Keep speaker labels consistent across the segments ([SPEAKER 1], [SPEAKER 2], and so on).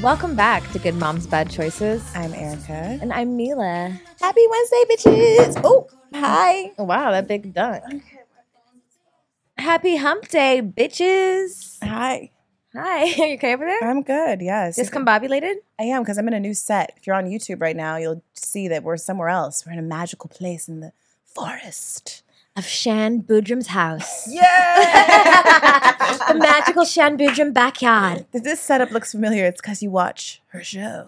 [SPEAKER 1] Welcome back to Good Moms Bad Choices.
[SPEAKER 2] I'm Erica.
[SPEAKER 1] And I'm Mila.
[SPEAKER 2] Happy Wednesday, bitches. Oh, hi.
[SPEAKER 1] Wow, that big dunk. Happy hump day, bitches.
[SPEAKER 2] Hi.
[SPEAKER 1] Hi. Are you okay over there?
[SPEAKER 2] I'm good. Yes.
[SPEAKER 1] Discombobulated?
[SPEAKER 2] I am because I'm in a new set. If you're on YouTube right now, you'll see that we're somewhere else. We're in a magical place in the forest.
[SPEAKER 1] Of Shan Boodram's house.
[SPEAKER 2] Yeah.
[SPEAKER 1] the magical Shan Boodram backyard.
[SPEAKER 2] if this setup looks familiar, it's because you watch her show.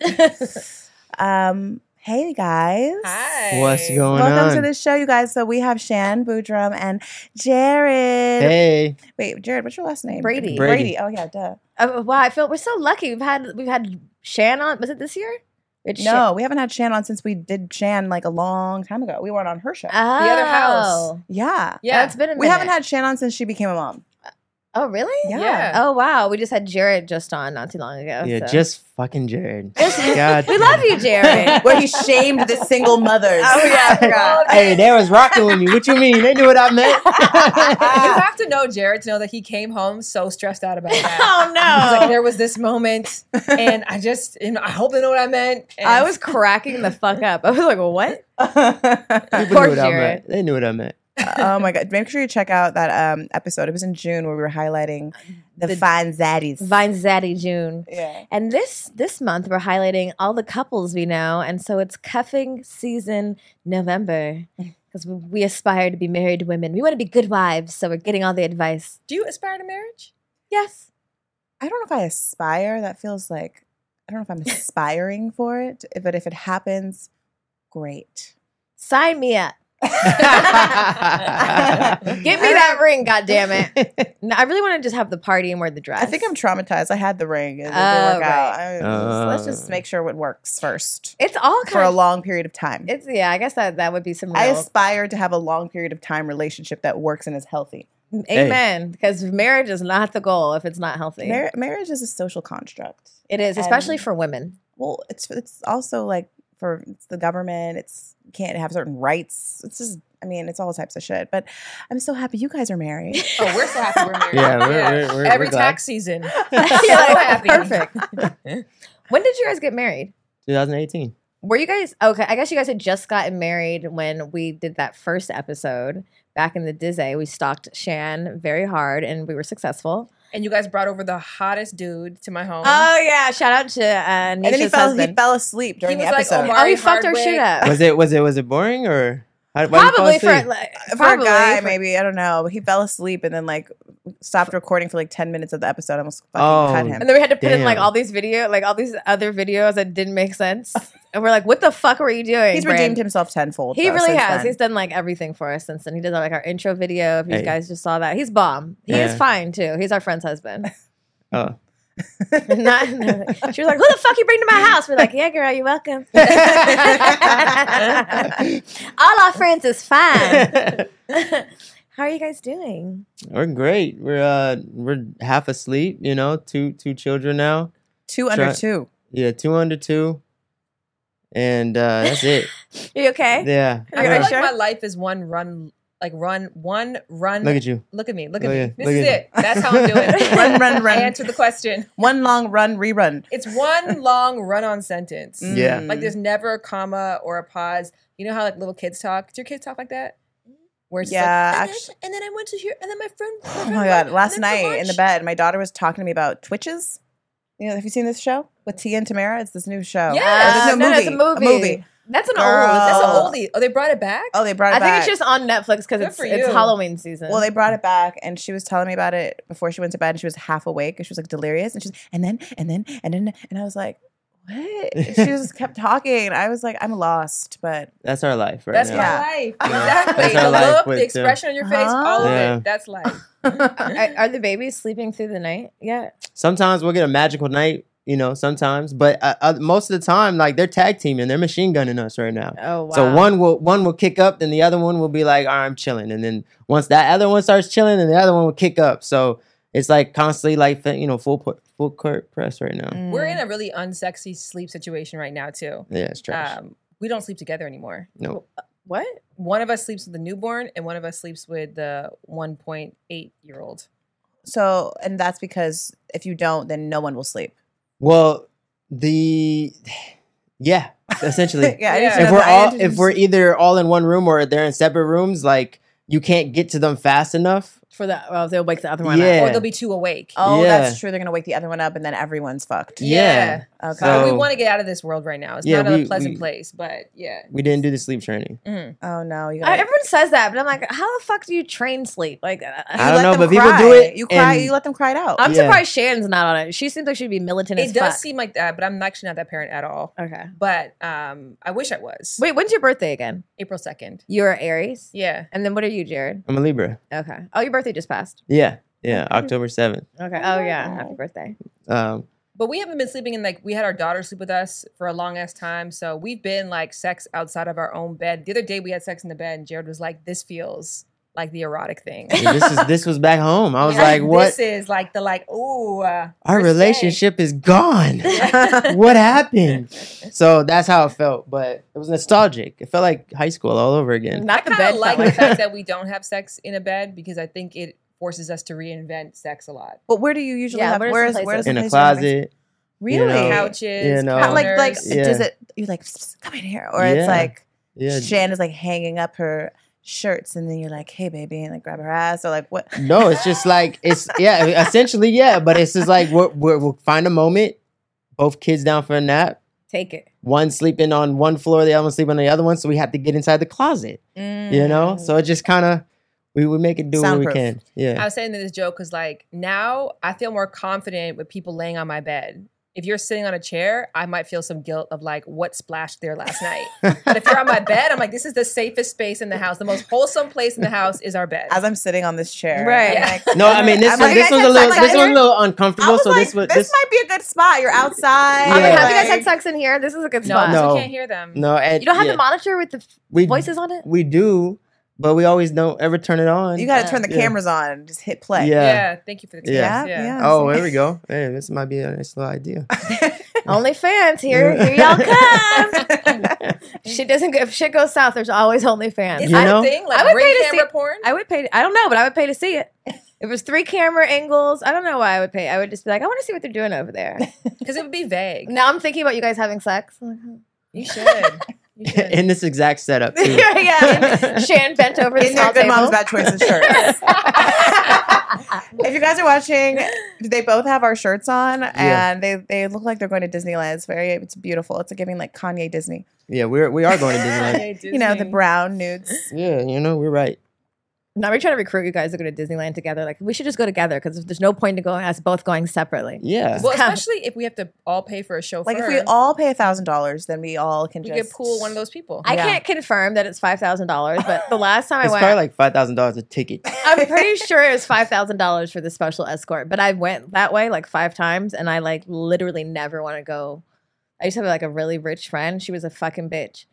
[SPEAKER 2] um, hey guys.
[SPEAKER 3] Hi. What's going
[SPEAKER 2] Welcome
[SPEAKER 3] on?
[SPEAKER 2] to the show, you guys. So we have Shan Boodrum and Jared.
[SPEAKER 3] hey.
[SPEAKER 2] Wait, Jared, what's your last name?
[SPEAKER 1] Brady.
[SPEAKER 2] Brady. Oh yeah, duh.
[SPEAKER 1] Oh, wow, I feel we're so lucky. We've had we've had Shan on. Was it this year? We had
[SPEAKER 2] No, we haven't had Shan on since we did Shan like a long time ago. We weren't on her show.
[SPEAKER 1] Shan.
[SPEAKER 3] The other house.
[SPEAKER 1] Oh.
[SPEAKER 2] yeah.
[SPEAKER 3] Yeah.
[SPEAKER 1] That's been a minute.
[SPEAKER 2] We haven't had Shan on since she became a mom.
[SPEAKER 1] Oh really?
[SPEAKER 2] Yeah.
[SPEAKER 3] Yeah.
[SPEAKER 1] Oh wow. We just had Jared just on not too long ago.
[SPEAKER 3] Yeah,
[SPEAKER 1] so.
[SPEAKER 3] just fucking Jared.
[SPEAKER 1] Just-
[SPEAKER 3] God
[SPEAKER 1] We love you, Jared.
[SPEAKER 2] Where he shamed the single mothers.
[SPEAKER 3] Oh,
[SPEAKER 2] yeah.
[SPEAKER 3] I forgot. hey, they was rocking with me. What you mean? They knew what I
[SPEAKER 4] you
[SPEAKER 3] meant.
[SPEAKER 4] have to know Jared to know that he came home so stressed out about that.
[SPEAKER 1] oh
[SPEAKER 4] He's like,
[SPEAKER 1] no.
[SPEAKER 4] there was this moment, and I just, and I hope they know what I meant. And
[SPEAKER 1] I was cracking the fuck up. I was like, what?
[SPEAKER 2] oh
[SPEAKER 3] People
[SPEAKER 1] Poor
[SPEAKER 3] knew what I
[SPEAKER 1] Jared.
[SPEAKER 3] meant. They knew what I meant.
[SPEAKER 2] my god. Make sure you check out that um episode. It was in June where we were highlighting the,
[SPEAKER 1] The-
[SPEAKER 2] fine zaddies.
[SPEAKER 1] Vine Zaddy June.
[SPEAKER 2] yeah.
[SPEAKER 1] And this this month we're highlighting all the couples we know, and so it's cuffing season November because we, we aspire to be married women. We want to be good wives, so we're getting all the advice.
[SPEAKER 4] Do you aspire to marriage?
[SPEAKER 1] Yes,
[SPEAKER 2] I don't know if I aspire. That feels like I don't know if I'm aspiring for it, but if it happens, great.
[SPEAKER 1] sign me up. Give
[SPEAKER 2] Give
[SPEAKER 1] me that ring, God damn it! No, I really want to just have the party and wear the dress.
[SPEAKER 2] I think I'm traumatized. I had the ring. It didn't
[SPEAKER 1] Oh,
[SPEAKER 2] work out. I-
[SPEAKER 3] right.
[SPEAKER 2] let's just make sure it works first
[SPEAKER 1] It's all kind
[SPEAKER 2] for a
[SPEAKER 1] of.
[SPEAKER 2] long period of time.
[SPEAKER 1] It's yeah. I guess that that would be some. Real,
[SPEAKER 2] I aspire to have a long period of time relationship that works and is healthy.
[SPEAKER 1] amen. Because marriage is not the goal if it's not healthy.
[SPEAKER 2] Mar- marriage is a social construct.
[SPEAKER 1] it is, especially
[SPEAKER 2] and-
[SPEAKER 1] for women.
[SPEAKER 2] Well, it's it's also like for it's the government. It's you can't have certain rights. It's just I mean it's all types of shit. But I'm so happy you guys are married.
[SPEAKER 4] Oh, we're so happy we're married.
[SPEAKER 3] Yeah, we're- we're- we're-
[SPEAKER 4] Every
[SPEAKER 3] we're glad.
[SPEAKER 4] tax season.
[SPEAKER 1] Yeah,
[SPEAKER 4] So
[SPEAKER 1] like,
[SPEAKER 4] happy.
[SPEAKER 1] Perfect. when did you guys get married?
[SPEAKER 3] 2018.
[SPEAKER 1] Were you guys okay? I guess you guys had just gotten married when we did that first episode back in the Dizay. We stalked Shan very hard and we were successful.
[SPEAKER 4] And you guys brought over the hottest dude to my home.
[SPEAKER 1] Oh yeah! Shout out to uh,
[SPEAKER 2] and then he
[SPEAKER 1] Nisha's
[SPEAKER 2] fell he
[SPEAKER 1] husband.
[SPEAKER 2] fell asleep during
[SPEAKER 4] was
[SPEAKER 2] the
[SPEAKER 4] like,
[SPEAKER 2] episode.
[SPEAKER 4] Omar-
[SPEAKER 1] oh, he
[SPEAKER 4] Mari
[SPEAKER 1] fucked our shit up.
[SPEAKER 3] Was it was it was it boring or how, why'd you fall
[SPEAKER 1] probably for
[SPEAKER 3] asleep?
[SPEAKER 1] like,
[SPEAKER 2] for
[SPEAKER 1] probably
[SPEAKER 2] a guy,
[SPEAKER 1] for-
[SPEAKER 2] maybe I don't know. He fell asleep and then like stopped recording for like ten minutes of the episode. I almost fucking
[SPEAKER 3] Oh.
[SPEAKER 2] cut him.
[SPEAKER 1] And then we had to put in like
[SPEAKER 3] Damn.
[SPEAKER 1] all these video, like all these other videos that didn't make sense, and we're like, "What the fuck were you doing?"
[SPEAKER 2] He's
[SPEAKER 1] Brand?"
[SPEAKER 2] redeemed himself tenfold.
[SPEAKER 1] He
[SPEAKER 2] though,
[SPEAKER 1] really
[SPEAKER 2] since
[SPEAKER 1] has.
[SPEAKER 2] then.
[SPEAKER 1] He's done like everything for us since then. He did like our intro video. If you
[SPEAKER 3] Hey.
[SPEAKER 1] guys just saw that, he's bomb. He is
[SPEAKER 3] Yeah.
[SPEAKER 1] fine too. He's our friend's husband.
[SPEAKER 3] Oh,
[SPEAKER 5] Not, she was like, "Who the fuck you bring to my house?" We're like, "Yeah, girl, you're welcome." All our friends is fine. How are you guys doing?
[SPEAKER 3] We're great. We're uh we're half asleep, you know, two two children now.
[SPEAKER 2] Two under
[SPEAKER 3] Try-
[SPEAKER 2] two.
[SPEAKER 3] Yeah, two under two. And uh that's it.
[SPEAKER 5] Are you okay?
[SPEAKER 3] yeah.
[SPEAKER 1] I
[SPEAKER 2] Are
[SPEAKER 1] feel
[SPEAKER 2] you
[SPEAKER 1] like
[SPEAKER 2] sure?
[SPEAKER 1] my life is one run, like run one run.
[SPEAKER 3] Look at you.
[SPEAKER 1] Look at me. Look at
[SPEAKER 3] Look
[SPEAKER 1] me.
[SPEAKER 3] at-
[SPEAKER 1] this
[SPEAKER 3] look
[SPEAKER 1] is
[SPEAKER 3] at
[SPEAKER 1] it. That's how I'm doing.
[SPEAKER 2] Run, run, run.
[SPEAKER 1] Answer the question.
[SPEAKER 2] One long run, rerun. Mm.
[SPEAKER 1] It's one long run-on sentence.
[SPEAKER 3] Yeah.
[SPEAKER 1] Like
[SPEAKER 2] Mm-hmm.
[SPEAKER 1] there's never a comma or a pause. You know how like little kids talk? Do your kids talk like that? Where it's just like,
[SPEAKER 2] Yeah,
[SPEAKER 1] and,
[SPEAKER 2] actu-
[SPEAKER 1] then, and then I went to here, and then my friend. my
[SPEAKER 2] Oh
[SPEAKER 1] friend
[SPEAKER 2] my
[SPEAKER 1] went,
[SPEAKER 2] god!
[SPEAKER 1] and
[SPEAKER 2] Last
[SPEAKER 1] then for
[SPEAKER 2] night in the
[SPEAKER 1] lunch-
[SPEAKER 2] bed, my daughter was talking to me about Twitches. You know, have you seen this show with Tia and Tamara? It's this new show.
[SPEAKER 1] Yes.
[SPEAKER 2] Or
[SPEAKER 5] Uh,
[SPEAKER 2] this new
[SPEAKER 5] no, no,
[SPEAKER 2] movie.
[SPEAKER 5] it's a movie.
[SPEAKER 1] That's an
[SPEAKER 2] Girl.
[SPEAKER 1] old. That's an oldie. Oh, they brought it back.
[SPEAKER 2] Oh, they brought it
[SPEAKER 5] I think
[SPEAKER 2] back.
[SPEAKER 5] it's just on Netflix because
[SPEAKER 1] Good
[SPEAKER 5] it's
[SPEAKER 1] for
[SPEAKER 5] it's
[SPEAKER 1] you.
[SPEAKER 5] Halloween season.
[SPEAKER 2] Well, they brought it back, and she was telling me about it before she went to bed, and she was half awake, and she was like delirious, and she's and then and then and then and I was like, what? And she just kept talking. I was like, I'm lost, but
[SPEAKER 3] That's our life right
[SPEAKER 1] That's
[SPEAKER 3] now.
[SPEAKER 1] my
[SPEAKER 2] Yeah.
[SPEAKER 1] life.
[SPEAKER 3] Yeah.
[SPEAKER 1] Exactly.
[SPEAKER 3] That's our
[SPEAKER 1] the
[SPEAKER 3] life
[SPEAKER 1] look,
[SPEAKER 3] with,
[SPEAKER 1] the
[SPEAKER 3] too.
[SPEAKER 1] expression on your face, all
[SPEAKER 3] Yeah.
[SPEAKER 1] of it. That's life.
[SPEAKER 5] are, are the babies sleeping through the night yet?
[SPEAKER 3] Sometimes we'll get a magical night, you know, sometimes, but uh, uh, most of the time like they're tag teaming, they're machine gunning us right now.
[SPEAKER 5] Oh wow!
[SPEAKER 3] So one will one will kick up, then the other one will be like, "All right, I'm chilling." And then once that other one starts chilling, then the other one will kick up. So it's like constantly like you know full pu- full court press right now.
[SPEAKER 1] We're
[SPEAKER 2] Mm.
[SPEAKER 1] in a really unsexy sleep situation right now too.
[SPEAKER 3] Yeah, it's trash.
[SPEAKER 1] Um, we don't sleep together anymore.
[SPEAKER 3] no,
[SPEAKER 2] Mm.
[SPEAKER 5] what?
[SPEAKER 1] One of us sleeps with the newborn, and one of us sleeps with the 1.8 year old.
[SPEAKER 2] so and that's because if you don't, then no one will sleep.
[SPEAKER 3] well the yeah essentially.
[SPEAKER 2] yeah, I
[SPEAKER 1] Yeah.
[SPEAKER 2] just-
[SPEAKER 3] If we're
[SPEAKER 2] I
[SPEAKER 3] all
[SPEAKER 2] just-
[SPEAKER 3] if we're either all in one room or they're in separate rooms, like you can't get to them fast enough.
[SPEAKER 5] For the well, they'll wake the other one
[SPEAKER 3] Yeah.
[SPEAKER 5] up.
[SPEAKER 1] Or they'll be two awake.
[SPEAKER 2] oh,
[SPEAKER 3] Yeah.
[SPEAKER 2] that's true. They're gonna wake the other one up, and then everyone's fucked.
[SPEAKER 3] Yeah.
[SPEAKER 2] Okay.
[SPEAKER 3] So-
[SPEAKER 1] we want to get out of this world right now. It's
[SPEAKER 3] Yeah,
[SPEAKER 1] not
[SPEAKER 3] we-
[SPEAKER 1] a pleasant
[SPEAKER 3] we-
[SPEAKER 1] place, but yeah.
[SPEAKER 3] We didn't do the sleep training.
[SPEAKER 1] Mhm.
[SPEAKER 2] oh no, you
[SPEAKER 5] I,
[SPEAKER 2] got.
[SPEAKER 5] everyone says that, but I'm like, how the fuck do you train sleep? Like, uh,
[SPEAKER 3] I don't know, but people do it
[SPEAKER 2] You cry.
[SPEAKER 3] and-
[SPEAKER 2] You let them cry it out.
[SPEAKER 5] I'm
[SPEAKER 3] Yeah.
[SPEAKER 5] surprised Sharon's not on it. She seems like she'd be militant as
[SPEAKER 1] It does
[SPEAKER 5] fuck.
[SPEAKER 1] seem like that, but I'm actually not that parent at all.
[SPEAKER 5] okay.
[SPEAKER 1] But um, I wish I was.
[SPEAKER 5] Wait, when's your birthday again?
[SPEAKER 1] April 2nd.
[SPEAKER 5] You're Aries,
[SPEAKER 1] Yeah.
[SPEAKER 5] and then what are you, Jared?
[SPEAKER 3] I'm a Libra.
[SPEAKER 5] Okay. Oh, your birthday just passed.
[SPEAKER 3] Yeah, yeah. October seventh.
[SPEAKER 5] Okay. Oh yeah, happy birthday.
[SPEAKER 3] Um,
[SPEAKER 1] But we haven't been sleeping in like we had our daughter sleep with us for a long ass time. So we've been like sex outside of our own bed. The other day we had sex in the bed and Jared was like, This feels like the erotic thing. I
[SPEAKER 3] this is this was back home. I was like, what?
[SPEAKER 1] This is like the like, ooh. Uh,
[SPEAKER 3] our
[SPEAKER 1] first day."
[SPEAKER 3] relationship is gone. what happened? So that's how it felt, but it was nostalgic. It felt like high school all over again.
[SPEAKER 1] I
[SPEAKER 5] Not the
[SPEAKER 1] kind
[SPEAKER 5] bed.
[SPEAKER 1] of like
[SPEAKER 5] fella.
[SPEAKER 1] the fact that we don't have sex in a bed because I think it forces us to reinvent sex a lot.
[SPEAKER 2] but where do you usually
[SPEAKER 5] Yeah,
[SPEAKER 2] have?
[SPEAKER 5] where's
[SPEAKER 2] Where's
[SPEAKER 5] some places?
[SPEAKER 2] where's the
[SPEAKER 3] In a
[SPEAKER 2] place where you have-
[SPEAKER 3] closet.
[SPEAKER 2] Really?
[SPEAKER 3] know,
[SPEAKER 1] Couches,
[SPEAKER 3] you know.
[SPEAKER 2] How- like like
[SPEAKER 1] counters.
[SPEAKER 3] Yeah.
[SPEAKER 2] does it you like "Psst, psst, come in here or
[SPEAKER 3] Yeah.
[SPEAKER 2] it's like
[SPEAKER 3] Yeah.
[SPEAKER 2] Shan is like hanging up her shirts and then you're like hey baby and like grab her ass or like what
[SPEAKER 3] No, it's just like it's yeah, essentially yeah, but it's just like we're, we're, we'll find a moment, both kids down for a nap,
[SPEAKER 5] Take it.
[SPEAKER 3] one sleeping on one floor, the other one sleeping on the other one, so we have to get inside the closet,
[SPEAKER 1] Mm.
[SPEAKER 3] you know. So it just kind of we we make it do what we
[SPEAKER 2] Soundproof.
[SPEAKER 3] can. Yeah,
[SPEAKER 1] I was saying that this joke because like now I feel more confident with people laying on my bed. If you're sitting on a chair, I might feel some guilt of like what splashed there last night. but if you're on my bed, I'm like, this is the safest space in the house. The most wholesome place in the house is our bed.
[SPEAKER 2] as I'm sitting on this chair
[SPEAKER 5] Right.
[SPEAKER 2] I'm
[SPEAKER 1] Yeah.
[SPEAKER 2] like,
[SPEAKER 3] No, I mean this
[SPEAKER 2] I'm
[SPEAKER 3] was,
[SPEAKER 2] like,
[SPEAKER 3] this
[SPEAKER 2] "You guys
[SPEAKER 3] was
[SPEAKER 2] had
[SPEAKER 3] a little
[SPEAKER 2] sex
[SPEAKER 3] this
[SPEAKER 2] out
[SPEAKER 3] was a
[SPEAKER 2] here?"
[SPEAKER 3] little
[SPEAKER 2] I
[SPEAKER 3] uncomfortable.
[SPEAKER 2] was
[SPEAKER 3] so
[SPEAKER 2] like,
[SPEAKER 3] this was
[SPEAKER 2] this,
[SPEAKER 3] this
[SPEAKER 2] might be a good spot you're outside
[SPEAKER 5] I'm like,
[SPEAKER 3] Yeah.
[SPEAKER 5] have you guys had
[SPEAKER 2] like-
[SPEAKER 5] sex in here? This is a good
[SPEAKER 1] no,
[SPEAKER 5] spot.
[SPEAKER 3] No.
[SPEAKER 1] you can't hear them.
[SPEAKER 3] no. And
[SPEAKER 5] You don't have
[SPEAKER 3] yeah,
[SPEAKER 5] the monitor with the f-
[SPEAKER 3] we,
[SPEAKER 5] voices on it.
[SPEAKER 3] We do, but we always don't ever turn it on.
[SPEAKER 2] you gotta turn the
[SPEAKER 3] Yeah.
[SPEAKER 2] cameras on and just hit play
[SPEAKER 1] Yeah.
[SPEAKER 3] Yeah.
[SPEAKER 1] thank you for the tips.
[SPEAKER 3] Yeah.
[SPEAKER 1] Yeah,
[SPEAKER 2] Yeah,
[SPEAKER 3] Oh, there we go. Hey, this might be a nice little idea.
[SPEAKER 5] Only fans here.
[SPEAKER 3] Yeah.
[SPEAKER 5] Here y'all come. shit doesn't. go- If shit goes south, there's always only fans.
[SPEAKER 1] Is
[SPEAKER 3] You
[SPEAKER 1] that
[SPEAKER 3] know?
[SPEAKER 1] a thing? Like
[SPEAKER 5] I would
[SPEAKER 1] ring
[SPEAKER 5] pay to
[SPEAKER 1] camera
[SPEAKER 5] see-
[SPEAKER 1] porn?
[SPEAKER 5] I would pay. I don't know, but I would pay to see it. If it was three camera angles, I don't know why I would pay. I would just be like, I want to see what they're doing over there.
[SPEAKER 1] Because it would be vague.
[SPEAKER 5] now I'm thinking about you guys having sex. I'm like, huh.
[SPEAKER 1] You should. You should.
[SPEAKER 3] In this exact setup. Too.
[SPEAKER 5] yeah, yeah. Shan bent over the
[SPEAKER 2] in your
[SPEAKER 5] small
[SPEAKER 2] good
[SPEAKER 5] table.
[SPEAKER 2] mom's bad choices shirts if you guys are watching they both have our shirts on
[SPEAKER 3] Yeah.
[SPEAKER 2] and they they look like they're going to Disneyland it's very it's beautiful it's giving like Kanye Disney
[SPEAKER 3] Yeah, we're we are going to Disneyland.
[SPEAKER 1] Kanye
[SPEAKER 2] you know the
[SPEAKER 1] Disney.
[SPEAKER 2] brown nudes
[SPEAKER 3] yeah, you know we're right.
[SPEAKER 6] Now we're trying to recruit you guys to go to Disneyland together. Like, we should just go together because there's no point to going us both going separately.
[SPEAKER 3] Yeah.
[SPEAKER 1] Well,
[SPEAKER 6] come.
[SPEAKER 1] especially if we have to all pay for a chauffeur.
[SPEAKER 2] Like if we all pay a thousand dollars, then we all can
[SPEAKER 1] we
[SPEAKER 2] just
[SPEAKER 1] could pool one of those people.
[SPEAKER 6] I
[SPEAKER 2] Yeah.
[SPEAKER 6] can't confirm that it's five thousand dollars, but the last time I
[SPEAKER 3] It's
[SPEAKER 6] went,
[SPEAKER 3] probably like five thousand dollars a ticket.
[SPEAKER 6] I'm pretty sure it was five thousand dollars for the special escort. But I went that way like five times, and I like literally never want to go. I used to have like a really rich friend. She was a fucking bitch,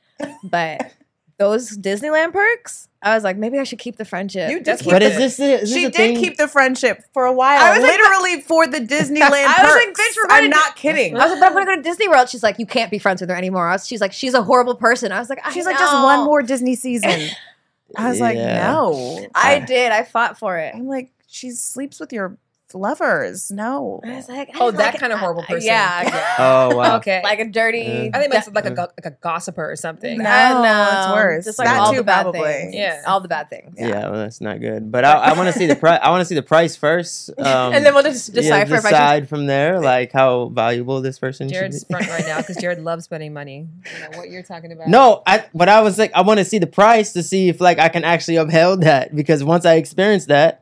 [SPEAKER 6] but those Disneyland perks, I was like, maybe I should keep the friendship.
[SPEAKER 2] You did
[SPEAKER 1] That's
[SPEAKER 2] keep
[SPEAKER 1] what
[SPEAKER 3] But is
[SPEAKER 2] the-
[SPEAKER 3] this is this
[SPEAKER 2] she
[SPEAKER 3] a
[SPEAKER 2] did
[SPEAKER 3] thing?
[SPEAKER 2] keep the friendship for a while,
[SPEAKER 6] I was like,
[SPEAKER 2] literally for the Disneyland.
[SPEAKER 6] I was like,
[SPEAKER 2] perks.
[SPEAKER 6] bitch, we're going
[SPEAKER 2] I'm
[SPEAKER 6] to-
[SPEAKER 2] not kidding.
[SPEAKER 6] I was like, but I'm gonna go to Disney World. She's like, you can't be friends with her anymore. I was- She's like, she's a horrible person. I was like, I
[SPEAKER 2] She's like, just one
[SPEAKER 6] know."
[SPEAKER 2] more Disney season. I was like,
[SPEAKER 3] Yeah.
[SPEAKER 2] no.
[SPEAKER 6] I did. I fought for it.
[SPEAKER 2] I'm like, she sleeps with your lovers. No.
[SPEAKER 6] I was like, I
[SPEAKER 1] Oh,
[SPEAKER 6] don't
[SPEAKER 1] that
[SPEAKER 6] like-
[SPEAKER 1] kind of horrible
[SPEAKER 6] I-
[SPEAKER 1] person.
[SPEAKER 6] Yeah,
[SPEAKER 3] Oh wow.
[SPEAKER 1] okay.
[SPEAKER 6] like a dirty.
[SPEAKER 1] I think
[SPEAKER 6] da-
[SPEAKER 1] it's like a go- like a gossiper or something.
[SPEAKER 2] No,
[SPEAKER 6] I don't know.
[SPEAKER 2] it's worse.
[SPEAKER 6] Just like
[SPEAKER 2] That
[SPEAKER 6] all
[SPEAKER 2] too,
[SPEAKER 6] the bad
[SPEAKER 2] probably.
[SPEAKER 6] things.
[SPEAKER 1] Yeah.
[SPEAKER 6] all the bad things.
[SPEAKER 3] Yeah. well, that's not good. But I, I want to see the price. I want to see the price first, um,
[SPEAKER 6] and then we'll just
[SPEAKER 3] yeah,
[SPEAKER 6] decipher if I
[SPEAKER 3] decide from there, like how valuable this person
[SPEAKER 1] Jared's
[SPEAKER 3] should be.
[SPEAKER 1] front right now because Jared loves spending money. I don't know what you're talking about?
[SPEAKER 3] No, I but I was like, I want to see the price to see if like I can actually upheld that because once I experience that,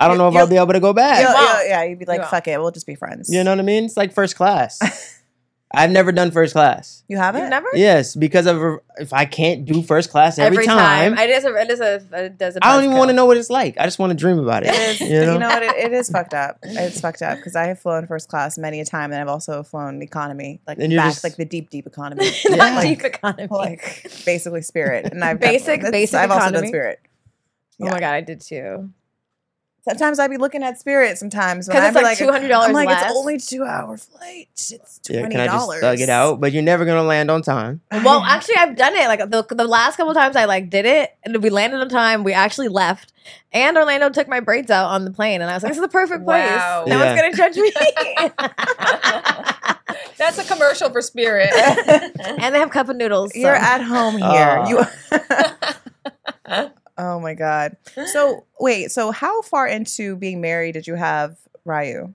[SPEAKER 3] I don't know if I'll be able to go back.
[SPEAKER 2] Yo, yo,
[SPEAKER 1] won't.
[SPEAKER 2] yeah, you'd be like,
[SPEAKER 1] You won't.
[SPEAKER 2] fuck it, we'll just be friends.
[SPEAKER 3] You know what I mean? It's like first class. I've never done first class.
[SPEAKER 2] you
[SPEAKER 6] should.
[SPEAKER 2] haven't?
[SPEAKER 6] You never
[SPEAKER 3] Yes, because of if I can't do first class every, time,
[SPEAKER 6] I just it is a it does. A
[SPEAKER 3] I, don't even
[SPEAKER 6] buzzkill.
[SPEAKER 3] want to know what it's like. I just want to dream about it.
[SPEAKER 2] It is,
[SPEAKER 3] you know?
[SPEAKER 2] you know what? It, it is fucked up. It's fucked up because I have flown first class many a time, and I've also flown economy, like
[SPEAKER 3] And you're
[SPEAKER 2] back,
[SPEAKER 3] just-
[SPEAKER 2] like the deep, deep economy,
[SPEAKER 6] Not
[SPEAKER 3] Yeah.
[SPEAKER 6] deep economy. Oh
[SPEAKER 2] like basically Spirit. And I've
[SPEAKER 6] Basic-
[SPEAKER 2] that's-
[SPEAKER 6] basic
[SPEAKER 2] I've also done
[SPEAKER 6] economy.
[SPEAKER 2] Spirit.
[SPEAKER 6] oh
[SPEAKER 2] yeah.
[SPEAKER 6] my god, I did too.
[SPEAKER 2] Sometimes I'd be looking at Spirit. Sometimes when
[SPEAKER 6] 'Cause
[SPEAKER 2] I'd
[SPEAKER 6] it's
[SPEAKER 2] be
[SPEAKER 6] like $200
[SPEAKER 2] I'm like
[SPEAKER 6] less.
[SPEAKER 2] it's only two hour flight. It's
[SPEAKER 3] Yeah,
[SPEAKER 2] twenty
[SPEAKER 3] can I
[SPEAKER 2] dollars.
[SPEAKER 3] just thug it out? But you're never gonna land on time.
[SPEAKER 6] Well, actually, I've done it. Like the, the last couple times, I like did it, and we landed on time. We actually left, and Orlando took my braids out on the plane, and I was like, "This is the perfect place.
[SPEAKER 1] Wow.
[SPEAKER 6] No
[SPEAKER 3] Yeah.
[SPEAKER 6] one's gonna judge me."
[SPEAKER 1] That's a commercial for Spirit.
[SPEAKER 6] and they have cup of noodles. so-
[SPEAKER 2] You're at home here.
[SPEAKER 3] Aw.
[SPEAKER 2] You. oh my god. So wait. So how far into being married did you have Ryu?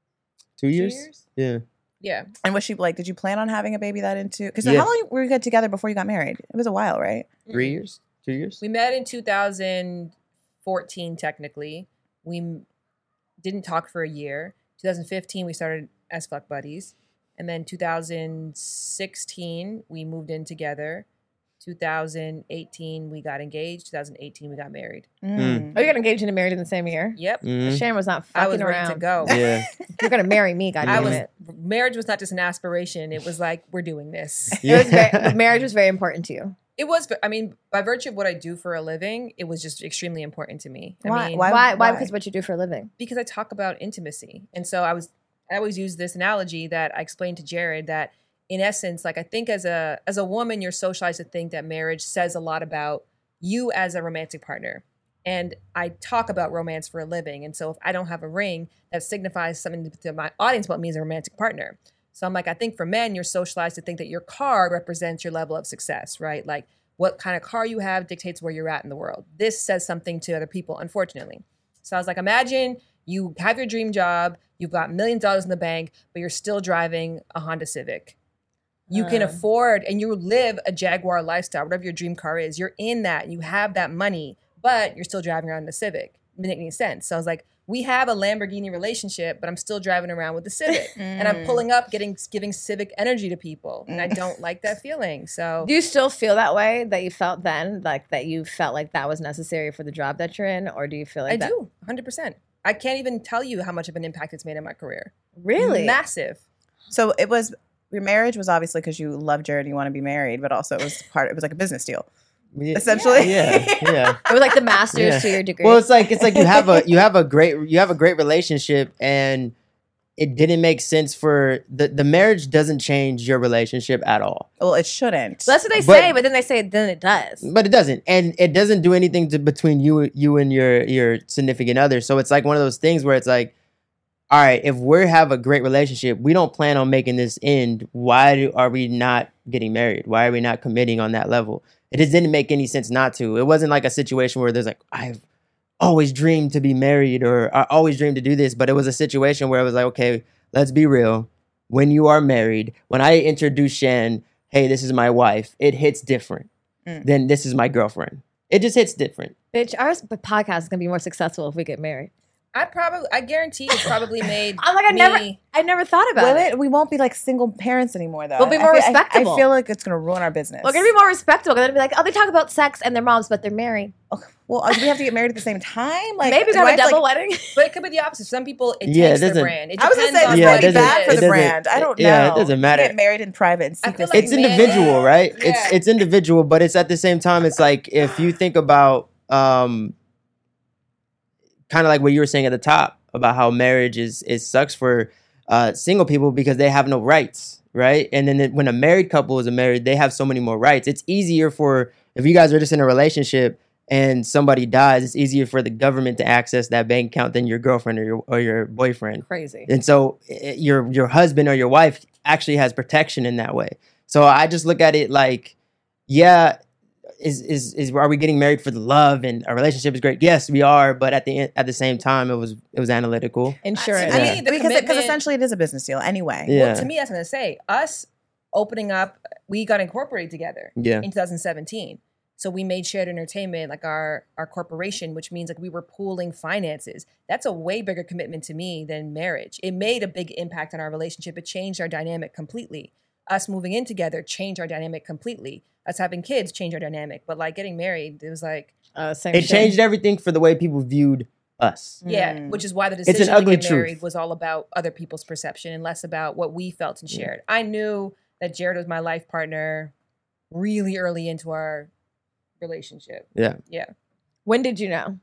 [SPEAKER 3] Two years? Yeah.
[SPEAKER 1] Yeah.
[SPEAKER 2] And was she like? Did you plan on having a baby that into? Because
[SPEAKER 3] Yeah.
[SPEAKER 2] how long were you guys together before you got married? It was a while, right?
[SPEAKER 1] Mm-hmm.
[SPEAKER 3] Three years? Two years?
[SPEAKER 1] We met in 2014, technically. We m- didn't talk for a year. 2015, we started as fuck buddies. And then 2016, we moved in together. 2018, we got engaged. 2018, we got married.
[SPEAKER 3] Mm.
[SPEAKER 6] Oh, you got engaged and married in the same year.
[SPEAKER 1] Yep.
[SPEAKER 3] Mhm.
[SPEAKER 6] Sharon was not fucking
[SPEAKER 1] I was
[SPEAKER 6] around.
[SPEAKER 1] ready to go.
[SPEAKER 3] Yeah. Mm-hmm.
[SPEAKER 6] You're gonna marry me, God
[SPEAKER 1] I
[SPEAKER 6] damn
[SPEAKER 1] was
[SPEAKER 6] it.
[SPEAKER 1] marriage was not just an aspiration. It was like we're doing this.
[SPEAKER 6] It was very, marriage was very important to you.
[SPEAKER 1] It was, but I mean, by virtue of what I do for a living, it was just extremely important to me. I
[SPEAKER 2] Why-
[SPEAKER 1] mean,
[SPEAKER 2] why-
[SPEAKER 6] Why? Why? Because what you do for a living.
[SPEAKER 1] because I talk about intimacy. And so I was I always use this analogy that I explained to Jared that in essence, like I think as a as a woman, you're socialized to think that marriage says a lot about you as a romantic partner. And I talk about romance for a living. And so if I don't have a ring, that signifies something to my audience about me as a romantic partner. So I'm like, I think for men, you're socialized to think that your car represents your level of success, right? Like what kind of car you have dictates where you're at in the world. This says something to other people, unfortunately. So I was like, imagine you have your dream job, you've got millions of dollars in the bank, but you're still driving a Honda Civic. You can
[SPEAKER 6] Uh.
[SPEAKER 1] afford and you live a Jaguar lifestyle, whatever your dream car is. You're in that, you have that money, but you're still driving around in a Civic. It didn't make any sense. So I was like, we have a Lamborghini relationship, but I'm still driving around with the Civic.
[SPEAKER 2] Mm.
[SPEAKER 1] And I'm pulling up, getting giving civic energy to people. And I don't like that feeling. So
[SPEAKER 6] Do you still feel that way that you felt then, like that you felt like that was necessary for the job that you're in, or do you feel like
[SPEAKER 1] I
[SPEAKER 6] that?
[SPEAKER 1] do, 100%. I can't even tell you how much of an impact it's made in my career.
[SPEAKER 6] Really?
[SPEAKER 1] Massive.
[SPEAKER 2] Mm. So it was your marriage was obviously because you love Jared, and you want to be married, but also it was part. It was like a business deal,
[SPEAKER 3] Yeah.
[SPEAKER 2] essentially.
[SPEAKER 3] Yeah. Yeah.
[SPEAKER 6] it was like the master's
[SPEAKER 3] Yeah.
[SPEAKER 6] to your degree.
[SPEAKER 3] Well, it's like it's like you have a you have a great you have a great relationship and it didn't make sense for the the marriage doesn't change your relationship at all.
[SPEAKER 2] well, it shouldn't.
[SPEAKER 6] so that's what they
[SPEAKER 3] but-
[SPEAKER 6] say, but then they say then it does.
[SPEAKER 3] But it doesn't. And it doesn't do anything to between you you and your your significant other. So it's like one of those things where it's like all right, if we have a great relationship, we don't plan on making this end. Why do, are we not getting married? Why are we not committing on that level? It just didn't make any sense not to. It wasn't like a situation where there's like I've always dreamed to be married or I always dreamed to do this, but it was a situation where it was like, okay, let's be real. When you are married, when I introduce Shan, hey, this is my wife, it hits different
[SPEAKER 2] Mm.
[SPEAKER 3] than this is my girlfriend. It just hits different.
[SPEAKER 2] Bitch, our s- podcast is gonna be more successful if we get married.
[SPEAKER 1] I probably, I guarantee it probably made.
[SPEAKER 2] I'm like, I
[SPEAKER 1] me,
[SPEAKER 2] never, I never thought about
[SPEAKER 7] Will
[SPEAKER 2] it.
[SPEAKER 7] it? We won't be like single parents anymore, though.
[SPEAKER 2] We'll be
[SPEAKER 7] I
[SPEAKER 2] more
[SPEAKER 7] feel- I- I,
[SPEAKER 2] respectable.
[SPEAKER 7] feel like it's gonna ruin our business.
[SPEAKER 2] We're gonna be more respectable. We're gonna be like, oh, they talk about sex and their moms, but they're married.
[SPEAKER 7] well. uh, Do we have to get married at the same time? Like,
[SPEAKER 2] Maybe we
[SPEAKER 7] do
[SPEAKER 2] have
[SPEAKER 7] I
[SPEAKER 2] a
[SPEAKER 7] have to,
[SPEAKER 2] double
[SPEAKER 7] like-
[SPEAKER 2] wedding.
[SPEAKER 1] But it could be the opposite. Some people, it
[SPEAKER 3] Yeah, it
[SPEAKER 1] takes
[SPEAKER 3] doesn't-
[SPEAKER 1] their brand. It
[SPEAKER 7] I was gonna
[SPEAKER 1] depends
[SPEAKER 7] say
[SPEAKER 1] on
[SPEAKER 7] this
[SPEAKER 3] Yeah,
[SPEAKER 7] might
[SPEAKER 3] it
[SPEAKER 7] be
[SPEAKER 1] what
[SPEAKER 3] doesn't-
[SPEAKER 7] bad for
[SPEAKER 3] it
[SPEAKER 7] the
[SPEAKER 3] doesn't-
[SPEAKER 7] brand. I don't
[SPEAKER 3] it- yeah, it
[SPEAKER 7] know.
[SPEAKER 3] doesn't matter.
[SPEAKER 7] Get married in private and
[SPEAKER 1] I feel
[SPEAKER 7] secret.
[SPEAKER 1] like
[SPEAKER 3] it's
[SPEAKER 1] man-
[SPEAKER 3] individual, right? It's
[SPEAKER 1] Yeah.
[SPEAKER 3] it's individual, but it's at the same time, it's like if you think about um kind of like what you were saying at the top about how marriage is it sucks for uh single people because they have no rights, right? And then it- when a married couple is married, they have so many more rights. It's easier for if you guys are just in a relationship and somebody dies, it's easier for the government to access that bank account than your girlfriend or your or your boyfriend.
[SPEAKER 1] Crazy.
[SPEAKER 3] And so i- your your husband or your wife actually has protection in that way. So I just look at it like, yeah, is is is are we getting married for the love and a relationship is great? Yes, we are, but at the en- at the same time, it was it was analytical.
[SPEAKER 2] Insurance.
[SPEAKER 7] I
[SPEAKER 3] Yeah.
[SPEAKER 7] mean,
[SPEAKER 1] The
[SPEAKER 7] because because
[SPEAKER 1] commitment-
[SPEAKER 7] essentially it is a business deal anyway.
[SPEAKER 3] Yeah,
[SPEAKER 1] to me, that's what I'm gonna say. Us opening up, we got incorporated together
[SPEAKER 3] yeah,
[SPEAKER 1] in 2017. So we made shared entertainment like our our corporation, which means like we were pooling finances. That's a way bigger commitment to me than marriage. It made a big impact on our relationship. It changed our dynamic completely. Us moving in together changed our dynamic completely. Us having kids changed our dynamic. But like getting married, it was like
[SPEAKER 2] Uh, same
[SPEAKER 3] it
[SPEAKER 2] shit.
[SPEAKER 3] changed everything for the way people viewed us.
[SPEAKER 1] yeah,
[SPEAKER 7] Mm.
[SPEAKER 1] which is why the
[SPEAKER 3] an
[SPEAKER 1] decision to
[SPEAKER 3] ugly
[SPEAKER 1] get
[SPEAKER 3] truth.
[SPEAKER 1] married was all about other people's perception and less about what we felt and shared. I knew that Jared was my life partner really early into our relationship.
[SPEAKER 3] Yeah.
[SPEAKER 1] Yeah.
[SPEAKER 2] When did you know?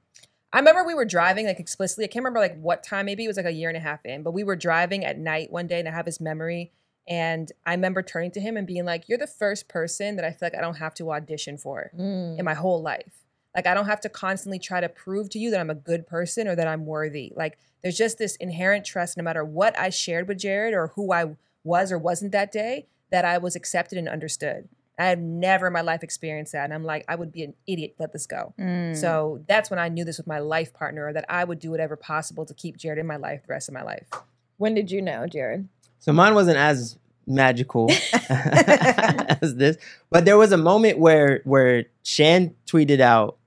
[SPEAKER 1] I remember we were driving like explicitly. I can't remember like what time. Maybe it was like a year and a half in, but we were driving at night one day, and I have his memory. And I remember turning to him and being like, "You're the first person that I feel like I don't have to audition for
[SPEAKER 2] Mm.
[SPEAKER 1] in my whole life. Like I don't have to constantly try to prove to you that I'm a good person or that I'm worthy. Like there's just this inherent trust no matter what I shared with Jared or who I was or wasn't that day that I was accepted and understood. I have never in my life experienced that and I'm like I would be an idiot to let this go.
[SPEAKER 7] Mm.
[SPEAKER 1] So that's when I knew this with my life partner or that I would do whatever possible to keep Jared in my life the rest of my life.
[SPEAKER 2] When did you know, Jared?
[SPEAKER 3] So mine wasn't as magical as this, but there was a moment where where Shan tweeted out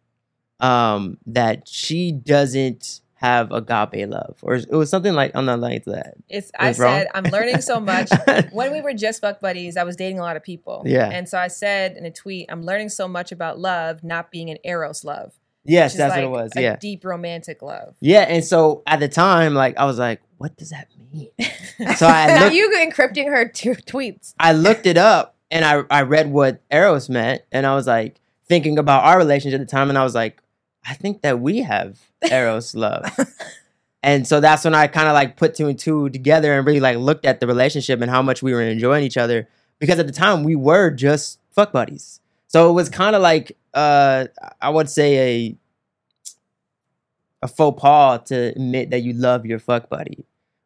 [SPEAKER 3] um, that she doesn't have agape love, or it was something like on the lines of that.
[SPEAKER 1] It's
[SPEAKER 3] It
[SPEAKER 1] I
[SPEAKER 3] was wrong.
[SPEAKER 1] said I'm learning so much. when we were just fuck buddies, I was dating a lot of people.
[SPEAKER 3] Yeah.
[SPEAKER 1] And so I said in a tweet, I'm learning so much about love not being an Eros love.
[SPEAKER 3] yes,
[SPEAKER 1] which is
[SPEAKER 3] that's
[SPEAKER 1] like
[SPEAKER 3] what it was.
[SPEAKER 1] a
[SPEAKER 3] Yeah,
[SPEAKER 1] Deep romantic love.
[SPEAKER 3] yeah. And so at the time, like I was like, what does that mean? so I
[SPEAKER 2] Now
[SPEAKER 3] looked,
[SPEAKER 2] you encrypting her two tweets.
[SPEAKER 3] I looked it up, and I I read what eros meant, and I was like thinking about our relationship at the time, and I was like, I think that we have eros love. And so that's when I kind of like put two and two together and really like looked at the relationship and how much we were enjoying each other because at the time we were just fuck buddies. So it was kind of like uh I would say a a faux pas to admit that you love your fuck buddy.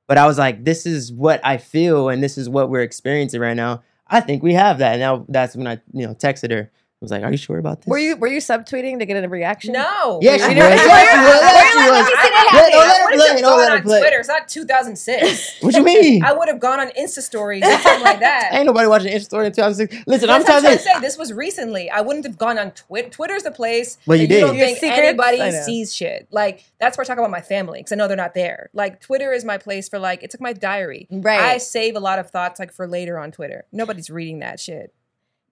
[SPEAKER 3] But I was like this is what I feel and this is what we're experiencing right now. I think we have that. And now that's when I, you know, texted her. I was like, "Are you sure about this?"
[SPEAKER 2] Were you were you subtweeting to get a reaction?
[SPEAKER 1] No.
[SPEAKER 3] Yeah, she
[SPEAKER 1] I
[SPEAKER 3] was.
[SPEAKER 1] never-
[SPEAKER 3] Yeah, she was. Yeah, she was.
[SPEAKER 1] I
[SPEAKER 3] Yeah,
[SPEAKER 1] would've-
[SPEAKER 3] don't
[SPEAKER 1] I
[SPEAKER 3] let her
[SPEAKER 1] would've
[SPEAKER 3] play.
[SPEAKER 1] just
[SPEAKER 3] Don't let
[SPEAKER 1] gone
[SPEAKER 3] her
[SPEAKER 1] on
[SPEAKER 3] play.
[SPEAKER 1] Twitter. It's not 2006.
[SPEAKER 3] What you mean?
[SPEAKER 1] I would have gone on Insta stories or something like that.
[SPEAKER 3] Ain't nobody watching Insta Story in 2006. Listen, I'm
[SPEAKER 1] That's what
[SPEAKER 3] telling you,
[SPEAKER 1] trying to say this was recently. I wouldn't have gone on Twitter. Twitter's the place.
[SPEAKER 3] Well, you
[SPEAKER 1] that
[SPEAKER 3] did.
[SPEAKER 1] don't
[SPEAKER 2] Your
[SPEAKER 1] think
[SPEAKER 2] secrets? I
[SPEAKER 1] anybody
[SPEAKER 2] know.
[SPEAKER 1] sees shit. Like that's where I talk about my family because I know they're not there. Like Twitter is my place for like it's like my diary.
[SPEAKER 2] Right.
[SPEAKER 1] I save a lot of thoughts like for later on Twitter. Nobody's reading that shit.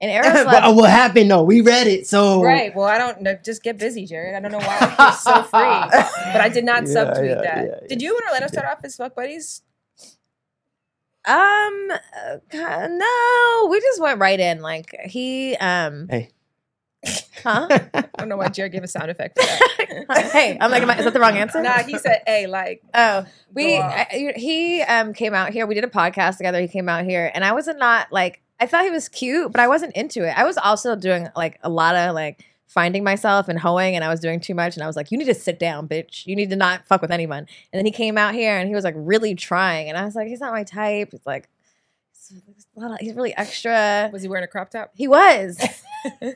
[SPEAKER 2] And Eros
[SPEAKER 3] Well,
[SPEAKER 2] love.
[SPEAKER 3] what happened? No, we read it. So
[SPEAKER 1] Right. Well, I don't know. Just get busy, Jared. I don't know why you're so free. But I did not
[SPEAKER 3] Yeah,
[SPEAKER 1] subtweet
[SPEAKER 3] yeah,
[SPEAKER 1] that.
[SPEAKER 3] yeah,
[SPEAKER 1] Did you and Orlando start off as fuck buddies?
[SPEAKER 2] Um, uh, ki- no, we just went right in. Like he, um,
[SPEAKER 3] Hey.
[SPEAKER 2] huh?
[SPEAKER 1] I don't know why Jared gave a sound effect. For that.
[SPEAKER 2] hey, I'm like, am I, is that the wrong answer?
[SPEAKER 1] nah, he said, "Hey, like
[SPEAKER 2] Oh, we
[SPEAKER 1] Go
[SPEAKER 2] I,
[SPEAKER 1] off.
[SPEAKER 2] I- he um came out here. We did a podcast together. He came out here, and I was not like I thought he was cute, but I wasn't into it. I was also doing like a lot of like finding myself and hoeing, and I was doing too much. And I was like, "You need to sit down, bitch. You need to not fuck with anyone." And then he came out here, and he was like really trying, and I was like, "He's not my type." It's like he's- he's a lot of- he's really extra.
[SPEAKER 1] was he wearing a crop top?"
[SPEAKER 2] He was.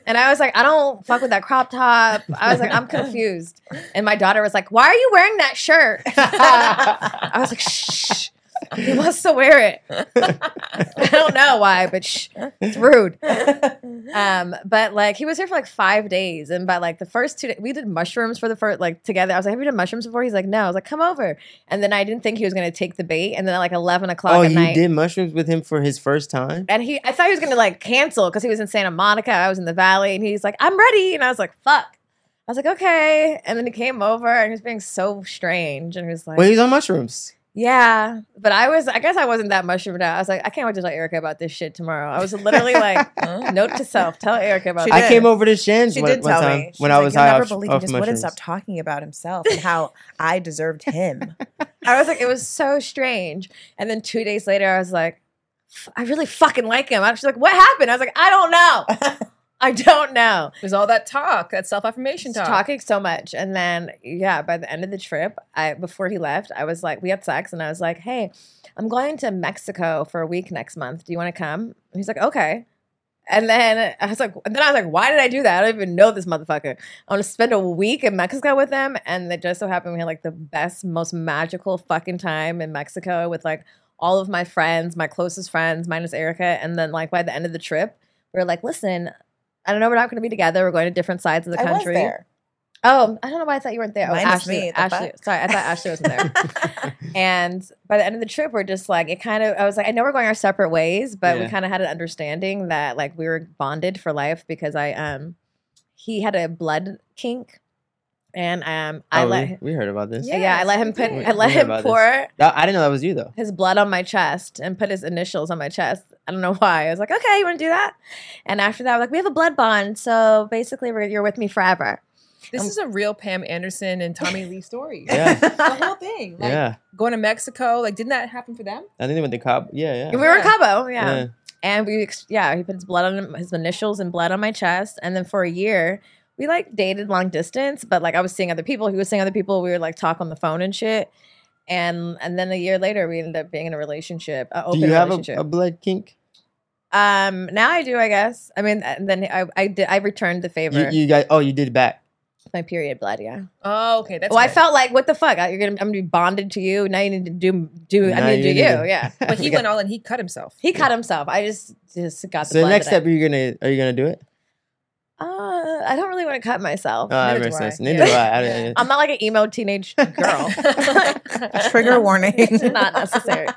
[SPEAKER 2] and I was like, I don't fuck with that crop top. I was like, I'm confused. And my daughter was like, Why are you wearing that shirt? I was like, Shh.
[SPEAKER 1] He wants to wear it. I don't know why, but shh, it's rude. Um, but like he was here for like five days, and by like the first two days, we did mushrooms for the first like together. I was like, "Have you done mushrooms before?" He's like, "No." I was like, "Come over," and then I didn't think he was gonna take the bait. And then at like eleven o'clock
[SPEAKER 3] oh,
[SPEAKER 1] at
[SPEAKER 3] you
[SPEAKER 1] night,
[SPEAKER 3] did mushrooms with him for his first time?
[SPEAKER 1] and he, I thought he was gonna like cancel because he was in Santa Monica. I was in the Valley, and he's like, "I'm ready," and I was like, "Fuck." I was like, okay. And then he came over and he was being so strange. And he was like,
[SPEAKER 3] Well, he's on mushrooms.
[SPEAKER 1] yeah, but I was, I guess I wasn't that mushroomed out. I was like, I can't wait to tell Erica about this shit tomorrow. I was literally like, note to self, tell Erica about
[SPEAKER 2] She
[SPEAKER 1] this.
[SPEAKER 3] I came over to Shan's
[SPEAKER 2] She
[SPEAKER 3] one,
[SPEAKER 2] did
[SPEAKER 3] one
[SPEAKER 2] tell
[SPEAKER 3] time
[SPEAKER 2] me. She was
[SPEAKER 3] when I
[SPEAKER 2] like,
[SPEAKER 3] was
[SPEAKER 2] You'll
[SPEAKER 3] high
[SPEAKER 2] never
[SPEAKER 3] off,
[SPEAKER 2] believe
[SPEAKER 3] off
[SPEAKER 2] he just wouldn't
[SPEAKER 3] mushrooms.
[SPEAKER 2] stop talking about himself and how I deserved him.
[SPEAKER 1] I was like, it was so strange. And then two days later, I was like, "F- I really fucking like him. I was like, what happened? I was like, I don't know. I don't know.
[SPEAKER 4] There's all that talk, that self affirmation
[SPEAKER 1] Just
[SPEAKER 4] talk.
[SPEAKER 1] talking so much. And then, yeah, by the end of the trip, I before he left, I was like, we had sex, and I was like, hey, I'm going to Mexico for a week next month. Do you want to come? And he's like, okay. And then I was like, and then I was like, why did I do that? I don't even know this motherfucker. I want to spend a week in Mexico with them, and it just so happened we had like the best, most magical fucking time in Mexico with like all of my friends, my closest friends, minus Erica. And then like by the end of the trip, we were like, listen. I don't know. We're not going to be together. We're going to different sides of the
[SPEAKER 2] I was
[SPEAKER 1] country.
[SPEAKER 2] there.
[SPEAKER 1] Oh, I don't know why I thought you weren't there. Oh,
[SPEAKER 2] Minus
[SPEAKER 1] Ashley,
[SPEAKER 2] me, the
[SPEAKER 1] Ashley,
[SPEAKER 2] fuck?
[SPEAKER 1] sorry, I thought Ashley wasn't there. and by the end of the trip, we're just like it kind of. I was like, I know we're going our separate ways, but we
[SPEAKER 3] Yeah.
[SPEAKER 1] kind of had an understanding that like we were bonded for life because I um he had a blood kink, and um I
[SPEAKER 3] Oh,
[SPEAKER 1] let
[SPEAKER 3] we, we heard about this.
[SPEAKER 1] yeah, I let him put
[SPEAKER 3] We-
[SPEAKER 1] I let
[SPEAKER 3] we heard
[SPEAKER 1] him
[SPEAKER 3] about this.
[SPEAKER 1] pour
[SPEAKER 3] That- I didn't know that was you though.
[SPEAKER 1] his blood on my chest and put his initials on my chest. I don't know why. I was like, okay, you want to do that? And after that, we're like, we have a blood bond, so basically, we're, you're with me forever.
[SPEAKER 4] This
[SPEAKER 1] Um,
[SPEAKER 4] is a real Pam Anderson and Tommy Lee story.
[SPEAKER 3] Yeah.
[SPEAKER 4] the whole thing. Like,
[SPEAKER 3] yeah,
[SPEAKER 4] Going to Mexico, like, didn't that happen for them?
[SPEAKER 3] I think they went to Cobb. Yeah,
[SPEAKER 1] We
[SPEAKER 3] yeah.
[SPEAKER 1] were in Cabo, yeah.
[SPEAKER 3] Yeah.
[SPEAKER 1] and we ex- yeah he put his blood on him- his initials and blood on my chest and then for a year we like dated long distance but like i was seeing other people he was seeing other people we would like talk on the phone and shit and and then a year later we ended up being in a relationship a
[SPEAKER 3] Do
[SPEAKER 1] open
[SPEAKER 3] you have
[SPEAKER 1] relationship
[SPEAKER 3] a, a blood kink?
[SPEAKER 1] um now i do i guess i mean and then i i did i returned the favor
[SPEAKER 3] You, you guys? Oh, you did back.
[SPEAKER 1] my period blood yeah
[SPEAKER 4] Oh, okay. That's
[SPEAKER 1] well i
[SPEAKER 4] good.
[SPEAKER 1] felt like what the fuck I- you're gonna i'm gonna be bonded to you now you need to do do
[SPEAKER 3] Now
[SPEAKER 1] i need to
[SPEAKER 3] you
[SPEAKER 1] do
[SPEAKER 3] need
[SPEAKER 1] you
[SPEAKER 3] to-
[SPEAKER 1] yeah
[SPEAKER 4] But he went all in. He cut himself.
[SPEAKER 1] he cut himself i just just got the
[SPEAKER 3] So the
[SPEAKER 1] blood
[SPEAKER 3] next
[SPEAKER 1] that I-
[SPEAKER 3] step, you're gonna are you gonna do it?
[SPEAKER 1] Uh, I don't really want to cut myself.
[SPEAKER 3] Oh, that
[SPEAKER 4] neither
[SPEAKER 3] makes
[SPEAKER 4] do I.
[SPEAKER 3] sense. Neither do I. I don't-
[SPEAKER 1] I'm not like an emo teenage girl.
[SPEAKER 2] Trigger warning.
[SPEAKER 1] it's not necessary.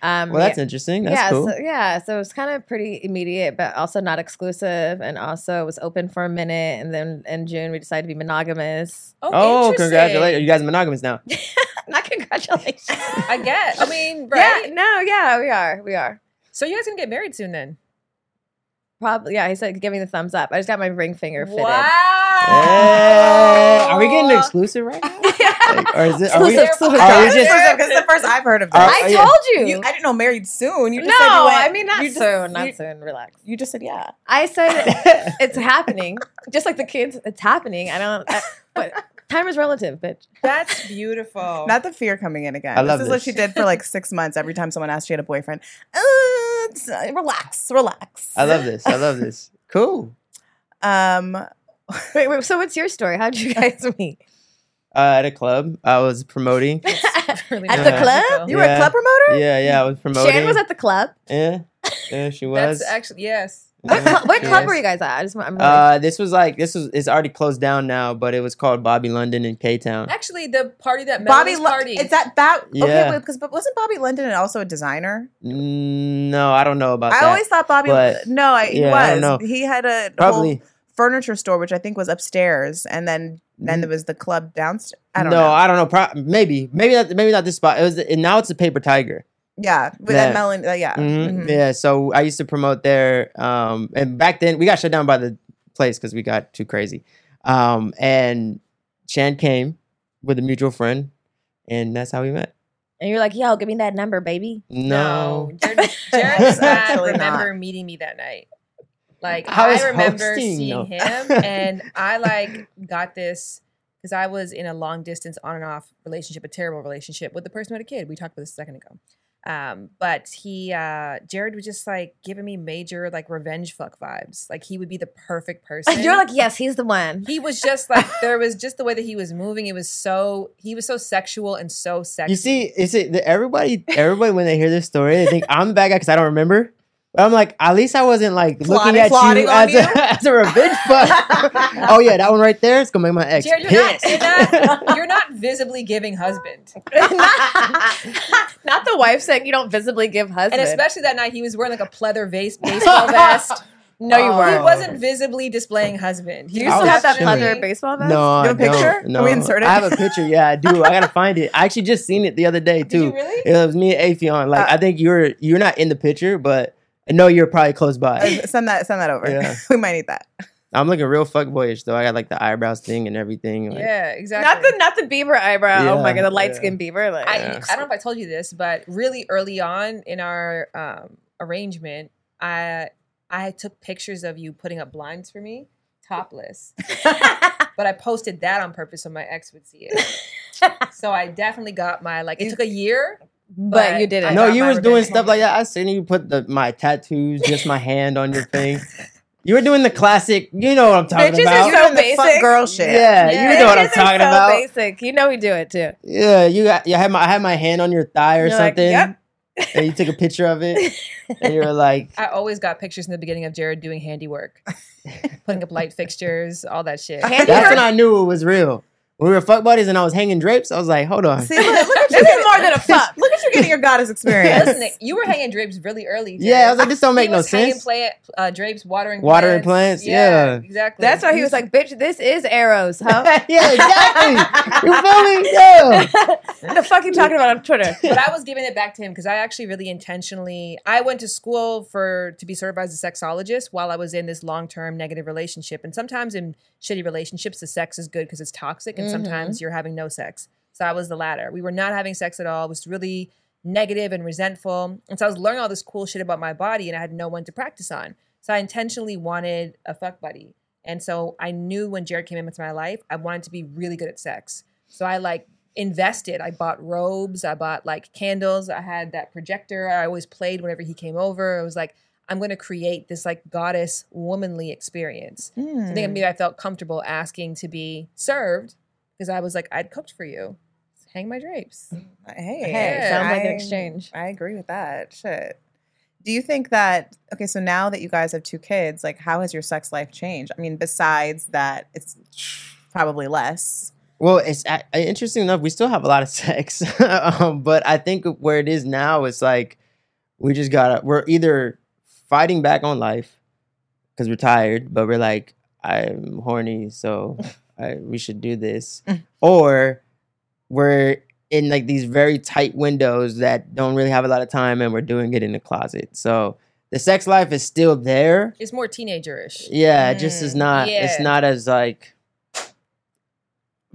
[SPEAKER 1] Um,
[SPEAKER 3] well, that's
[SPEAKER 1] yeah.
[SPEAKER 3] interesting. That's
[SPEAKER 1] yeah,
[SPEAKER 3] cool.
[SPEAKER 1] so, yeah. So it was kind of pretty immediate, but also not exclusive, and also it was open for a minute, and then in June we decided to be monogamous.
[SPEAKER 3] oh,
[SPEAKER 4] interesting.
[SPEAKER 3] congratulations! You guys are monogamous now.
[SPEAKER 1] Not congratulations.
[SPEAKER 4] I get. I mean, right?
[SPEAKER 1] Yeah, no, yeah, we are, we are.
[SPEAKER 4] So you guys gonna get married soon then?
[SPEAKER 1] Probably, yeah. He said, "Give me the thumbs up." I just got my ring finger fitted.
[SPEAKER 3] Hey, Eh, are we getting exclusive right now? Like, or is it? Are we,
[SPEAKER 1] Exclusive, exclusive.
[SPEAKER 3] are oh, we
[SPEAKER 2] Because
[SPEAKER 3] just?
[SPEAKER 2] the first I've heard of this.
[SPEAKER 3] Are-
[SPEAKER 1] I
[SPEAKER 3] yeah.
[SPEAKER 1] told you.
[SPEAKER 2] you, I didn't know married soon. You
[SPEAKER 1] no,
[SPEAKER 2] just said you went-
[SPEAKER 1] I mean not
[SPEAKER 2] you just-
[SPEAKER 1] soon. Not
[SPEAKER 2] you-
[SPEAKER 1] soon. Relax.
[SPEAKER 2] You just said yeah.
[SPEAKER 1] I said it's happening, just like the kids. It's happening. I don't. I, what, time is relative, bitch.
[SPEAKER 4] That's beautiful.
[SPEAKER 2] Not the fear coming in again.
[SPEAKER 3] I love
[SPEAKER 2] this is what
[SPEAKER 3] this.
[SPEAKER 2] she did for like six months. Every time someone asked she had a boyfriend, uh, it's- uh, relax, relax.
[SPEAKER 3] I love this. I love this. Cool.
[SPEAKER 2] Um,
[SPEAKER 1] Wait, wait. So, what's your story? How'd you guys meet?
[SPEAKER 3] Uh, at a club, I was promoting.
[SPEAKER 4] Really
[SPEAKER 1] At
[SPEAKER 4] not
[SPEAKER 1] the
[SPEAKER 4] in
[SPEAKER 1] club?
[SPEAKER 4] Mexico.
[SPEAKER 2] you were a
[SPEAKER 3] Yeah.
[SPEAKER 2] club promoter.
[SPEAKER 3] Yeah, yeah, I was promoting.
[SPEAKER 1] Shan was at the club.
[SPEAKER 3] Yeah, yeah, she was.
[SPEAKER 4] That's actually yes.
[SPEAKER 1] What,
[SPEAKER 3] Yeah,
[SPEAKER 1] cl- what
[SPEAKER 3] she
[SPEAKER 1] club
[SPEAKER 3] was.
[SPEAKER 1] were you guys at? I just want. I'm
[SPEAKER 3] Uh, this was like this was it's already closed down now, but it was called Bobby London in K Town.
[SPEAKER 4] Actually, the party that
[SPEAKER 2] Bobby,
[SPEAKER 4] Melanie's
[SPEAKER 2] Lo-
[SPEAKER 4] party.
[SPEAKER 2] it's that that okay
[SPEAKER 3] Yeah.
[SPEAKER 2] wait, because but wasn't Bobby London also a designer?
[SPEAKER 3] Mm, No, I don't know about
[SPEAKER 2] I
[SPEAKER 3] that.
[SPEAKER 2] always thought Bobby.
[SPEAKER 3] but-
[SPEAKER 2] no, I, he
[SPEAKER 3] yeah,
[SPEAKER 2] was.
[SPEAKER 3] I don't know.
[SPEAKER 2] He had a
[SPEAKER 3] probably
[SPEAKER 2] whole furniture store, which I think was upstairs, and then then
[SPEAKER 3] Mm.
[SPEAKER 2] there was the club downstairs. I don't
[SPEAKER 3] no,
[SPEAKER 2] know.
[SPEAKER 3] I don't know. Pro- maybe, maybe not. Maybe not this spot. It was and now it's the Paper Tiger.
[SPEAKER 2] yeah, but
[SPEAKER 3] Yeah.
[SPEAKER 2] then Melanie. uh, yeah,
[SPEAKER 3] Mhm.
[SPEAKER 2] mhm.
[SPEAKER 3] Yeah, so I used to promote there, um, and back then we got shut down by the place because we got too crazy. Um, and Chan came with a mutual friend, and that's how we met.
[SPEAKER 1] and you're like, yo, give me that number, baby.
[SPEAKER 3] No,
[SPEAKER 4] Jared, Jared does not
[SPEAKER 2] Actually
[SPEAKER 4] remember meeting me that night. Like
[SPEAKER 3] I
[SPEAKER 4] I,
[SPEAKER 3] was
[SPEAKER 4] remember
[SPEAKER 3] hosting,
[SPEAKER 4] seeing
[SPEAKER 3] though.
[SPEAKER 4] him, and I like got this because I was in a long distance on and off relationship, a terrible relationship with the person who had a kid. We talked about this a second ago.
[SPEAKER 1] Um, but he, uh, Jared was just like giving me major like revenge fuck vibes. Like he would be the perfect person.
[SPEAKER 8] You're like, yes, he's the one.
[SPEAKER 1] he was just like there was just the way that he was moving. It was so he was so sexual and so sexy.
[SPEAKER 3] You see, is it that everybody? Everybody when they hear this story, they think I'm the bad guy because I don't remember. But I'm like, at least I wasn't like
[SPEAKER 2] Plotting-
[SPEAKER 3] looking at
[SPEAKER 2] plotting
[SPEAKER 3] you
[SPEAKER 2] on
[SPEAKER 3] as,
[SPEAKER 2] you?
[SPEAKER 3] A, as a revenge fuck. oh yeah, that one right there is gonna make my ex
[SPEAKER 1] Jared, you're
[SPEAKER 3] pissed.
[SPEAKER 1] not, you're not you're not visibly giving husband.
[SPEAKER 8] Not the wife saying you don't visibly give husband.
[SPEAKER 1] And especially that night, he was wearing like a pleather vase, baseball vest.
[SPEAKER 8] no, you
[SPEAKER 3] Oh.
[SPEAKER 1] He
[SPEAKER 8] weren't.
[SPEAKER 1] wasn't visibly displaying husband. He
[SPEAKER 3] Do
[SPEAKER 8] Do you
[SPEAKER 1] was
[SPEAKER 8] still have
[SPEAKER 3] was
[SPEAKER 8] that
[SPEAKER 3] chilling.
[SPEAKER 8] pleather baseball vest?
[SPEAKER 3] Oh, No, I
[SPEAKER 2] You have a
[SPEAKER 3] don't.
[SPEAKER 2] picture? Can
[SPEAKER 3] No,
[SPEAKER 2] we insert it?
[SPEAKER 3] I have a picture. Yeah, I do. I gotta find it. I actually just seen it the other day too.
[SPEAKER 1] Did you really?
[SPEAKER 3] It was me and Afion. Like I think you're you're not in the picture, but I know you're probably close by.
[SPEAKER 2] Uh, Send that. Send that over.
[SPEAKER 3] Yeah.
[SPEAKER 2] we might need that.
[SPEAKER 3] I'm looking real fuckboyish though. I got like the eyebrows thing and everything. Like,
[SPEAKER 1] yeah, exactly.
[SPEAKER 8] Not the not the Bieber eyebrow. oh my
[SPEAKER 3] Yeah,
[SPEAKER 8] god, the light
[SPEAKER 3] yeah.
[SPEAKER 8] skinned Bieber. Like,
[SPEAKER 1] I, I don't know if I told you this, but really early on in our um, arrangement, I I took pictures of you putting up blinds for me, topless. but I posted that on purpose so my ex would see it. so I definitely got my like. It took a year.
[SPEAKER 8] but,
[SPEAKER 1] but
[SPEAKER 8] you didn't.
[SPEAKER 1] I
[SPEAKER 3] No,
[SPEAKER 1] got
[SPEAKER 3] you
[SPEAKER 1] my
[SPEAKER 3] was doing
[SPEAKER 1] revenge
[SPEAKER 3] stuff like that. I seen you put the my tattoos, just my hand on your thing. You were doing the classic. You know what I'm talking
[SPEAKER 8] Bitches
[SPEAKER 3] about.
[SPEAKER 8] are so basic.
[SPEAKER 2] Fuck girl shit.
[SPEAKER 3] yeah, you know what I'm
[SPEAKER 8] Bitches are
[SPEAKER 3] talking
[SPEAKER 8] so
[SPEAKER 3] about.
[SPEAKER 8] Basic. You know we do it too.
[SPEAKER 3] Yeah, you got. You had my. I had my hand on your thigh or
[SPEAKER 8] You're like,
[SPEAKER 3] something.
[SPEAKER 8] yep.
[SPEAKER 3] and you took a picture of it, and you were like,
[SPEAKER 1] I always got pictures in the beginning of Jared doing handiwork, putting up light fixtures, all that shit.
[SPEAKER 3] "That's when I knew it was real." When we were fuck buddies, and I was hanging drapes. I was like, "Hold on."
[SPEAKER 2] See, look, look at you.
[SPEAKER 8] This is more than a fuck.
[SPEAKER 2] Look at you getting your goddess experience.
[SPEAKER 1] Listen, you were hanging drapes really early.
[SPEAKER 3] yeah, I was
[SPEAKER 1] Jared.
[SPEAKER 3] like, "This don't make
[SPEAKER 1] he
[SPEAKER 3] no
[SPEAKER 1] was hanging
[SPEAKER 3] sense."
[SPEAKER 1] Plant, uh, drapes, watering
[SPEAKER 3] Watering plants, yeah.
[SPEAKER 1] exactly.
[SPEAKER 8] That's why he was like, bitch, this is arrows, huh?
[SPEAKER 3] yeah, exactly. you feel me? Yeah.
[SPEAKER 8] the fuck you talking about on Twitter?
[SPEAKER 1] But I was giving it back to him because I actually really intentionally. I went to school for to be certified as a sexologist while I was in this long term negative relationship, and sometimes in shitty relationships, the sex is good because it's toxic, and sometimes you're having no sex. So I was the latter. We were not having sex at all. It was really negative and resentful, and so I was learning all this cool shit about my body, and I had no one to practice on. So I intentionally wanted a fuck buddy. And so I knew when Jared came into my life, I wanted to be really good at sex. So I like invested. I bought robes, I bought like candles, I had that projector. I always played whenever he came over. I was like, I'm going to create this like goddess womanly experience.
[SPEAKER 2] Hmm.
[SPEAKER 1] So I
[SPEAKER 3] Hmm.
[SPEAKER 1] think maybe I felt comfortable asking to be served because I was like, I'd cooked for you. Hang my drapes.
[SPEAKER 2] Hey,
[SPEAKER 8] Hey,
[SPEAKER 1] Yeah,
[SPEAKER 8] sounds like
[SPEAKER 2] I-
[SPEAKER 8] an exchange.
[SPEAKER 2] I agree with that. Shit. Do you think that okay? So now that you guys have two kids, like, how has your sex life changed? I mean, besides that, it's probably less.
[SPEAKER 3] Well, it's uh, interesting enough. We still have a lot of sex, um, but I think where it is now, it's like we just gotta. We're either fighting back on life because we're tired, but we're like, I'm horny, so I, we should do this,
[SPEAKER 1] Mm.
[SPEAKER 3] or we're in like these very tight windows that don't really have a lot of time, and we're doing it in the closet. So the sex life is still there.
[SPEAKER 1] It's more teenagerish.
[SPEAKER 3] Yeah, it just is not. It's
[SPEAKER 1] Mm, yeah.
[SPEAKER 3] not as like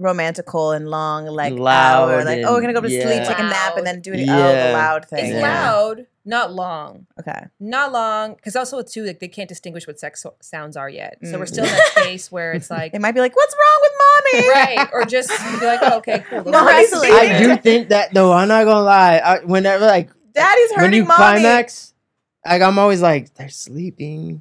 [SPEAKER 2] Romantical and long, like
[SPEAKER 3] Loud
[SPEAKER 2] hour, like
[SPEAKER 3] and-
[SPEAKER 2] oh, we're gonna go to sleep,
[SPEAKER 3] yeah.
[SPEAKER 2] take a nap, and then do it. Oh,
[SPEAKER 3] Yeah.
[SPEAKER 2] the loud thing.
[SPEAKER 1] It's
[SPEAKER 3] Yeah.
[SPEAKER 1] loud, not long.
[SPEAKER 2] Okay.
[SPEAKER 1] not long because also too like they can't distinguish what sex so- sounds are yet so we're
[SPEAKER 2] Mm.
[SPEAKER 3] Hmm.
[SPEAKER 1] still in that space where it's like
[SPEAKER 2] It might be like, what's wrong with mommy?
[SPEAKER 1] right or just be like oh, okay cool
[SPEAKER 2] No,
[SPEAKER 1] Those
[SPEAKER 2] I
[SPEAKER 1] are
[SPEAKER 2] believe
[SPEAKER 3] I
[SPEAKER 2] it.
[SPEAKER 3] do think that though. I'm not gonna lie. I, whenever like
[SPEAKER 2] Daddy's hurting
[SPEAKER 3] when you
[SPEAKER 2] mommy.
[SPEAKER 3] climax, like I'm always like they're sleeping.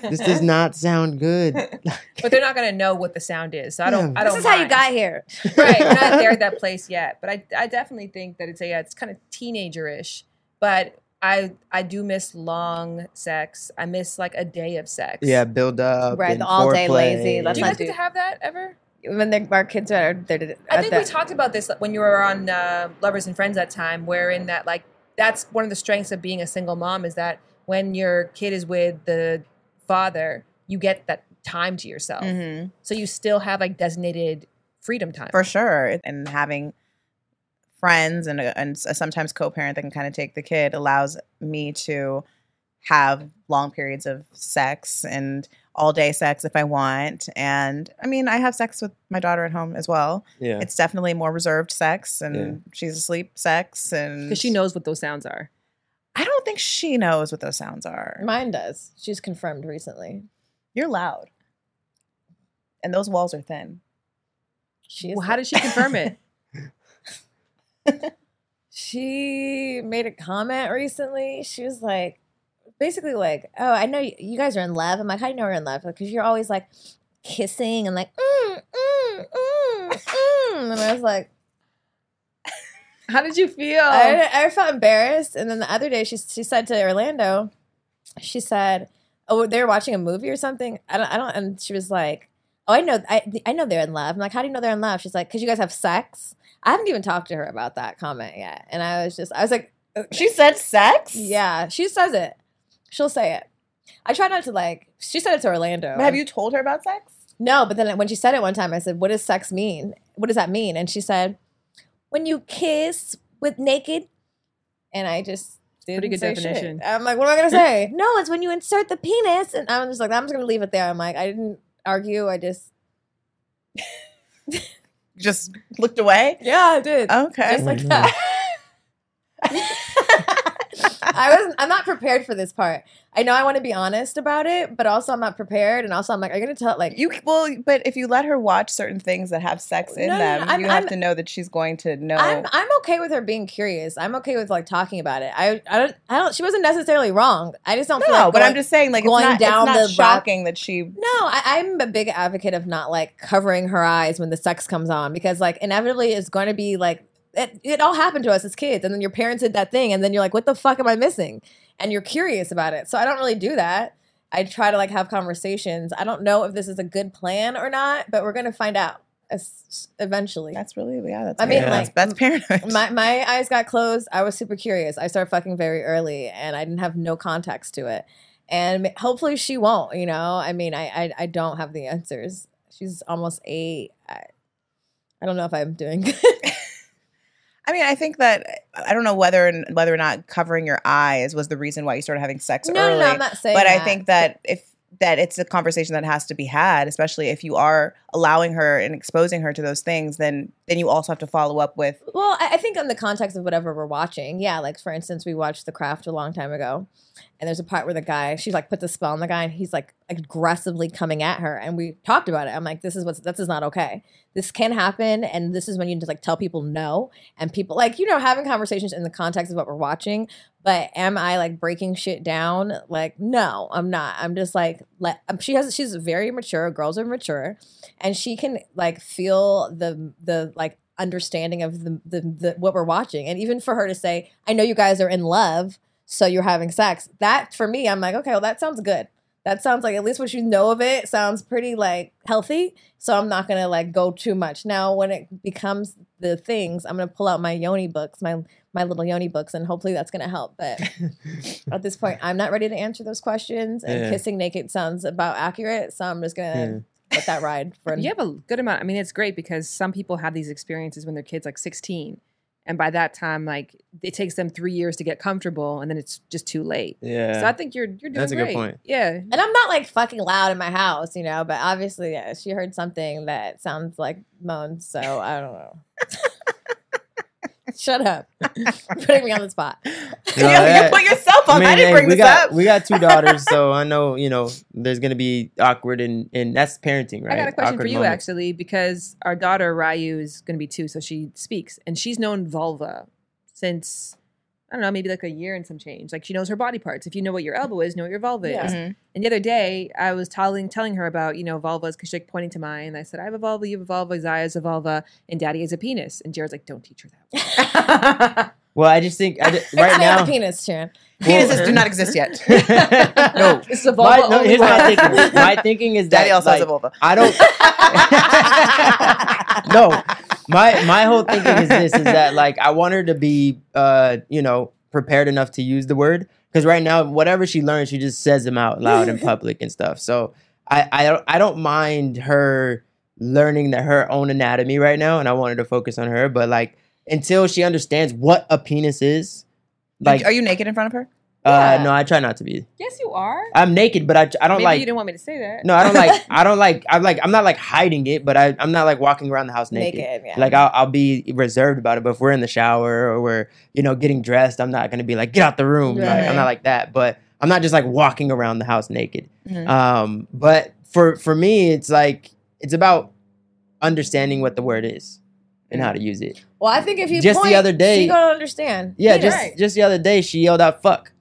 [SPEAKER 3] this does not sound good.
[SPEAKER 1] but they're not going to know what the sound is so i don't
[SPEAKER 3] Yeah.
[SPEAKER 1] i don't
[SPEAKER 8] This is how you
[SPEAKER 1] mind.
[SPEAKER 8] got here.
[SPEAKER 1] right we're not there at that place yet but i i definitely think that it's a yeah, it's kind of teenagerish but i i do miss long sex i miss like a day of sex
[SPEAKER 3] yeah, build up.
[SPEAKER 8] Right,
[SPEAKER 3] and
[SPEAKER 8] the all-day
[SPEAKER 3] foreplay.
[SPEAKER 8] lazy, that's
[SPEAKER 1] do you
[SPEAKER 8] not
[SPEAKER 1] guys get to have that ever
[SPEAKER 8] When the, our kids are, they're,
[SPEAKER 1] I think we talked about this like, when you were on uh, Lovers and Friends that time, wherein that like that's one of the strengths of being a single mom is that when your kid is with the father, you get that time to yourself.
[SPEAKER 8] Mm-hmm.
[SPEAKER 2] Mhm.
[SPEAKER 1] So you still have like designated freedom time.
[SPEAKER 2] for sure. And having friends and uh, and s- sometimes co-parent that can kind of take the kid allows me to have long periods of sex and all day sex if I want. And I mean, I have sex with my daughter at home as well.
[SPEAKER 3] Yeah.
[SPEAKER 2] It's definitely more reserved sex, and
[SPEAKER 3] Yeah.
[SPEAKER 2] she's asleep sex, and
[SPEAKER 1] Because she knows what those sounds are.
[SPEAKER 2] I don't think she knows what those sounds are.
[SPEAKER 8] Mine does. She's confirmed recently.
[SPEAKER 2] You're loud, and those walls are thin.
[SPEAKER 8] She's
[SPEAKER 1] Well, how did she confirm it? she made a comment recently. She was like, basically like, "Oh, I know you, you guys are in love." I'm like, "I know we're in love?" Because you're always like kissing and like, mm, mm, mm, mm. and I was like,
[SPEAKER 4] How did you feel?
[SPEAKER 1] I, I felt embarrassed. And then the other day, she she said to Orlando, she said, "Oh, they were watching a movie or something." I don't, I don't. And she was like, "Oh, I know, I I know they're in love." I'm like, "How do you know they're in love?" She's like, "Cause you guys have sex." I haven't even talked to her about that comment yet. And I was just, I was like, "Oh,
[SPEAKER 2] She said sex?
[SPEAKER 1] "Yeah, she says it. She'll say it." I try not to like. She said it to Orlando.
[SPEAKER 2] But have you told her about sex?
[SPEAKER 1] No, but then when she said it one time, I said, "What does sex mean? What does that mean?" And she said, "When you kiss with naked." And I just didn't
[SPEAKER 4] Pretty good
[SPEAKER 1] say shit.
[SPEAKER 4] definition.
[SPEAKER 1] I'm like, "What am I gonna say?" no, it's when you insert the penis, and I'm just like, "I'm just gonna leave it there." I'm like, I didn't argue. I just
[SPEAKER 2] Just looked away?
[SPEAKER 1] yeah, I did.
[SPEAKER 2] Okay.
[SPEAKER 1] Just like that. I wasn't. I'm not prepared for this part. I know I want to be honest about it, but also I'm not prepared, and also I'm like, "Are you gonna tell?" Like,
[SPEAKER 2] You well, but if you let her watch certain things that have sex in
[SPEAKER 1] No, no, no,
[SPEAKER 2] them,
[SPEAKER 1] I'm-
[SPEAKER 2] you have
[SPEAKER 1] I'm-
[SPEAKER 2] to know that she's going to know.
[SPEAKER 1] I'm I'm okay with her being curious. I'm okay with like talking about it. I I don't I don't. She wasn't necessarily wrong. I just don't. feel
[SPEAKER 2] no,
[SPEAKER 1] like
[SPEAKER 2] but
[SPEAKER 1] going-
[SPEAKER 2] I'm just saying, like, it's
[SPEAKER 1] going
[SPEAKER 2] not, it's
[SPEAKER 1] down
[SPEAKER 2] not
[SPEAKER 1] the route-
[SPEAKER 2] shocking that she.
[SPEAKER 1] No, I, I'm a big advocate of not like covering her eyes when the sex comes on because like inevitably it's going to be like it, it all happened to us as kids, and then your parents did that thing, and then you're like, what the fuck am I missing? And you're curious about it. So I don't really do that. I try to like have conversations. I don't know if this is a good plan or not, but we're gonna find out es- eventually.
[SPEAKER 2] That's really, yeah, that's.
[SPEAKER 1] I mean,
[SPEAKER 2] paranoid.
[SPEAKER 1] like,
[SPEAKER 2] that's, that's paranoid.
[SPEAKER 1] my my eyes got closed. I was super curious. I started fucking very early, and I didn't have no context to it. And m- hopefully she won't. You know, I mean, I I, I don't have the answers. She's almost eight. I, I don't know if I'm doing good.
[SPEAKER 2] I mean, I think that I don't know whether and whether or not covering your eyes was the reason why you started having sex
[SPEAKER 1] no, no,
[SPEAKER 2] early.
[SPEAKER 1] no, I'm not saying.
[SPEAKER 2] but I
[SPEAKER 1] that.
[SPEAKER 2] think that if that it's a conversation that has to be had, especially if you are allowing her and exposing her to those things, then then you also have to follow up with
[SPEAKER 1] Well, I, I think in the context of whatever we're watching, yeah. Like for instance, we watched The Craft a long time ago, and there's a part where the guy, she like puts a spell on the guy, and he's like aggressively coming at her, and we talked about it. I'm like, this is what's this is not okay. This can happen, and this is when you just like tell people no, and people like you know having conversations in the context of what we're watching. But am I like breaking shit down? Like, no, I'm not. I'm just like let. um, She has. She's very mature. Girls are mature and she can like feel the the like understanding of the, the the what we're watching and even for her to say i know you guys are in love so you're having sex that for me i'm like okay well that sounds good that sounds like at least what you know of it sounds pretty like healthy so i'm not gonna like go too much now when it becomes the things i'm gonna pull out my yoni books my my little yoni books and hopefully that's gonna help but at this point i'm not ready to answer those questions and
[SPEAKER 3] Yeah.
[SPEAKER 1] kissing naked sounds about accurate so i'm just gonna let that ride for
[SPEAKER 4] you have a good amount. I mean, it's great because some people have these experiences when their kids like 16, and by that time, like it takes them three years to get comfortable, and then it's just too late.
[SPEAKER 3] Yeah.
[SPEAKER 4] So I think you're you're doing
[SPEAKER 3] That's a good
[SPEAKER 4] great.
[SPEAKER 3] point.
[SPEAKER 4] Yeah,
[SPEAKER 1] And I'm not like fucking loud in my house, you know, but obviously yeah, she heard something that sounds like moans, so I don't know. Shut up. You're putting me on the spot.
[SPEAKER 3] No, that-
[SPEAKER 2] put yourself on. I, didn't
[SPEAKER 3] hey,
[SPEAKER 2] bring
[SPEAKER 3] we
[SPEAKER 2] this
[SPEAKER 3] got,
[SPEAKER 2] up.
[SPEAKER 3] We got two daughters, so I know you know there's gonna be awkward and and that's parenting, right?
[SPEAKER 4] I got a question for
[SPEAKER 3] Awkward
[SPEAKER 4] you
[SPEAKER 3] moments.
[SPEAKER 4] actually because our daughter Ryu is going to be two, so she speaks, and she's known vulva since I don't know, maybe like a year and some change. Like she knows her body parts. If you know what your elbow is, know what your vulva
[SPEAKER 1] Yeah.
[SPEAKER 4] is.
[SPEAKER 2] Mm-hmm.
[SPEAKER 4] And the other day, I was telling telling her about you know vulvas because she like pointing to mine. And I said, "I have a vulva, you have a vulva, Zaya's a vulva, and Daddy is a penis." And Jared's like, "Don't teach her that."
[SPEAKER 3] Well, I just think I ju-
[SPEAKER 1] it's
[SPEAKER 3] right
[SPEAKER 1] not
[SPEAKER 3] now.
[SPEAKER 1] a penis, Sharon.
[SPEAKER 2] Penises do not exist yet.
[SPEAKER 3] no,
[SPEAKER 4] It's a vulva.
[SPEAKER 3] my, no,
[SPEAKER 4] only
[SPEAKER 3] here's
[SPEAKER 4] one.
[SPEAKER 3] my thinking. My thinking is that
[SPEAKER 2] Daddy also has a
[SPEAKER 3] like,
[SPEAKER 2] vulva.
[SPEAKER 3] I don't. no, my my whole thinking is this: is that like I want her to be, uh, you know, prepared enough to use the word because right now, whatever she learns, she just says them out loud in public and stuff. So I I don't, I don't mind her learning that her own anatomy right now, and I wanted to focus on her, but like until she understands what a penis is, like,
[SPEAKER 2] Are you naked in front of her?
[SPEAKER 3] uh,
[SPEAKER 4] Yeah.
[SPEAKER 3] no, I try not to be.
[SPEAKER 4] Yes, you are.
[SPEAKER 3] I'm naked, but I, I don't
[SPEAKER 4] Maybe
[SPEAKER 3] like.
[SPEAKER 4] you didn't want me to say that.
[SPEAKER 3] no, I don't like. I don't like. I'm like. I'm not like hiding it, but I, I'm not like walking around the house naked.
[SPEAKER 1] Naked, yeah.
[SPEAKER 3] Like I'll, I'll be reserved about it. But if we're in the shower or we're you know getting dressed, I'm not gonna be like get out the room. Like,
[SPEAKER 1] Right.
[SPEAKER 3] I'm not like that. But I'm not just like walking around the house naked.
[SPEAKER 1] Mm-hmm.
[SPEAKER 2] Mhm.
[SPEAKER 3] Um, but for for me, it's like it's about understanding what the word is. and
[SPEAKER 1] Mm-hmm.
[SPEAKER 3] how to use it.
[SPEAKER 1] Well, I think if you
[SPEAKER 3] Just the
[SPEAKER 1] point,
[SPEAKER 3] other day-
[SPEAKER 1] she gonna understand.
[SPEAKER 3] Yeah,
[SPEAKER 1] You're
[SPEAKER 3] just
[SPEAKER 1] right.
[SPEAKER 3] just the other day she yelled out "fuck,"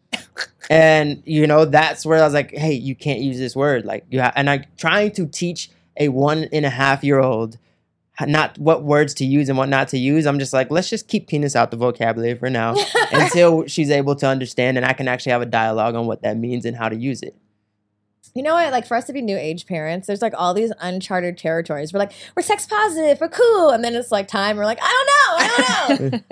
[SPEAKER 3] and you know that's where I was like, "Hey, you can't use this word." Like, you ha- and I'm trying to teach a one and a half year old h- not what words to use and what not to use. I'm just like, let's just keep penis out the vocabulary for now until she's able to understand and I can actually have a dialogue on what that means and how to use it.
[SPEAKER 1] You know what? Like for us to be new age parents, there's like all these uncharted territories. We're like, we're sex positive, we're cool, and then it's like time. We're like, I don't know, I don't know, run,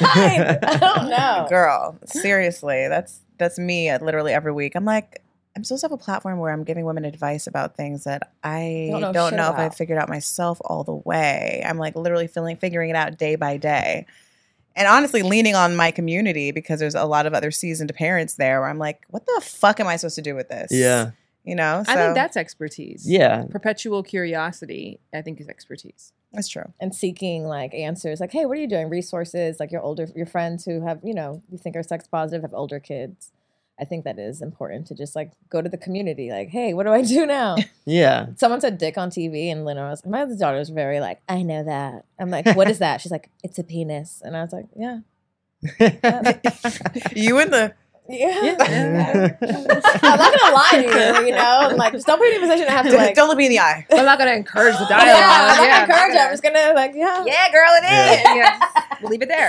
[SPEAKER 1] hide, I don't know.
[SPEAKER 2] Girl, seriously, that's that's me uh, literally every week. I'm like, I'm supposed to have a platform where I'm giving women advice about things that I
[SPEAKER 1] Don't
[SPEAKER 2] don't
[SPEAKER 1] know
[SPEAKER 2] know,
[SPEAKER 1] shit
[SPEAKER 2] if I
[SPEAKER 1] about.
[SPEAKER 2] figured out myself all the way. I'm like literally feeling figuring it out day by day. And honestly, leaning on my community because there's a lot of other seasoned parents there where I'm like, what the fuck am I supposed to do with this?
[SPEAKER 3] Yeah,
[SPEAKER 2] You know?
[SPEAKER 4] I
[SPEAKER 2] So-
[SPEAKER 4] think that's expertise.
[SPEAKER 3] yeah,
[SPEAKER 4] Perpetual curiosity, I think, is expertise.
[SPEAKER 2] that's true.
[SPEAKER 1] And seeking like answers, like, hey, what are you doing? Resources, like your older your friends who have you know you think are sex positive have older kids. I think that is important to just like go to the community, like, hey, what do I do now?
[SPEAKER 3] yeah.
[SPEAKER 1] Someone said dick on TV, and Lena was my other daughter was very like, I know that. I'm like, what is that? She's like, it's a penis, and I was like, yeah,
[SPEAKER 2] you and the
[SPEAKER 1] yeah. I'm not gonna lie to you, you know. I'm like, just don't put me in a position to have to like.
[SPEAKER 2] don't look me in the eye.
[SPEAKER 4] I'm not going to encourage the dialogue.
[SPEAKER 1] yeah, I'm not
[SPEAKER 4] Yeah.
[SPEAKER 1] gonna encourage it. I'm just gonna like, yeah.
[SPEAKER 4] Yeah, girl, it is.
[SPEAKER 3] Yeah.
[SPEAKER 4] Yeah, just leave it there.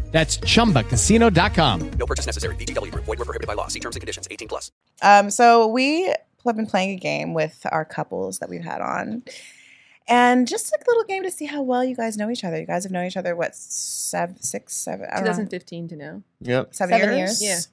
[SPEAKER 9] That's chumbacasino.com.
[SPEAKER 2] Um, so we pl- have been playing a game with our couples that we've had on, and just a little game to see how well you guys know each other. You guys have known each other what seven, six, seven, I don't know,
[SPEAKER 4] 2015 to now.
[SPEAKER 3] Yep.
[SPEAKER 2] seven,
[SPEAKER 1] Seven
[SPEAKER 2] years.
[SPEAKER 4] years.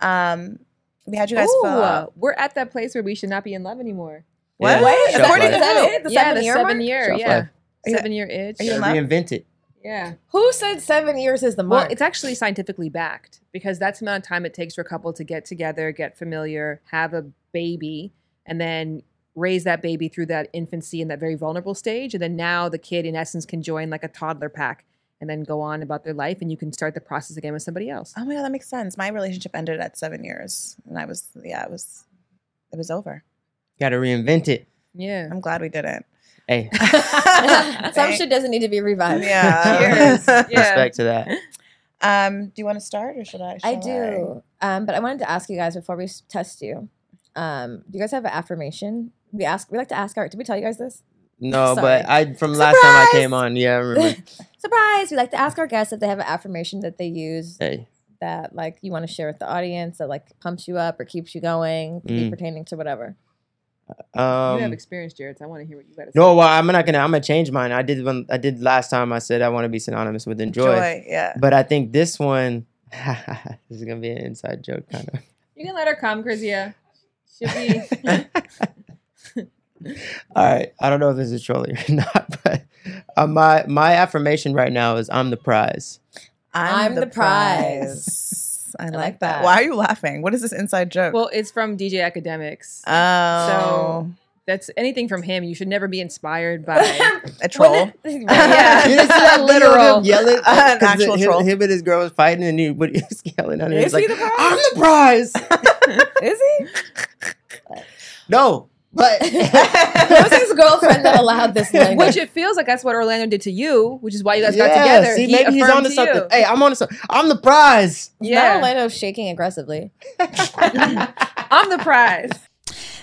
[SPEAKER 2] Yeah. Um, we had you guys
[SPEAKER 4] Ooh,
[SPEAKER 2] fill out.
[SPEAKER 4] Uh, we're at that place where we should not be in love anymore.
[SPEAKER 3] Yeah.
[SPEAKER 2] Wait,
[SPEAKER 3] Shelf
[SPEAKER 2] according
[SPEAKER 1] Is
[SPEAKER 2] to
[SPEAKER 3] life.
[SPEAKER 1] that
[SPEAKER 2] who?
[SPEAKER 1] it? The
[SPEAKER 4] yeah,
[SPEAKER 1] seven
[SPEAKER 4] the
[SPEAKER 1] year
[SPEAKER 4] seven
[SPEAKER 1] mark?
[SPEAKER 4] year,
[SPEAKER 3] Shelf
[SPEAKER 4] yeah.
[SPEAKER 3] life.
[SPEAKER 2] Are you-
[SPEAKER 4] Seven year itch.
[SPEAKER 2] are you in love?
[SPEAKER 3] Reinvent it.
[SPEAKER 4] Yeah.
[SPEAKER 1] Who said seven years is the
[SPEAKER 4] Well,
[SPEAKER 1] mark?
[SPEAKER 4] it's actually scientifically backed because that's the amount of time it takes for a couple to get together, get familiar, have a baby, and then raise that baby through that infancy and that very vulnerable stage. And then now the kid, in essence, can join like a toddler pack and then go on about their life and you can start the process again with somebody else.
[SPEAKER 2] Oh my god, that makes sense. My relationship ended at seven years, and I was yeah, it was, it was over.
[SPEAKER 3] Got to reinvent it.
[SPEAKER 4] Yeah.
[SPEAKER 2] I'm glad we didn't.
[SPEAKER 3] Hey,
[SPEAKER 1] Some shit doesn't need to be revived.
[SPEAKER 2] Yeah.
[SPEAKER 3] respect to that.
[SPEAKER 2] Um, do you want to start or should I?
[SPEAKER 1] I
[SPEAKER 2] shall
[SPEAKER 1] do. Um, but I wanted to ask you guys before we s- test you. Um, do you guys have an affirmation? We ask. We like to ask our. Did we tell you guys this?
[SPEAKER 3] No,
[SPEAKER 1] Sorry.
[SPEAKER 3] but I from last time I
[SPEAKER 1] Surprise!
[SPEAKER 3] came on, yeah, I remember.
[SPEAKER 1] Surprise! We like to ask our guests if they have an affirmation that they use
[SPEAKER 3] hey,
[SPEAKER 1] that like you want to share with the audience that like pumps you up or keeps you going, could be
[SPEAKER 3] Mm.
[SPEAKER 1] pertaining to whatever.
[SPEAKER 4] you have
[SPEAKER 3] um,
[SPEAKER 4] experience, Jared, so I want to hear what you got to say.
[SPEAKER 3] no, well, I'm not gonna. I'm gonna change mine. I did one. I did last time. I said I want to be synonymous with
[SPEAKER 2] I?
[SPEAKER 3] enjoy,
[SPEAKER 2] Joy. Yeah.
[SPEAKER 3] but I think this one. this is gonna be an inside joke, kind of.
[SPEAKER 4] You can let her come, Krizia. She'll be.
[SPEAKER 3] All right, I don't know if this is trolling or not, but uh, my my affirmation right now is I'm the prize.
[SPEAKER 1] I'm the
[SPEAKER 2] prize. I, like
[SPEAKER 1] like
[SPEAKER 2] that.
[SPEAKER 1] that.
[SPEAKER 2] Why are you laughing? What is this inside joke?
[SPEAKER 4] well, it's from DJ Academics.
[SPEAKER 2] oh,
[SPEAKER 4] That's anything from him. You should never be inspired by.
[SPEAKER 2] a troll.
[SPEAKER 4] Yeah.
[SPEAKER 3] You didn't see that video of him yelling?
[SPEAKER 2] An
[SPEAKER 3] 'Cause
[SPEAKER 2] actual
[SPEAKER 3] him,
[SPEAKER 2] troll.
[SPEAKER 3] Him and his girl was fighting, and he, but he was yelling at her.
[SPEAKER 1] Is
[SPEAKER 3] He's
[SPEAKER 1] he
[SPEAKER 3] like,
[SPEAKER 1] the prize?
[SPEAKER 3] I'm the prize.
[SPEAKER 1] Is he?
[SPEAKER 3] no, but
[SPEAKER 1] It was his girlfriend that allowed this language.
[SPEAKER 4] which it feels like that's what Orlando did to you, which is why you guys got
[SPEAKER 3] Yeah,
[SPEAKER 4] together.
[SPEAKER 3] See,
[SPEAKER 4] He
[SPEAKER 3] maybe he's
[SPEAKER 4] affirmed
[SPEAKER 3] onto
[SPEAKER 4] to
[SPEAKER 3] something.
[SPEAKER 4] you.
[SPEAKER 3] Hey, I'm onto something. I'm the prize.
[SPEAKER 1] yeah.
[SPEAKER 4] Yeah,
[SPEAKER 1] shaking aggressively.
[SPEAKER 4] I'm the prize.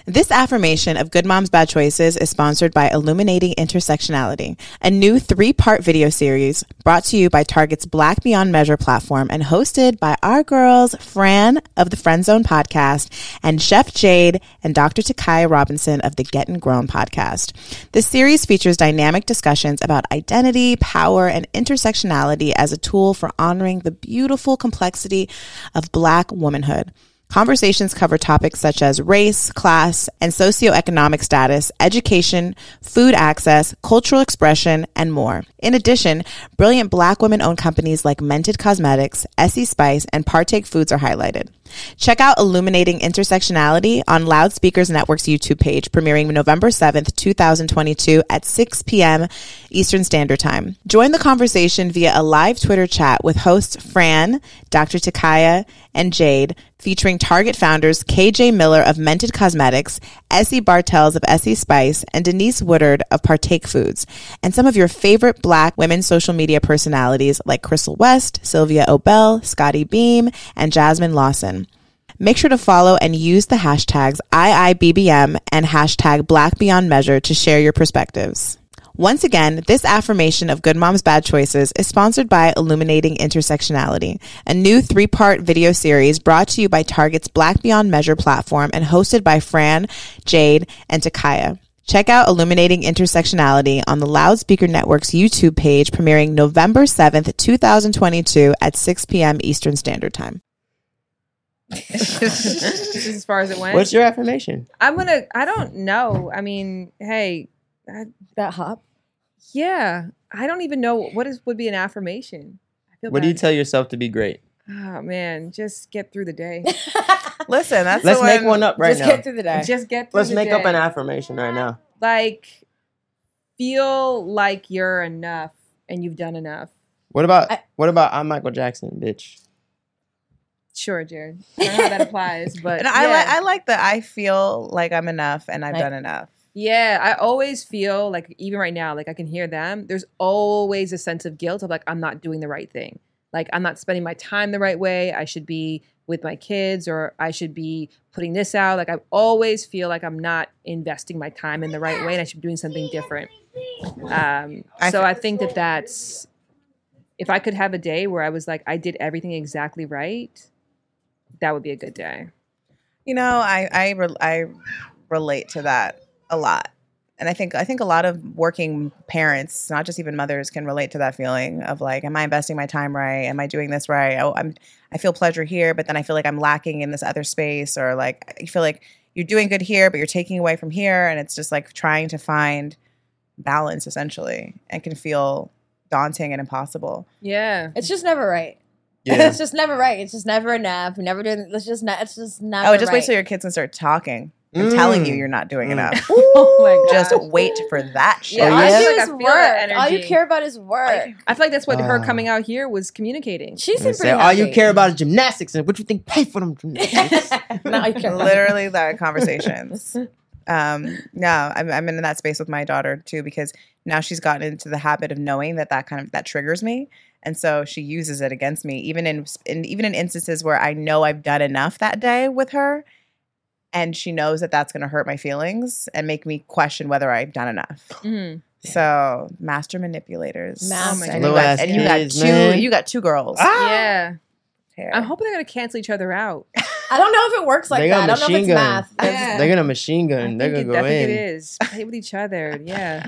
[SPEAKER 2] This affirmation of Good Moms Bad Choices is sponsored by Illuminating Intersectionality, a new three part video series brought to you by Target's Black Beyond Measure platform and hosted by our girls, Fran of the Friend Zone podcast and Chef Jade and Dr. Takaya Robinson of the Gettin' Grown podcast. This series features dynamic discussions about identity, power, and intersectionality as a tool for honoring the beautiful complexity of Black womanhood. Conversations cover topics such as race, class, and socioeconomic status, education, food access, cultural expression, and more. In addition, brilliant black women owned companies like Mented Cosmetics, Essie Spice, and Partake Foods are highlighted. Check out Illuminating Intersectionality on Loudspeakers Network's YouTube page, premiering November 7th, 2022 at 6 p.m. Eastern Standard Time. Join the conversation via a live Twitter chat with hosts Fran, Dr. Takaya, and Jade, featuring Target founders KJ Miller of Mented Cosmetics, Essie Bartels of Essie Spice, and Denise Woodard of Partake Foods, and some of your favorite black women social media personalities like Crystal West, Sylvia Obel, Scotty Beam, and Jasmine Lawson. Make sure to follow and use the hashtags IIBBM and hashtag Black Beyond Measure to share your perspectives. Once again, this affirmation of Good Moms Bad Choices is sponsored by Illuminating Intersectionality, a new three part video series brought to you by Target's Black Beyond Measure platform and hosted by Fran, Jade, and Takaya. Check out Illuminating Intersectionality on the Loudspeaker Network's YouTube page, premiering November 7th, 2022 at 6 p.m. Eastern Standard Time.
[SPEAKER 1] as far as it went.
[SPEAKER 3] What's your affirmation?
[SPEAKER 1] I'm gonna. I don't know. I mean, hey, I,
[SPEAKER 10] that hop.
[SPEAKER 1] Yeah, I don't even know what is would be an affirmation. I
[SPEAKER 3] What do you tell yourself to be great?
[SPEAKER 1] Oh man, just get through the day.
[SPEAKER 11] Listen, that's
[SPEAKER 3] Let's make one up right now.
[SPEAKER 1] Just get. Through
[SPEAKER 3] Let's
[SPEAKER 1] the
[SPEAKER 3] make up
[SPEAKER 1] day.
[SPEAKER 3] an affirmation right now.
[SPEAKER 1] Like, feel like you're enough and you've done enough.
[SPEAKER 3] What about what about I'm Michael Jackson, bitch?
[SPEAKER 1] Sure, Jared. I don't know how that applies, but
[SPEAKER 11] And I
[SPEAKER 1] yeah.
[SPEAKER 11] like I like that I feel like I'm enough and I've
[SPEAKER 1] Like-
[SPEAKER 11] done enough.
[SPEAKER 1] Yeah, I always feel like even right now, like I can hear them. There's always a sense of guilt of like I'm not doing the right thing. Like I'm not spending my time the right way. I should be with my kids or I should be putting this out. Like I always feel like I'm not investing my time in the right way and I should be doing something different. Um,
[SPEAKER 11] I
[SPEAKER 1] so
[SPEAKER 11] thi-
[SPEAKER 1] I think that that's if I could have a day where I was like I did everything exactly right, that would be a good day.
[SPEAKER 11] You know, I I, re- I relate to that a lot, and I think I think a lot of working parents, not just even mothers, can relate to that feeling of like, am I investing my time right? Am I doing this right? Oh, I'm I feel pleasure here, but then I feel like I'm lacking in this other space, or like you feel like you're doing good here, but you're taking away from here, and it's just like trying to find balance essentially, and can feel daunting and impossible.
[SPEAKER 1] Yeah,
[SPEAKER 10] it's just never right.
[SPEAKER 11] Yeah.
[SPEAKER 10] it's just never right. It's just never enough. Never doing. It's just not. It's just not.
[SPEAKER 11] Oh, just wait till your kids can start talking. I'm telling you,
[SPEAKER 3] Mm.
[SPEAKER 11] you're not doing enough.
[SPEAKER 1] oh my
[SPEAKER 11] Just wait for that shit.
[SPEAKER 1] Yeah, I feel
[SPEAKER 10] All you do
[SPEAKER 1] like I
[SPEAKER 10] is
[SPEAKER 1] feel that
[SPEAKER 10] work. All you
[SPEAKER 1] energy.
[SPEAKER 10] care about is work.
[SPEAKER 1] I feel like that's what her
[SPEAKER 3] Wow.
[SPEAKER 1] coming out here was communicating.
[SPEAKER 10] She
[SPEAKER 3] And say, all you care about is gymnastics and what you think pay for them gymnastics.
[SPEAKER 11] literally that conversations. Um, no, I'm, I'm in that space with my daughter too because now she's gotten into the habit of knowing that that kind of that triggers me, and so she uses it against me even in, in even in instances where I know I've done enough that day with her, and she knows that that's going to hurt my feelings and make me question whether I've done enough.
[SPEAKER 1] Mm.
[SPEAKER 11] So master manipulators,
[SPEAKER 1] Master
[SPEAKER 11] and you
[SPEAKER 3] Little-ass
[SPEAKER 11] got, and you got
[SPEAKER 3] kids,
[SPEAKER 11] two,
[SPEAKER 3] man.
[SPEAKER 11] you got two girls.
[SPEAKER 1] Yeah. Uh-huh.
[SPEAKER 11] Terrible.
[SPEAKER 1] I'm hoping they're gonna cancel each other out.
[SPEAKER 10] I don't know if it works like
[SPEAKER 3] they
[SPEAKER 10] that.
[SPEAKER 3] got
[SPEAKER 10] I don't know if
[SPEAKER 3] machine
[SPEAKER 10] it's
[SPEAKER 3] gun.
[SPEAKER 10] math.
[SPEAKER 1] Yeah.
[SPEAKER 3] They're gonna machine gun. They're
[SPEAKER 1] I
[SPEAKER 3] gonna
[SPEAKER 1] think,
[SPEAKER 3] go
[SPEAKER 1] it, I think
[SPEAKER 3] in.
[SPEAKER 1] it is. Play with each other. Yeah.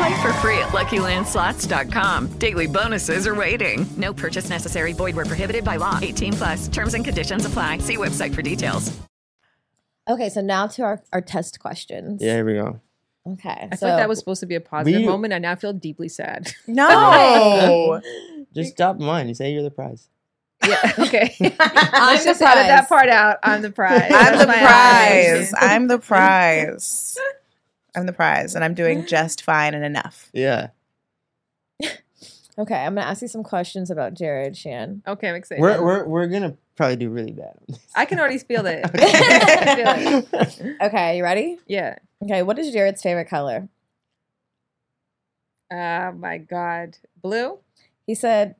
[SPEAKER 4] Play for free at LuckyLandSlots.com. Daily bonuses are waiting.
[SPEAKER 12] No purchase necessary. Void where prohibited by law. 18 plus terms and conditions apply. See website for details.
[SPEAKER 10] Okay, so now to our, our test questions.
[SPEAKER 3] Yeah, here we go.
[SPEAKER 10] Okay.
[SPEAKER 1] I
[SPEAKER 10] so
[SPEAKER 1] thought that was supposed to be a positive
[SPEAKER 3] We-
[SPEAKER 1] moment. I now feel deeply sad.
[SPEAKER 11] No.
[SPEAKER 3] Just drop mine. You say you're the prize.
[SPEAKER 1] yeah. Okay.
[SPEAKER 10] I'm
[SPEAKER 1] Let's
[SPEAKER 10] the
[SPEAKER 1] just edit
[SPEAKER 10] prize.
[SPEAKER 1] that part out. I'm the prize.
[SPEAKER 11] I'm the
[SPEAKER 1] That's my
[SPEAKER 11] prize.
[SPEAKER 1] affirmation.
[SPEAKER 11] I'm the prize. I'm the prize, and I'm doing just fine and enough.
[SPEAKER 3] Yeah.
[SPEAKER 10] Okay, I'm gonna ask you some questions about Jared Shan.
[SPEAKER 1] Okay, I'm excited.
[SPEAKER 3] We're we're we're gonna probably do really bad.
[SPEAKER 1] I can already feel it. I can feel it.
[SPEAKER 10] Okay, you ready?
[SPEAKER 1] Yeah.
[SPEAKER 10] Okay, what is Jared's favorite color?
[SPEAKER 1] Oh my god. Blue.
[SPEAKER 10] He said,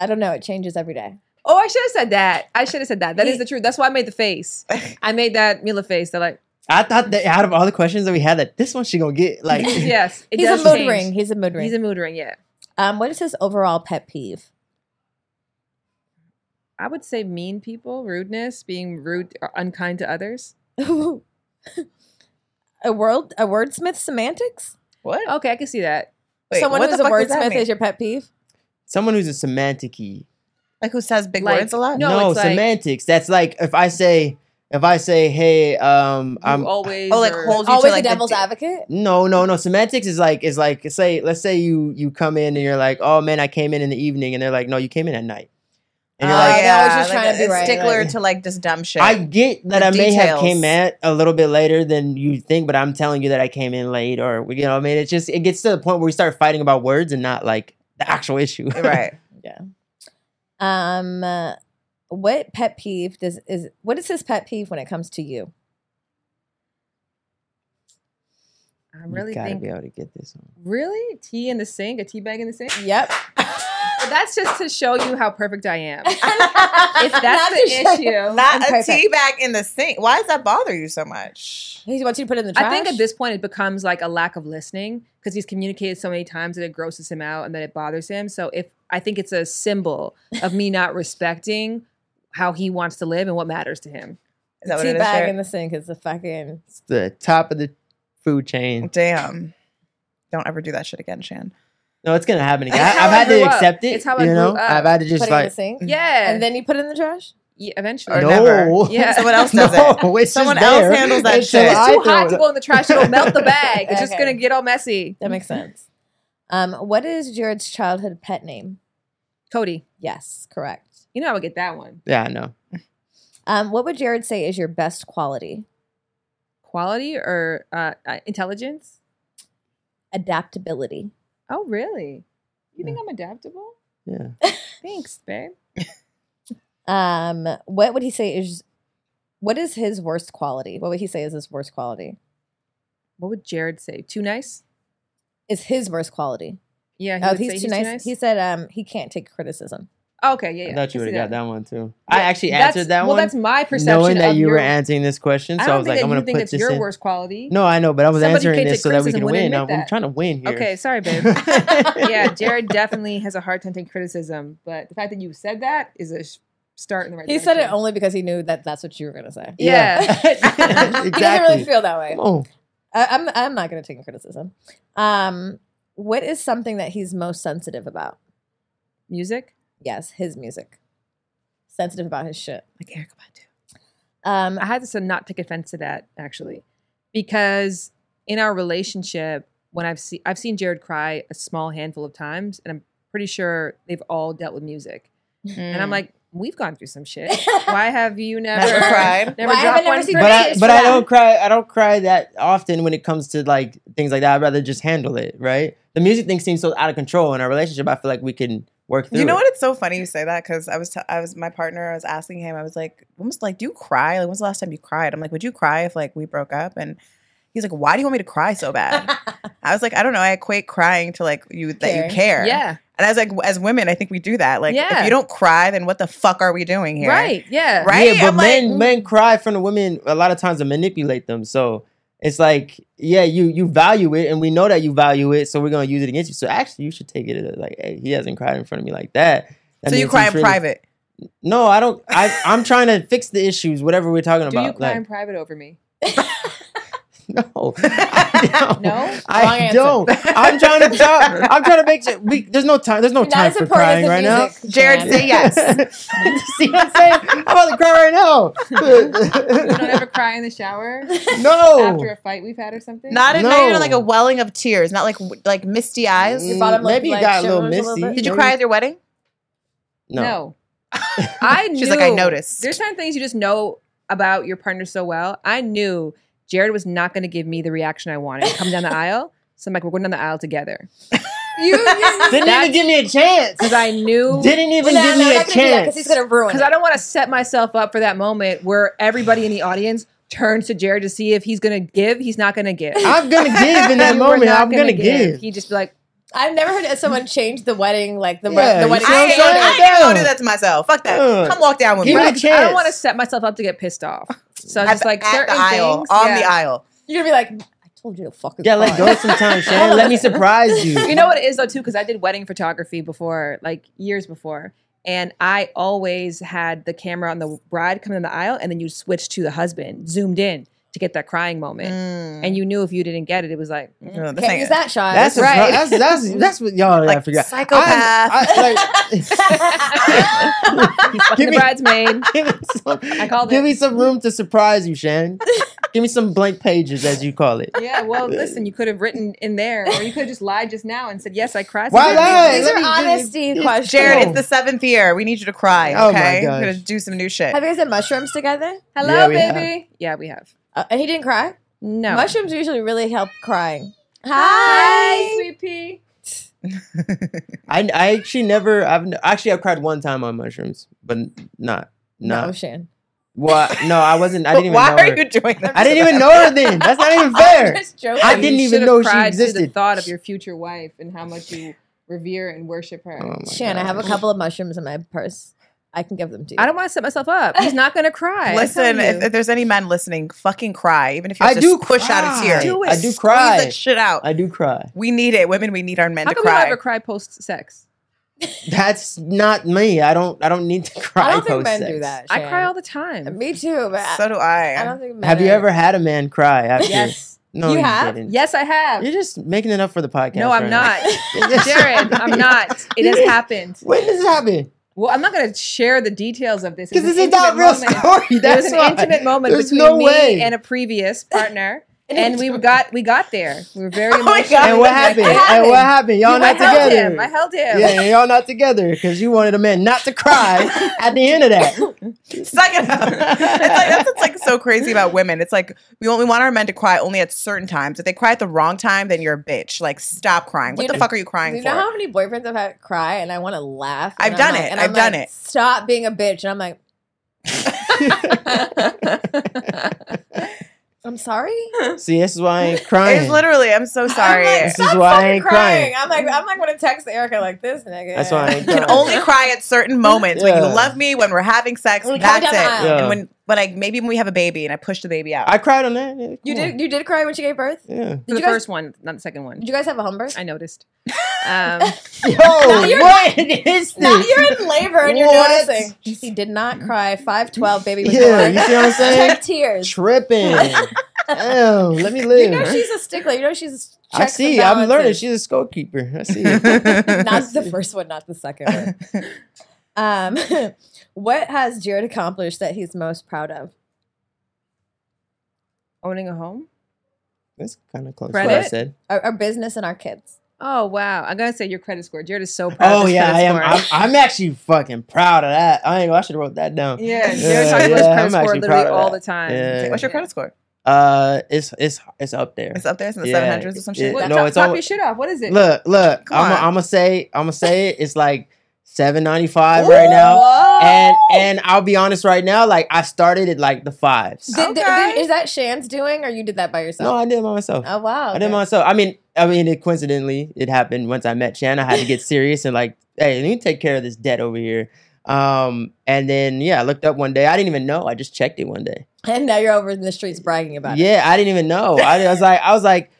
[SPEAKER 10] I don't know, it changes every day.
[SPEAKER 1] Oh, I should have said that. I should have said that. That is the truth. That's why I made the face. I made that Mila face. They're like,
[SPEAKER 3] I thought that out of all the questions that we had, that this one she gonna get like
[SPEAKER 1] yes. it
[SPEAKER 10] He's a
[SPEAKER 1] does
[SPEAKER 10] mood
[SPEAKER 1] change.
[SPEAKER 10] ring. He's a mood ring.
[SPEAKER 1] He's a mood ring. Yeah. Um, what is his overall pet peeve?
[SPEAKER 4] I would say mean people, rudeness, being rude or unkind to others.
[SPEAKER 1] a world a wordsmith semantics?
[SPEAKER 2] What?
[SPEAKER 4] Okay, I can see that.
[SPEAKER 1] Oh, Someone who's a wordsmith is your pet peeve?
[SPEAKER 3] Someone who's a semanticy.
[SPEAKER 2] Like who says big
[SPEAKER 4] Like,
[SPEAKER 2] words a lot?
[SPEAKER 3] No, semantics. That's like if I say if I say, hey, um, I'm
[SPEAKER 4] always
[SPEAKER 2] Oh, like
[SPEAKER 4] are-
[SPEAKER 2] hold you
[SPEAKER 1] Always
[SPEAKER 2] to like
[SPEAKER 1] a devil's
[SPEAKER 2] the,
[SPEAKER 1] advocate?
[SPEAKER 3] No, no, no. Semantics is like is like say let's say you you come in and you're like, oh man, I came in in the evening, and they're like, no, you came in at night. And you're
[SPEAKER 2] Oh,
[SPEAKER 3] like,
[SPEAKER 2] yeah,
[SPEAKER 1] I was just
[SPEAKER 2] like
[SPEAKER 1] trying to
[SPEAKER 2] a-
[SPEAKER 1] be
[SPEAKER 2] a
[SPEAKER 1] right,
[SPEAKER 2] stickler
[SPEAKER 1] like-
[SPEAKER 2] to like just dumb shit.
[SPEAKER 3] I get that
[SPEAKER 2] The
[SPEAKER 3] I may have
[SPEAKER 2] details.
[SPEAKER 3] came at a little bit later than you think, but I'm telling you that I came in late, or you know, what I mean, it's just it gets to the point where we start fighting about words and not like the actual issue.
[SPEAKER 2] right.
[SPEAKER 1] Yeah. Um uh, what pet peeve does is what is his pet peeve when it comes to you?
[SPEAKER 4] I
[SPEAKER 3] You
[SPEAKER 4] really
[SPEAKER 3] gotta
[SPEAKER 4] think.
[SPEAKER 3] be able to get this one.
[SPEAKER 4] Really? Tea in the sink? A tea bag in the sink?
[SPEAKER 1] Yep.
[SPEAKER 4] But that's just to show you how perfect I am.
[SPEAKER 1] if
[SPEAKER 4] If that's the issue,
[SPEAKER 2] Not
[SPEAKER 1] I'm
[SPEAKER 2] a
[SPEAKER 1] perfect.
[SPEAKER 2] tea bag in the sink. Why does that bother you so much?
[SPEAKER 1] He wants you to put it in the trash.
[SPEAKER 4] I think at this point it becomes like a lack of listening because he's communicated so many times that it grosses him out and that it bothers him. So if I think it's a symbol of me not respecting how he wants to live and what matters to him.
[SPEAKER 2] Is that what
[SPEAKER 1] tea
[SPEAKER 2] it is?
[SPEAKER 1] bag
[SPEAKER 2] Sarah?
[SPEAKER 1] in the sink is the fucking
[SPEAKER 3] It's the top of the food chain.
[SPEAKER 2] Damn. Don't ever do that shit again, Shan.
[SPEAKER 3] No, it's gonna happen again.
[SPEAKER 4] It's
[SPEAKER 3] I,
[SPEAKER 4] how
[SPEAKER 3] I've
[SPEAKER 4] I
[SPEAKER 3] had
[SPEAKER 4] grew
[SPEAKER 3] to
[SPEAKER 4] up.
[SPEAKER 3] accept it.
[SPEAKER 4] It's how I
[SPEAKER 3] you
[SPEAKER 4] grew
[SPEAKER 3] know,
[SPEAKER 4] up.
[SPEAKER 3] I've had to
[SPEAKER 1] put
[SPEAKER 3] just
[SPEAKER 1] it in the
[SPEAKER 3] like "Mm."
[SPEAKER 1] sink.
[SPEAKER 4] Yeah.
[SPEAKER 1] And then you put it in the trash?
[SPEAKER 4] Yeah, eventually.
[SPEAKER 2] Or
[SPEAKER 3] no.
[SPEAKER 2] never.
[SPEAKER 4] Yeah.
[SPEAKER 2] Someone else does
[SPEAKER 3] no,
[SPEAKER 2] it.
[SPEAKER 3] it's just
[SPEAKER 2] Someone else
[SPEAKER 3] there.
[SPEAKER 2] handles that
[SPEAKER 3] It's
[SPEAKER 2] shit.
[SPEAKER 3] just-
[SPEAKER 4] it's
[SPEAKER 3] I
[SPEAKER 4] too hot
[SPEAKER 3] throw
[SPEAKER 4] to
[SPEAKER 3] it-
[SPEAKER 4] go in the trash. It'll melt the bag. It's just
[SPEAKER 1] Okay.
[SPEAKER 4] gonna get all messy.
[SPEAKER 1] That makes sense. Um, what is Jared's childhood pet name?
[SPEAKER 4] Cody,
[SPEAKER 1] Yes, correct.
[SPEAKER 4] you know I would get that one.
[SPEAKER 3] Yeah, I know.
[SPEAKER 1] Um, what would Jared say is your best quality?
[SPEAKER 4] Quality or uh, uh, intelligence?
[SPEAKER 1] Adaptability.
[SPEAKER 4] Oh, really? You think I'm adaptable?
[SPEAKER 3] Yeah.
[SPEAKER 4] Thanks, babe.
[SPEAKER 1] Um, what would he say is what is his worst quality? What would he say is his worst quality?
[SPEAKER 4] What would Jared say? Too nice?
[SPEAKER 1] Is his worst quality?
[SPEAKER 4] Yeah,
[SPEAKER 1] oh,
[SPEAKER 4] would
[SPEAKER 1] he's,
[SPEAKER 4] say
[SPEAKER 1] too, nice. He said um he can't take criticism.
[SPEAKER 4] Oh, Okay, yeah, yeah.
[SPEAKER 3] I thought you
[SPEAKER 4] I
[SPEAKER 3] would
[SPEAKER 4] see
[SPEAKER 3] have got that one too. I
[SPEAKER 4] Yeah,
[SPEAKER 3] actually
[SPEAKER 4] that's-
[SPEAKER 3] answered that
[SPEAKER 4] well,
[SPEAKER 3] one.
[SPEAKER 4] that's my perception.
[SPEAKER 3] knowing that
[SPEAKER 4] of
[SPEAKER 3] you
[SPEAKER 4] your,
[SPEAKER 3] were answering this question,
[SPEAKER 4] I
[SPEAKER 3] so I,
[SPEAKER 4] don't
[SPEAKER 3] was
[SPEAKER 4] think
[SPEAKER 3] like,
[SPEAKER 4] that
[SPEAKER 3] I'm
[SPEAKER 4] you
[SPEAKER 3] gonna
[SPEAKER 4] think
[SPEAKER 3] put
[SPEAKER 4] that's
[SPEAKER 3] this
[SPEAKER 4] your
[SPEAKER 3] in.
[SPEAKER 4] worst quality.
[SPEAKER 3] No, I know, but I was
[SPEAKER 4] Somebody
[SPEAKER 3] answering
[SPEAKER 4] could take
[SPEAKER 3] this so that we
[SPEAKER 4] criticism
[SPEAKER 3] can
[SPEAKER 4] and
[SPEAKER 3] win.
[SPEAKER 4] wouldn't
[SPEAKER 3] I-
[SPEAKER 4] admit
[SPEAKER 3] I'm
[SPEAKER 4] that.
[SPEAKER 3] trying to win here.
[SPEAKER 4] Okay, sorry, babe. yeah, Jared definitely has a hard time taking criticism, but the fact that you said that is a sh- start in the right.
[SPEAKER 1] He said it
[SPEAKER 4] direction.
[SPEAKER 1] only because he knew that that's what you were gonna say.
[SPEAKER 4] Yeah.
[SPEAKER 1] He doesn't really
[SPEAKER 3] exactly.
[SPEAKER 1] feel that way.
[SPEAKER 3] Come on.
[SPEAKER 1] I, I'm I'm not gonna take criticism. Um, what is something that he's most sensitive about?
[SPEAKER 4] Music.
[SPEAKER 1] Yes, his music. Sensitive about his shit.
[SPEAKER 2] Like Erica Badu.
[SPEAKER 1] Um,
[SPEAKER 4] I had to not take offense to that actually, because in our relationship, when I've seen I've seen Jared cry a small handful of times, and I'm pretty sure they've all dealt with music. And
[SPEAKER 1] Mm.
[SPEAKER 4] I'm like, we've gone through some shit. Why have you never,
[SPEAKER 2] Mm. Never cried.
[SPEAKER 4] Never
[SPEAKER 1] Why
[SPEAKER 4] dropped
[SPEAKER 1] haven't I
[SPEAKER 4] one
[SPEAKER 1] never seen
[SPEAKER 4] for
[SPEAKER 3] But I,
[SPEAKER 1] Thanks
[SPEAKER 3] but
[SPEAKER 1] for
[SPEAKER 3] I
[SPEAKER 1] that.
[SPEAKER 3] don't cry. I don't cry that often when it comes to like things like that. I'd rather just handle it, right? The music thing seems so out of control in our relationship. I feel like we can work through.
[SPEAKER 2] You know what?
[SPEAKER 3] It.
[SPEAKER 2] It's so funny you say that because I was t- I was my partner. I was asking him. I was like, when was like, do you cry? Like, when's the last time you cried? I'm like, would you cry if like we broke up? And he's like, why do you want me to cry so bad? I was like, I don't know. I equate crying to like you that
[SPEAKER 1] Caring.
[SPEAKER 2] you care.
[SPEAKER 4] Yeah.
[SPEAKER 2] And I was like, as women, I think we do that. Like,
[SPEAKER 4] Yeah.
[SPEAKER 2] if you don't cry, then what the fuck are we doing here?
[SPEAKER 4] Right. Yeah.
[SPEAKER 2] Right?
[SPEAKER 3] Yeah, but
[SPEAKER 2] I'm like, "Mm."
[SPEAKER 3] men men cry from the women a lot of times to manipulate them. So it's like, yeah, you you value it, and we know that you value it, so we're gonna use it against you. So actually, you should take it as like, hey, he hasn't cried in front of me like that. That
[SPEAKER 2] So you
[SPEAKER 3] means
[SPEAKER 2] cry
[SPEAKER 3] he's
[SPEAKER 2] in
[SPEAKER 3] really-
[SPEAKER 2] private.
[SPEAKER 3] No, I don't. I I'm trying to fix the issues, whatever we're talking
[SPEAKER 4] Do
[SPEAKER 3] about.
[SPEAKER 4] you cry in
[SPEAKER 3] like,
[SPEAKER 4] private over me?
[SPEAKER 3] no, I don't.
[SPEAKER 4] No?
[SPEAKER 1] Wrong
[SPEAKER 3] I
[SPEAKER 1] answer.
[SPEAKER 3] don't. I'm trying to talk. I'm trying to make sure. We, there's no time. There's no
[SPEAKER 1] not
[SPEAKER 3] time
[SPEAKER 1] as
[SPEAKER 3] for
[SPEAKER 1] important
[SPEAKER 3] crying
[SPEAKER 1] as
[SPEAKER 3] right
[SPEAKER 1] the
[SPEAKER 3] now.
[SPEAKER 1] music,
[SPEAKER 2] Jared,
[SPEAKER 1] Jan.
[SPEAKER 2] say yes.
[SPEAKER 3] You See what I'm saying? I'm about to cry right
[SPEAKER 4] You don't
[SPEAKER 3] now.
[SPEAKER 4] ever cry in the shower after
[SPEAKER 3] no.
[SPEAKER 4] a fight we've had or something?
[SPEAKER 2] Not in not even
[SPEAKER 3] No. Mm.
[SPEAKER 2] like a welling of tears, not like w- like misty eyes.
[SPEAKER 1] Your bottom lip,
[SPEAKER 3] Maybe you
[SPEAKER 1] like,
[SPEAKER 3] got a little
[SPEAKER 1] shivers
[SPEAKER 3] misty.
[SPEAKER 1] bit?
[SPEAKER 2] Did you
[SPEAKER 3] Maybe-
[SPEAKER 2] cry at your wedding?
[SPEAKER 4] no.
[SPEAKER 3] No.
[SPEAKER 4] I knew.
[SPEAKER 2] She's like, I noticed.
[SPEAKER 4] There's certain things you just know about your partner so well. I knew Jared was not going to give me the reaction I wanted. Come down the aisle. So I'm like, we're going down the aisle together.
[SPEAKER 1] You, you
[SPEAKER 3] Didn't even give me a chance.
[SPEAKER 4] Because I knew.
[SPEAKER 3] Didn't even
[SPEAKER 1] no, no,
[SPEAKER 3] give me
[SPEAKER 1] I'm
[SPEAKER 3] a
[SPEAKER 1] not gonna do that
[SPEAKER 3] chance.
[SPEAKER 1] because he's gonna ruin
[SPEAKER 4] Because
[SPEAKER 1] it.
[SPEAKER 4] I don't want to set myself up for that moment where everybody in the audience turns to Jared to see if he's going to give. He's not going to give.
[SPEAKER 3] I'm gonna give in that
[SPEAKER 4] You were
[SPEAKER 3] moment.
[SPEAKER 4] not
[SPEAKER 3] I'm gonna, give.
[SPEAKER 4] He'd just be like,
[SPEAKER 1] I've never heard someone change the wedding like the
[SPEAKER 3] Yeah,
[SPEAKER 1] the
[SPEAKER 3] you
[SPEAKER 1] wedding.
[SPEAKER 3] see what I'm
[SPEAKER 2] I,
[SPEAKER 1] day.
[SPEAKER 2] ain't gonna- I ain't
[SPEAKER 3] Yeah.
[SPEAKER 2] gonna do that to myself. Fuck that.
[SPEAKER 3] Yeah.
[SPEAKER 2] Come walk down with
[SPEAKER 3] Give
[SPEAKER 2] me.
[SPEAKER 3] me a
[SPEAKER 4] Right, 'cause I
[SPEAKER 3] chance.
[SPEAKER 4] don't want to set myself up to get pissed off. So
[SPEAKER 2] At
[SPEAKER 4] just
[SPEAKER 2] the-
[SPEAKER 4] like
[SPEAKER 2] at the
[SPEAKER 4] certain
[SPEAKER 2] aisle,
[SPEAKER 4] things
[SPEAKER 2] on
[SPEAKER 4] yeah.
[SPEAKER 2] the aisle.
[SPEAKER 1] You're gonna be like, I told you to fucking
[SPEAKER 3] Yeah, let
[SPEAKER 1] cry.
[SPEAKER 3] go sometimes, Shannon. Let me surprise you.
[SPEAKER 4] You know what it is though too, because I did wedding photography before, like years before, and I always had the camera on the bride come in the aisle, and then you switch to the husband, zoomed in to get that crying moment,
[SPEAKER 2] Mm.
[SPEAKER 4] and you knew if you didn't get it, it was like mm,
[SPEAKER 1] this Can't ain't- use that shot.
[SPEAKER 3] That's
[SPEAKER 4] right.
[SPEAKER 3] right. That's that's that's what y'all I forgot.
[SPEAKER 4] Psychopath.
[SPEAKER 3] Give
[SPEAKER 4] the
[SPEAKER 3] me-
[SPEAKER 4] bridesmaid.
[SPEAKER 3] I called Give me some room to surprise you, Shannon. Give me some blank pages, as you call it.
[SPEAKER 4] Yeah, well, listen, you could have written in there, or you could have just lied just now and said, "Yes, I cried."
[SPEAKER 3] Why lie?
[SPEAKER 2] These are
[SPEAKER 1] honesty questions.
[SPEAKER 2] Jared, it's the seventh year. We need you to cry.
[SPEAKER 3] Oh my
[SPEAKER 2] Okay,
[SPEAKER 3] gosh.
[SPEAKER 2] we're gonna do some new shit.
[SPEAKER 1] Have you guys had mushrooms together?
[SPEAKER 4] Hello,
[SPEAKER 2] Yeah, we
[SPEAKER 4] baby. Yeah, we have.
[SPEAKER 1] Uh, and he didn't cry.
[SPEAKER 4] No,
[SPEAKER 1] mushrooms usually really help crying. Hi,
[SPEAKER 4] sweet pea.
[SPEAKER 3] I, I actually never. I've n- actually I cried one time on mushrooms, but n- not
[SPEAKER 1] No,
[SPEAKER 3] not.
[SPEAKER 1] Shan.
[SPEAKER 3] Well, no, I wasn't. I didn't even.
[SPEAKER 2] Why
[SPEAKER 3] know
[SPEAKER 2] are
[SPEAKER 3] her.
[SPEAKER 2] you doing that?
[SPEAKER 3] I didn't even know her then. That's not even fair.
[SPEAKER 1] just joking.
[SPEAKER 3] I didn't
[SPEAKER 4] You
[SPEAKER 3] even
[SPEAKER 4] should've
[SPEAKER 3] know she
[SPEAKER 4] cried to The
[SPEAKER 3] existed.
[SPEAKER 4] thought of your future wife and how much you revere and worship
[SPEAKER 3] Oh
[SPEAKER 4] her.
[SPEAKER 1] Shan, I have a couple of mushrooms in my purse. I can give them to you.
[SPEAKER 4] I don't want to set myself up. He's not going to cry.
[SPEAKER 2] Listen, if, if there's any men listening, fucking cry. Even if you
[SPEAKER 3] I
[SPEAKER 2] have to
[SPEAKER 3] do
[SPEAKER 2] push out a tear,
[SPEAKER 3] cry. Do it. I do
[SPEAKER 2] Squeeze
[SPEAKER 3] cry.
[SPEAKER 2] that shit out.
[SPEAKER 3] I do cry.
[SPEAKER 2] we need it, women. We need our men
[SPEAKER 4] how
[SPEAKER 2] to
[SPEAKER 4] come you don't
[SPEAKER 2] cry.
[SPEAKER 4] ever cry post sex?
[SPEAKER 3] That's not me. I don't. I don't need to cry.
[SPEAKER 1] I don't think
[SPEAKER 3] post
[SPEAKER 1] men
[SPEAKER 3] sex.
[SPEAKER 1] do that.
[SPEAKER 4] I
[SPEAKER 1] Shan.
[SPEAKER 4] cry all the time.
[SPEAKER 1] Me too. But
[SPEAKER 2] So do I.
[SPEAKER 1] I don't think men
[SPEAKER 3] Have you
[SPEAKER 1] are-
[SPEAKER 3] ever had a man cry after?
[SPEAKER 4] Yes.
[SPEAKER 3] No,
[SPEAKER 1] You
[SPEAKER 3] you,
[SPEAKER 1] have?
[SPEAKER 3] didn't.
[SPEAKER 4] Yes, I have.
[SPEAKER 3] You're just making it up for the podcast.
[SPEAKER 4] no, I'm
[SPEAKER 3] right
[SPEAKER 4] not.
[SPEAKER 3] now.
[SPEAKER 4] Jared, I'm not. It has happened.
[SPEAKER 3] When does this happen?
[SPEAKER 4] Well, I'm not going to share the details of this. It's
[SPEAKER 3] Because
[SPEAKER 4] an
[SPEAKER 3] this is not
[SPEAKER 4] intimate
[SPEAKER 3] real
[SPEAKER 4] moment.
[SPEAKER 3] story.
[SPEAKER 4] It was
[SPEAKER 3] That's
[SPEAKER 4] an
[SPEAKER 3] why.
[SPEAKER 4] intimate moment
[SPEAKER 3] There's
[SPEAKER 4] between
[SPEAKER 3] no
[SPEAKER 4] me
[SPEAKER 3] way.
[SPEAKER 4] and a previous partner. And we got we got there. We were very
[SPEAKER 2] Oh my
[SPEAKER 4] emotional.
[SPEAKER 2] God.
[SPEAKER 3] and what happened? And what happened? Y'all
[SPEAKER 4] I
[SPEAKER 3] not
[SPEAKER 4] held
[SPEAKER 3] together.
[SPEAKER 4] him. I held him.
[SPEAKER 3] Yeah, and y'all not together because you wanted a man not to cry at the end of that.
[SPEAKER 2] Suck it up. it's like, that's what's like so crazy about women. It's like we want, we want our men to cry only at certain times. If they cry at the wrong time, then you're a bitch. Like stop crying. What
[SPEAKER 1] You
[SPEAKER 2] the
[SPEAKER 1] know-
[SPEAKER 2] fuck are you
[SPEAKER 1] Do
[SPEAKER 2] crying
[SPEAKER 1] you
[SPEAKER 2] for?
[SPEAKER 1] know how many boyfriends I've had cry and I want to laugh? and
[SPEAKER 2] I've
[SPEAKER 1] I'm
[SPEAKER 2] done
[SPEAKER 1] like-
[SPEAKER 2] it.
[SPEAKER 1] and I'm
[SPEAKER 2] I've done
[SPEAKER 1] like,
[SPEAKER 2] it.
[SPEAKER 1] Stop being a bitch. And I'm like, I'm sorry.
[SPEAKER 3] See, this is why I ain't crying.
[SPEAKER 2] it's literally. I'm so sorry.
[SPEAKER 1] I'm like,
[SPEAKER 3] This is
[SPEAKER 1] stop
[SPEAKER 3] why I
[SPEAKER 1] fucking
[SPEAKER 3] ain't
[SPEAKER 1] crying.
[SPEAKER 3] crying.
[SPEAKER 1] I'm like, I'm like gonna text Erica like this nigga.
[SPEAKER 3] That's why I ain't
[SPEAKER 2] you can
[SPEAKER 3] crying.
[SPEAKER 2] only cry at certain moments when
[SPEAKER 3] Yeah.
[SPEAKER 2] you love me, when we're having sex.
[SPEAKER 1] When we come down
[SPEAKER 2] that's it.
[SPEAKER 1] the aisle.
[SPEAKER 3] Yeah.
[SPEAKER 2] And when, when I maybe when we have a baby and I push the baby out.
[SPEAKER 3] I cried on that. Yeah,
[SPEAKER 1] You
[SPEAKER 3] come
[SPEAKER 1] did. You did cry when she gave birth.
[SPEAKER 3] on. Yeah.
[SPEAKER 4] For the
[SPEAKER 1] you guys-
[SPEAKER 4] first one, not the second one.
[SPEAKER 1] Did you guys have a humber?
[SPEAKER 4] I noticed. Um,
[SPEAKER 3] Yo, what is
[SPEAKER 1] Now
[SPEAKER 3] this?
[SPEAKER 1] you're in labor and you're
[SPEAKER 3] What?
[SPEAKER 1] noticing. He did not cry. Five twelve baby. Was
[SPEAKER 3] Yeah,
[SPEAKER 1] born.
[SPEAKER 3] you see what I'm saying?
[SPEAKER 1] Check tears.
[SPEAKER 3] Tripping. Oh, let me
[SPEAKER 1] You know
[SPEAKER 3] live.
[SPEAKER 1] she's a stickler. You know she's.
[SPEAKER 3] I
[SPEAKER 1] checks and
[SPEAKER 3] see. I'm learning.
[SPEAKER 1] balances.
[SPEAKER 3] She's a scorekeeper. I see. it.
[SPEAKER 1] not the first one, not the second one. Um, what has Jared accomplished that he's most proud of?
[SPEAKER 4] owning a home.
[SPEAKER 3] That's kind of close. to What I
[SPEAKER 4] Credit?
[SPEAKER 3] said.
[SPEAKER 1] Our, our business and our kids.
[SPEAKER 4] Oh wow! I'm gonna say your credit score. Jared is so proud.
[SPEAKER 3] Oh
[SPEAKER 4] of his
[SPEAKER 3] yeah, I
[SPEAKER 4] credit
[SPEAKER 3] am.
[SPEAKER 4] Score.
[SPEAKER 3] I'm, I'm actually fucking proud of that. I ain't. I should have wrote that down.
[SPEAKER 4] yeah, Jared
[SPEAKER 3] Yeah,
[SPEAKER 4] talks about
[SPEAKER 3] yeah,
[SPEAKER 4] his
[SPEAKER 3] I'm
[SPEAKER 4] credit score
[SPEAKER 3] actually proud
[SPEAKER 4] literally
[SPEAKER 3] of
[SPEAKER 4] all
[SPEAKER 3] that.
[SPEAKER 4] the time.
[SPEAKER 3] Yeah.
[SPEAKER 2] What's your credit score?
[SPEAKER 3] Uh, it's it's it's up there.
[SPEAKER 2] It's up there. It's in the
[SPEAKER 3] Yeah.
[SPEAKER 2] 700s or some shit.
[SPEAKER 3] Yeah.
[SPEAKER 4] What,
[SPEAKER 3] No,
[SPEAKER 4] top,
[SPEAKER 3] it's
[SPEAKER 4] top
[SPEAKER 3] all-
[SPEAKER 4] your shit off. What is it?
[SPEAKER 3] Look, look.
[SPEAKER 2] Come
[SPEAKER 3] I'm
[SPEAKER 2] on.
[SPEAKER 3] gonna say. I'm gonna say it. It's like seven ninety five right now. And and I'll be honest right now. Like I started at like the fives.
[SPEAKER 1] Did- did-
[SPEAKER 4] Okay.
[SPEAKER 1] did- is that Shan's doing, or you did that by
[SPEAKER 3] No,
[SPEAKER 1] yourself?
[SPEAKER 3] I did it by myself.
[SPEAKER 1] oh wow!
[SPEAKER 3] I did it by myself. I mean, I mean, it, coincidentally, it happened once I met Shan. I had to get serious and like, hey, let me take care of this debt over here. Um, and then yeah, I looked up one day. I didn't even know. I just checked it one day.
[SPEAKER 1] and now you're over in the streets bragging about it.
[SPEAKER 3] Yeah, I didn't even know. I, I was like, I was like,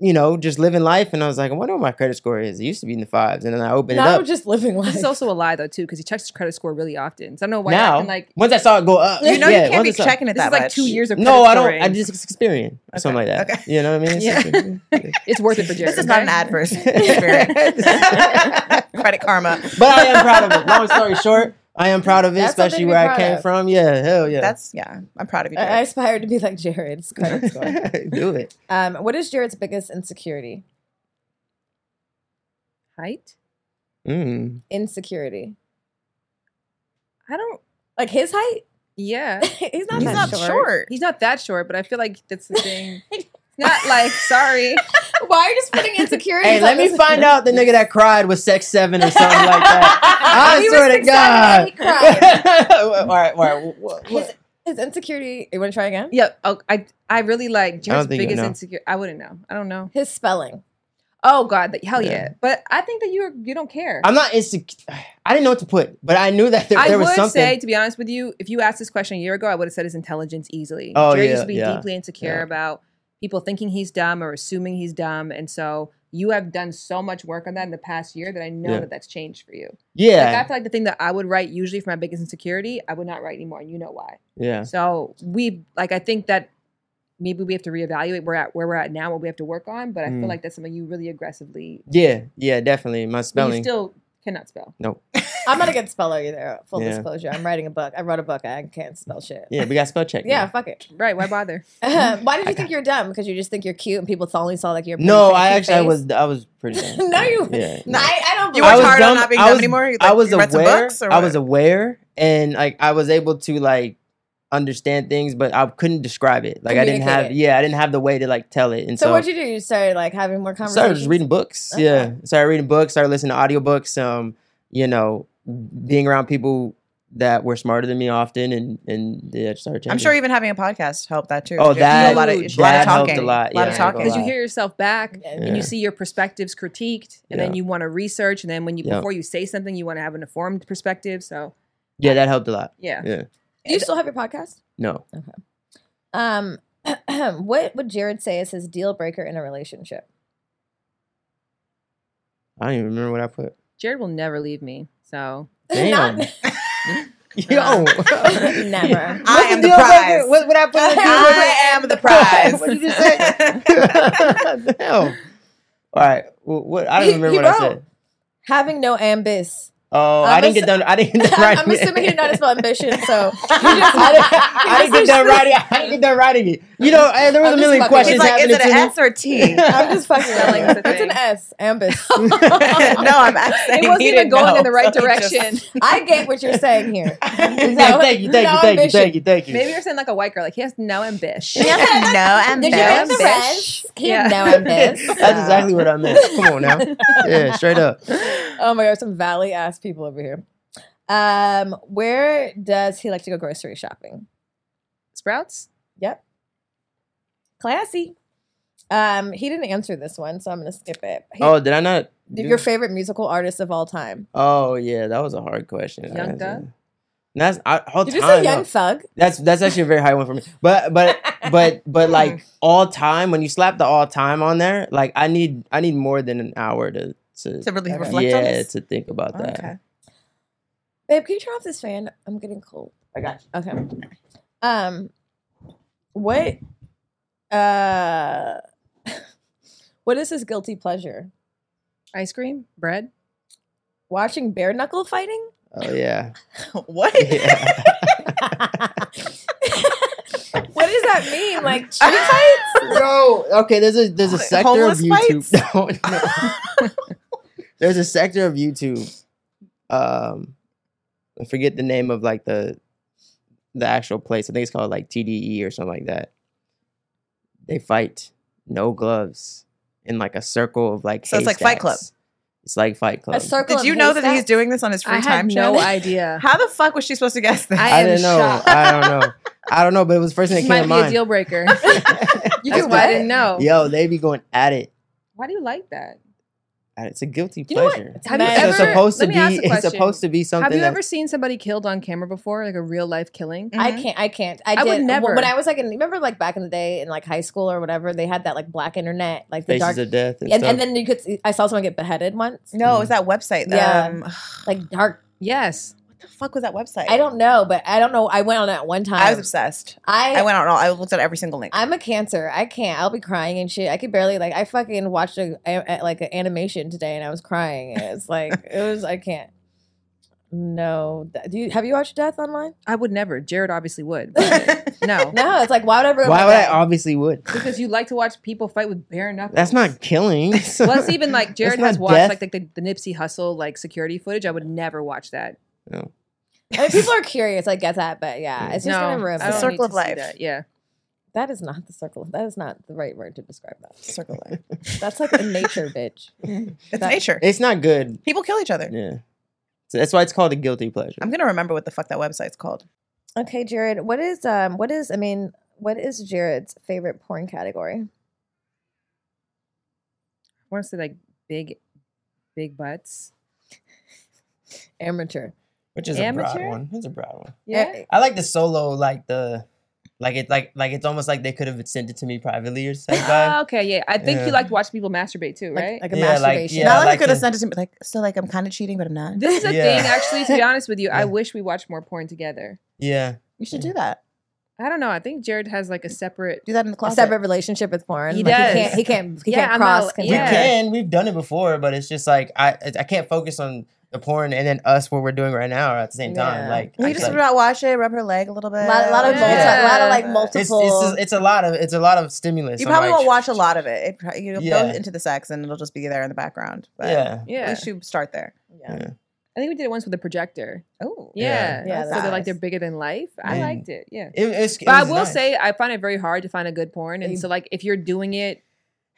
[SPEAKER 3] you know, just living life, and I was like, I wonder what my credit score is. It used to be in the fives, and then I opened
[SPEAKER 1] Now
[SPEAKER 3] it
[SPEAKER 1] I'm
[SPEAKER 3] up.
[SPEAKER 1] just living life.
[SPEAKER 4] This is also a lie though too, because he checks his credit score really often. So I don't know why. you're
[SPEAKER 3] now,
[SPEAKER 4] acting like
[SPEAKER 3] once I saw it go up,
[SPEAKER 2] You know
[SPEAKER 3] yeah,
[SPEAKER 2] you can't be
[SPEAKER 3] once I saw-
[SPEAKER 2] checking it
[SPEAKER 4] this
[SPEAKER 2] that
[SPEAKER 4] is like
[SPEAKER 2] much.
[SPEAKER 4] two years of
[SPEAKER 3] No,
[SPEAKER 4] credit
[SPEAKER 3] I don't.
[SPEAKER 4] scoring.
[SPEAKER 3] I just experience or something like that.
[SPEAKER 2] okay.
[SPEAKER 3] You know what I mean?
[SPEAKER 4] Yeah.
[SPEAKER 3] Something-
[SPEAKER 4] It's worth it for Jared.
[SPEAKER 2] This is not an
[SPEAKER 4] okay?
[SPEAKER 2] adverse experience. Credit karma.
[SPEAKER 3] but I am proud of it. Long story short, I am proud of it,
[SPEAKER 1] That's something
[SPEAKER 3] especially
[SPEAKER 1] to be
[SPEAKER 3] where I
[SPEAKER 1] proud
[SPEAKER 3] came
[SPEAKER 1] of.
[SPEAKER 3] from. Yeah, hell yeah.
[SPEAKER 2] That's yeah. I'm proud of you.
[SPEAKER 1] I, I
[SPEAKER 2] Jared.
[SPEAKER 1] aspire to be like Jared's credit score.
[SPEAKER 3] do it.
[SPEAKER 1] um, what is Jared's biggest insecurity?
[SPEAKER 4] height.
[SPEAKER 3] Mm.
[SPEAKER 1] insecurity.
[SPEAKER 4] I don't.
[SPEAKER 1] Like his height?
[SPEAKER 4] Yeah,
[SPEAKER 1] he's not
[SPEAKER 2] He's
[SPEAKER 1] that
[SPEAKER 2] not
[SPEAKER 1] short.
[SPEAKER 2] short.
[SPEAKER 4] he's not that short, but I feel like that's the thing. not like sorry.
[SPEAKER 1] Why are you just putting insecurity?
[SPEAKER 3] Hey, let me find out the nigga that cried was sex seven or something like that. I
[SPEAKER 1] He was
[SPEAKER 3] swear to
[SPEAKER 1] 6'7" and
[SPEAKER 3] God.
[SPEAKER 1] he cried.
[SPEAKER 3] all right, all right. wh- wh-
[SPEAKER 1] his, his insecurity. You want to try again?
[SPEAKER 4] Yeah, oh, I I really like Jared's
[SPEAKER 3] think you
[SPEAKER 4] biggest
[SPEAKER 3] know.
[SPEAKER 4] insecure. I wouldn't know. I don't know.
[SPEAKER 1] His spelling.
[SPEAKER 4] Oh God, that- hell yeah.
[SPEAKER 3] Yeah.
[SPEAKER 4] But I think that you you don't care.
[SPEAKER 3] I'm not insecure. I didn't know what to put, but I knew that there,
[SPEAKER 4] I
[SPEAKER 3] there
[SPEAKER 4] would
[SPEAKER 3] was something.
[SPEAKER 4] say, to be honest with you, if you asked this question a year ago, I would have said his intelligence easily.
[SPEAKER 3] Oh,
[SPEAKER 4] Jared
[SPEAKER 3] yeah,
[SPEAKER 4] used to be
[SPEAKER 3] yeah,
[SPEAKER 4] deeply insecure
[SPEAKER 3] yeah.
[SPEAKER 4] about people thinking he's dumb or assuming he's dumb. And so you have done so much work on that in the past year that I know
[SPEAKER 3] Yeah.
[SPEAKER 4] that that's changed for you.
[SPEAKER 3] Yeah.
[SPEAKER 4] Like I feel like the thing that I would write usually for my biggest insecurity, I would not write anymore. And you know why.
[SPEAKER 3] Yeah.
[SPEAKER 4] So we like I think that maybe we have to reevaluate where at where we're at now, what we have to work on. But I
[SPEAKER 3] Mm.
[SPEAKER 4] feel like that's something you really aggressively
[SPEAKER 3] Yeah, yeah, definitely. My
[SPEAKER 4] but
[SPEAKER 3] spelling.
[SPEAKER 4] you still cannot spell.
[SPEAKER 3] nope.
[SPEAKER 1] I'm not a good speller either. Full
[SPEAKER 3] Yeah.
[SPEAKER 1] disclosure, I'm writing a book. I wrote a book. I can't spell shit.
[SPEAKER 3] Yeah, we got spell check.
[SPEAKER 1] Yeah, fuck it.
[SPEAKER 4] Right? Why bother?
[SPEAKER 1] Why did you think you're dumb? Because you just think you're cute, and people only saw like your.
[SPEAKER 3] No,
[SPEAKER 1] pretty
[SPEAKER 3] I
[SPEAKER 1] sexy
[SPEAKER 3] actually I
[SPEAKER 1] face?
[SPEAKER 3] was I was pretty. dumb.
[SPEAKER 1] no, you.
[SPEAKER 3] Yeah.
[SPEAKER 1] No, I, I don't.
[SPEAKER 2] You
[SPEAKER 1] believe
[SPEAKER 2] were
[SPEAKER 1] it.
[SPEAKER 2] tired of not being
[SPEAKER 3] I
[SPEAKER 2] dumb
[SPEAKER 3] was-
[SPEAKER 2] anymore? Like,
[SPEAKER 3] I was
[SPEAKER 2] you read some
[SPEAKER 3] aware.
[SPEAKER 2] books or
[SPEAKER 3] I was
[SPEAKER 2] what?
[SPEAKER 3] aware, and like I was able to like understand things, but I couldn't describe it. Like I didn't
[SPEAKER 1] Communicate
[SPEAKER 3] have.
[SPEAKER 1] it.
[SPEAKER 3] Yeah, I didn't have the way to like tell it. And
[SPEAKER 1] So,
[SPEAKER 3] so,
[SPEAKER 1] what'd you do? You started like having more conversations.
[SPEAKER 3] started just reading books. Yeah, started reading books. Started listening to audiobooks. Um, you know, being around people that were smarter than me often, and and yeah, just started. Changing.
[SPEAKER 2] I'm sure even having a podcast helped that too. You have to
[SPEAKER 3] Oh,
[SPEAKER 2] do
[SPEAKER 3] that-
[SPEAKER 2] a lot of,
[SPEAKER 3] Huge.
[SPEAKER 2] a lot of
[SPEAKER 3] that helped
[SPEAKER 2] talking,
[SPEAKER 3] a lot,
[SPEAKER 2] lot of
[SPEAKER 3] yeah.
[SPEAKER 2] talking.
[SPEAKER 3] Go
[SPEAKER 4] Because you
[SPEAKER 3] back.
[SPEAKER 4] hear yourself back and
[SPEAKER 3] Yeah.
[SPEAKER 4] you see your perspectives critiqued, and then
[SPEAKER 3] Yeah.
[SPEAKER 4] you want to research, and then when you
[SPEAKER 3] Yeah.
[SPEAKER 4] before you say something, you want to have an informed perspective. So
[SPEAKER 3] Yeah, that helped a lot.
[SPEAKER 4] Yeah.
[SPEAKER 3] Yeah.
[SPEAKER 1] Do you still have your podcast?
[SPEAKER 3] No.
[SPEAKER 1] Um, what would Jared say is his deal breaker in a relationship?
[SPEAKER 3] I don't even remember what I put.
[SPEAKER 4] Jared will never leave me. So
[SPEAKER 3] Damn. Yo.
[SPEAKER 1] Never.
[SPEAKER 2] I am the
[SPEAKER 3] deal breaker?
[SPEAKER 2] prize.
[SPEAKER 3] What would I put? in the deal breaker?
[SPEAKER 2] I am the prize.
[SPEAKER 3] what did you say? Damn. All right. Well, what I don't
[SPEAKER 1] He-
[SPEAKER 3] remember
[SPEAKER 1] he
[SPEAKER 3] what I
[SPEAKER 1] wrote.
[SPEAKER 3] said.
[SPEAKER 1] Having no ambis.
[SPEAKER 3] Oh,
[SPEAKER 1] I'm
[SPEAKER 3] I didn't get
[SPEAKER 1] assu-
[SPEAKER 3] done. I didn't get done writing.
[SPEAKER 1] I'm assuming
[SPEAKER 3] it.
[SPEAKER 1] you're not as about ambition, so you just,
[SPEAKER 3] I didn't get done writing. I didn't get done writing it. You know, I- there was a
[SPEAKER 1] I'm just
[SPEAKER 3] million
[SPEAKER 1] fucking-
[SPEAKER 3] questions.
[SPEAKER 1] It's like,
[SPEAKER 3] happening
[SPEAKER 1] is it
[SPEAKER 3] to
[SPEAKER 1] an
[SPEAKER 3] me.
[SPEAKER 1] S
[SPEAKER 2] or T?
[SPEAKER 1] I'm just fucking
[SPEAKER 4] Spelling's
[SPEAKER 1] yelling.
[SPEAKER 4] the
[SPEAKER 1] It's
[SPEAKER 4] thing.
[SPEAKER 1] an S, ambis.
[SPEAKER 2] no, I'm actually.
[SPEAKER 4] it wasn't even going in the right direction.
[SPEAKER 1] I get what you're saying here.
[SPEAKER 3] Thank thank you, thank you, thank you, thank you, thank you.
[SPEAKER 4] Maybe you're saying like a white girl, like he has no ambition.
[SPEAKER 2] no, I'm
[SPEAKER 1] Did you read
[SPEAKER 2] bad.
[SPEAKER 1] the rest? He had
[SPEAKER 4] Yeah.
[SPEAKER 1] no ambis.
[SPEAKER 3] That's exactly what I meant. Come on now. Yeah, straight up.
[SPEAKER 1] Oh my gosh, some valley ass people over here. Um, where does he like to go grocery shopping?
[SPEAKER 4] Sprouts?
[SPEAKER 1] Yep. Classy. Um, he didn't answer this one, so I'm gonna skip it. He-
[SPEAKER 3] Oh, did I not? do-
[SPEAKER 1] your favorite musical artist of all time?
[SPEAKER 3] Oh yeah, that was a hard question.
[SPEAKER 1] Young Thug?
[SPEAKER 3] That's I, all
[SPEAKER 1] Did
[SPEAKER 3] time.
[SPEAKER 1] you say Young
[SPEAKER 3] though.
[SPEAKER 1] Thug?
[SPEAKER 3] That's that's actually a very high one for me. But but but but
[SPEAKER 1] Mm.
[SPEAKER 3] like all time when you slap the all time on there, like I need I need more than an hour to to,
[SPEAKER 2] To really
[SPEAKER 3] yeah,
[SPEAKER 2] reflect on this?
[SPEAKER 3] to think about that.
[SPEAKER 2] Okay.
[SPEAKER 1] Babe, can you turn off this fan? I'm getting cold.
[SPEAKER 3] I got
[SPEAKER 1] you. Okay. Um, what? Uh, what is his guilty pleasure?
[SPEAKER 4] Ice cream, bread,
[SPEAKER 1] watching bare knuckle fighting.
[SPEAKER 3] Oh yeah.
[SPEAKER 2] what?
[SPEAKER 1] What does that mean? Like street fights?
[SPEAKER 3] No. Okay. There's a there's a sector
[SPEAKER 1] homeless
[SPEAKER 3] of YouTube. No, no. there's a sector of YouTube. Um, I forget the name of like the the actual place. I think it's called like TDE or something like that. They fight no gloves in like a circle of like.
[SPEAKER 2] So it's like Fight Club.
[SPEAKER 3] haystacks. It's like Fight Club.
[SPEAKER 2] Did you know that he's doing this on his free
[SPEAKER 4] I had
[SPEAKER 2] time?
[SPEAKER 4] no
[SPEAKER 2] Shannon?
[SPEAKER 4] idea.
[SPEAKER 2] How the fuck was she supposed to guess this?
[SPEAKER 3] I, didn't know. I don't know. I don't know, but it was the first thing that
[SPEAKER 4] might
[SPEAKER 3] came
[SPEAKER 4] be
[SPEAKER 3] to
[SPEAKER 4] a deal
[SPEAKER 3] mind.
[SPEAKER 4] breaker. you
[SPEAKER 3] That's
[SPEAKER 4] can why I didn't know.
[SPEAKER 3] Yo, they be going at it.
[SPEAKER 4] Oh. Why do you like that?
[SPEAKER 3] Uh, It's a guilty
[SPEAKER 4] You know what?
[SPEAKER 3] pleasure.
[SPEAKER 4] Have you
[SPEAKER 3] So
[SPEAKER 4] ever-
[SPEAKER 3] it's supposed to
[SPEAKER 4] let me
[SPEAKER 3] be.
[SPEAKER 4] ask a
[SPEAKER 3] It's
[SPEAKER 4] question.
[SPEAKER 3] supposed to be something.
[SPEAKER 4] Have you
[SPEAKER 3] that-
[SPEAKER 4] ever seen somebody killed on camera before, like a real life killing?
[SPEAKER 1] I
[SPEAKER 2] Mm-hmm.
[SPEAKER 1] can't. I can't. I,
[SPEAKER 4] I would
[SPEAKER 1] did
[SPEAKER 4] never.
[SPEAKER 1] When I was like, in, remember, like back in the day in like high school or whatever, they had that like black internet, like the
[SPEAKER 3] Faces
[SPEAKER 1] dark
[SPEAKER 3] of Death and
[SPEAKER 1] and,
[SPEAKER 3] stuff.
[SPEAKER 1] and then you could. see- I saw someone get beheaded once.
[SPEAKER 2] No, it was that website.
[SPEAKER 1] Yeah,
[SPEAKER 2] Um,
[SPEAKER 1] like dark.
[SPEAKER 4] Yes.
[SPEAKER 2] What the fuck was that website?
[SPEAKER 1] I don't know, but I don't know. I went on that one time.
[SPEAKER 2] I was obsessed.
[SPEAKER 1] I,
[SPEAKER 2] I went on all. I looked at every single link.
[SPEAKER 1] I'm a cancer. I can't. I'll be crying and shit. I could barely like. I fucking watched a, a- like an animation today, and I was crying. It's like it was. I can't. No. Th- Do you have you watched Death Online?
[SPEAKER 4] I would never. Jared obviously would. but no.
[SPEAKER 1] No. It's like why would I? ruin
[SPEAKER 3] Why
[SPEAKER 1] my
[SPEAKER 3] would
[SPEAKER 1] day?
[SPEAKER 3] I? Obviously, would.
[SPEAKER 4] Because you like to watch people fight with bare knuckles.
[SPEAKER 3] That's not killing.
[SPEAKER 4] Well, it's even like Jared has watched
[SPEAKER 3] death.
[SPEAKER 4] like the, the, the Nipsey Hustle like security footage. I would never watch that.
[SPEAKER 3] No.
[SPEAKER 1] I mean, people are curious. I get that, but yeah, it's just
[SPEAKER 4] No,
[SPEAKER 1] gonna ruin
[SPEAKER 4] I don't
[SPEAKER 1] it.
[SPEAKER 4] need to see that, Yeah.
[SPEAKER 1] That is not the circle. That is not the right word to describe that.
[SPEAKER 2] Circle
[SPEAKER 1] life. That's like a nature, bitch.
[SPEAKER 2] It's nature.
[SPEAKER 3] It's not good.
[SPEAKER 2] People kill each other.
[SPEAKER 3] Yeah. So that's why it's called a guilty pleasure.
[SPEAKER 2] I'm gonna remember what the fuck that website's called.
[SPEAKER 1] Okay, Jared. What is um? What is I mean? What is Jared's favorite porn category?
[SPEAKER 4] I want to say like big, big butts.
[SPEAKER 1] Amateur.
[SPEAKER 3] Which is a
[SPEAKER 4] Amateur?
[SPEAKER 3] broad one. It's a broad one.
[SPEAKER 1] Eh,
[SPEAKER 4] Yeah.
[SPEAKER 3] I like the solo, like the Like it, like like it's almost like they could have sent it to me privately or something.
[SPEAKER 4] Oh, okay, yeah. I think
[SPEAKER 3] Yeah.
[SPEAKER 4] you like to watch people masturbate too, right?
[SPEAKER 3] like a Yeah, like- masturbation. yeah,
[SPEAKER 2] Not like,
[SPEAKER 3] like
[SPEAKER 2] I could
[SPEAKER 3] to-
[SPEAKER 2] have sent it to me. Like, so, like, I'm kind of cheating, but I'm not.
[SPEAKER 4] This is a
[SPEAKER 3] Yeah.
[SPEAKER 4] thing, actually. To be honest with you, I wish we watched more porn together.
[SPEAKER 3] Yeah.
[SPEAKER 2] You should do that. Mm.
[SPEAKER 4] I don't know. I think Jared has like a separate
[SPEAKER 2] do that in the
[SPEAKER 1] A separate relationship with porn.
[SPEAKER 4] He
[SPEAKER 1] Like,
[SPEAKER 4] does.
[SPEAKER 1] He can't. He can't. He
[SPEAKER 4] Yeah,
[SPEAKER 1] can't
[SPEAKER 4] I'm
[SPEAKER 1] cross.
[SPEAKER 4] not-
[SPEAKER 1] consent.
[SPEAKER 3] We can. We've done it before, but it's just like I I can't focus on the porn and then us what we're doing right now at the same time.
[SPEAKER 2] Yeah.
[SPEAKER 3] Like
[SPEAKER 2] We
[SPEAKER 3] I
[SPEAKER 2] just
[SPEAKER 3] can't-
[SPEAKER 2] would not wash it, rub her leg a little bit.
[SPEAKER 1] A lot, lot of multi, lot of like
[SPEAKER 3] It's,
[SPEAKER 1] multiple.
[SPEAKER 3] it's, it's a lot of it's a lot of stimulus.
[SPEAKER 2] You
[SPEAKER 3] I'm
[SPEAKER 2] probably
[SPEAKER 3] like,
[SPEAKER 2] won't watch a lot of it. it pro- you'll
[SPEAKER 3] Yeah.
[SPEAKER 2] go into the sex and it'll just be there in the background. But
[SPEAKER 3] Yeah.
[SPEAKER 4] Yeah.
[SPEAKER 2] We should start there.
[SPEAKER 3] Yeah.
[SPEAKER 4] I think we did it once with a projector.
[SPEAKER 2] Oh,
[SPEAKER 4] yeah,
[SPEAKER 3] Yeah.
[SPEAKER 4] yeah.
[SPEAKER 2] Yeah,
[SPEAKER 4] So
[SPEAKER 2] that's
[SPEAKER 4] they're like
[SPEAKER 2] nice.
[SPEAKER 4] they're bigger than life. I
[SPEAKER 3] Mm.
[SPEAKER 4] liked it. Yeah,
[SPEAKER 3] It- it's- it
[SPEAKER 4] but I
[SPEAKER 3] was
[SPEAKER 4] will
[SPEAKER 3] nice.
[SPEAKER 4] say I find it very hard to find a good porn, and so like if you're doing it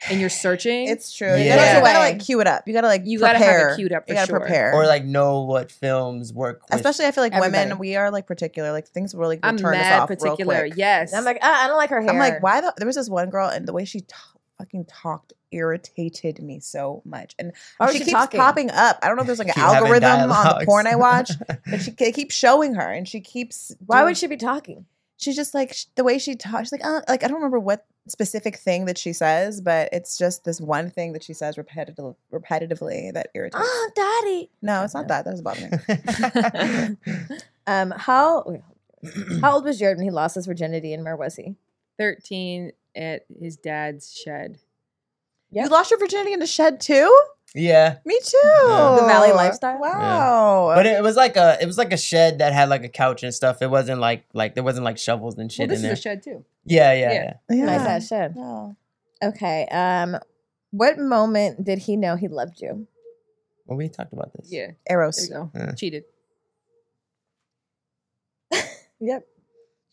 [SPEAKER 4] and you're searching,
[SPEAKER 2] It's true. You,
[SPEAKER 3] Yeah.
[SPEAKER 2] gotta, you
[SPEAKER 3] There's a
[SPEAKER 2] gotta
[SPEAKER 4] way.
[SPEAKER 2] like cue it up. You gotta like
[SPEAKER 4] You gotta
[SPEAKER 2] prepare.
[SPEAKER 4] have it queued up for
[SPEAKER 2] you gotta
[SPEAKER 4] sure.
[SPEAKER 2] prepare.
[SPEAKER 3] or like know what films work. With.
[SPEAKER 2] Especially, I feel like
[SPEAKER 1] Everybody.
[SPEAKER 2] women, we are like particular. Like things really will
[SPEAKER 4] I'm
[SPEAKER 2] turn us
[SPEAKER 4] mad
[SPEAKER 2] off
[SPEAKER 4] particular.
[SPEAKER 2] real quick.
[SPEAKER 4] Yes,
[SPEAKER 1] And I'm like, ah, I don't like her hair.
[SPEAKER 2] I'm like, why the? There was this one girl, and the way she t- fucking talked irritated me so much. And
[SPEAKER 1] Why was
[SPEAKER 2] she,
[SPEAKER 1] she
[SPEAKER 2] keeps
[SPEAKER 1] talking?
[SPEAKER 2] popping up. I don't know if there's like an
[SPEAKER 3] Keep having
[SPEAKER 2] algorithm on the
[SPEAKER 3] dialogues.
[SPEAKER 2] porn I watch, but she they keep showing her, and she keeps.
[SPEAKER 1] Why
[SPEAKER 2] doing-
[SPEAKER 1] would she be talking?
[SPEAKER 2] She's just like sh- the way she talks. She's like, uh, like I don't remember what specific thing that she says, but it's just this one thing that she says repetitively, repetitively that irritates.
[SPEAKER 4] Ah,
[SPEAKER 1] Oh, daddy.
[SPEAKER 2] No, it's not that. That doesn't bother me.
[SPEAKER 1] Um, how wait, how old was Jared when he lost his virginity, and where was he?
[SPEAKER 4] thirteen at his dad's shed.
[SPEAKER 1] Yeah.
[SPEAKER 2] You lost your virginity in a shed too?
[SPEAKER 3] yeah.
[SPEAKER 2] Me too. Oh,
[SPEAKER 3] Yeah.
[SPEAKER 1] The valley lifestyle?
[SPEAKER 2] Wow.
[SPEAKER 3] But it, it was like a it was like a shed that had like a couch and stuff. It wasn't like like there wasn't like shovels and
[SPEAKER 4] Well,
[SPEAKER 3] shit
[SPEAKER 4] this
[SPEAKER 3] in
[SPEAKER 4] is
[SPEAKER 3] there.
[SPEAKER 4] a shed too.
[SPEAKER 3] yeah, yeah,
[SPEAKER 4] Yeah.
[SPEAKER 3] yeah,
[SPEAKER 2] yeah.
[SPEAKER 1] Nice ass shed.
[SPEAKER 2] No.
[SPEAKER 1] Okay. Um, what moment did he know he loved you?
[SPEAKER 3] Well, we talked about this.
[SPEAKER 4] Yeah, there
[SPEAKER 2] Eros.
[SPEAKER 4] you go.
[SPEAKER 3] Yeah.
[SPEAKER 4] Cheated.
[SPEAKER 1] Yep.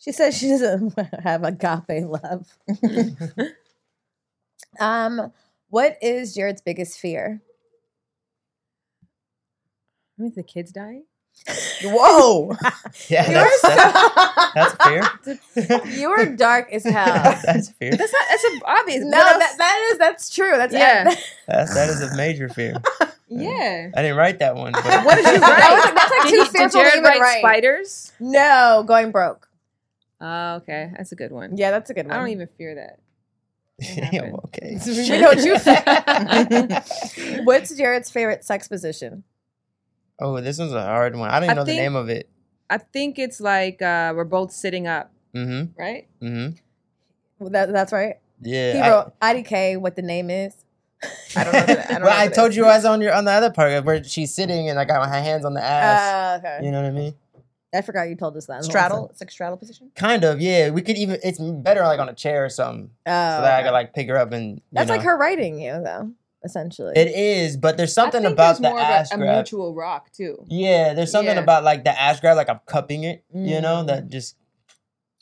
[SPEAKER 1] She says she doesn't have agape love. um, what is Jared's biggest fear?
[SPEAKER 4] I mean, the kids dying.
[SPEAKER 2] Whoa.
[SPEAKER 3] yeah.
[SPEAKER 1] You
[SPEAKER 3] That's,
[SPEAKER 1] are
[SPEAKER 3] that's,
[SPEAKER 1] so-
[SPEAKER 3] that's fair.
[SPEAKER 1] you are dark as hell.
[SPEAKER 3] that's fair.
[SPEAKER 4] That's not. That's a, obvious.
[SPEAKER 1] No,
[SPEAKER 4] What else-
[SPEAKER 1] that, that is that's true. That's
[SPEAKER 4] Yeah.
[SPEAKER 3] That's, that is a major fear.
[SPEAKER 4] yeah.
[SPEAKER 3] I didn't write that one. But
[SPEAKER 4] What did you write?
[SPEAKER 1] That was like- that's like
[SPEAKER 4] Did
[SPEAKER 1] too
[SPEAKER 4] you- did
[SPEAKER 1] fearful to
[SPEAKER 4] Jared
[SPEAKER 1] even
[SPEAKER 4] write
[SPEAKER 1] write.
[SPEAKER 4] spiders?
[SPEAKER 1] no going broke.
[SPEAKER 4] Oh, okay, that's a good one.
[SPEAKER 1] Yeah, that's a good one.
[SPEAKER 4] I
[SPEAKER 3] Um,
[SPEAKER 4] don't even fear that.
[SPEAKER 3] yeah, well, okay.
[SPEAKER 1] We know what you said. What's Jared's favorite sex position?
[SPEAKER 3] Oh, this one's a hard one. I didn't
[SPEAKER 4] I
[SPEAKER 3] know
[SPEAKER 4] think-
[SPEAKER 3] the name of it.
[SPEAKER 4] I think it's like uh, we're both sitting up,
[SPEAKER 3] Mm-hmm.
[SPEAKER 4] right?
[SPEAKER 3] Mm-hmm.
[SPEAKER 1] Well, That, that's right.
[SPEAKER 3] Yeah.
[SPEAKER 1] he
[SPEAKER 3] I-
[SPEAKER 1] wrote IDK what the name is.
[SPEAKER 2] I don't know. That, I don't know
[SPEAKER 3] well, I
[SPEAKER 2] that
[SPEAKER 3] told
[SPEAKER 2] is.
[SPEAKER 3] you I was on your on the other part where she's sitting and I got my hands on the
[SPEAKER 1] Uh,
[SPEAKER 3] ass.
[SPEAKER 1] okay.
[SPEAKER 3] you know what I mean?
[SPEAKER 1] I forgot you told us that.
[SPEAKER 2] straddle. It's like straddle position.
[SPEAKER 3] Kind of, yeah. We could even it's better like on a chair or something.
[SPEAKER 1] Oh,
[SPEAKER 3] so that I
[SPEAKER 1] okay.
[SPEAKER 3] could like pick her up and you
[SPEAKER 1] That's
[SPEAKER 3] know.
[SPEAKER 1] like her writing you though, essentially.
[SPEAKER 3] It is, but there's something
[SPEAKER 4] I think
[SPEAKER 3] about
[SPEAKER 4] there's
[SPEAKER 3] the
[SPEAKER 4] more
[SPEAKER 3] ass
[SPEAKER 4] of a, a
[SPEAKER 3] grab.
[SPEAKER 4] mutual rock too.
[SPEAKER 3] Yeah, there's something
[SPEAKER 4] Yeah.
[SPEAKER 3] about like the ass grab, like I'm cupping it, you know,
[SPEAKER 1] Mm.
[SPEAKER 3] that just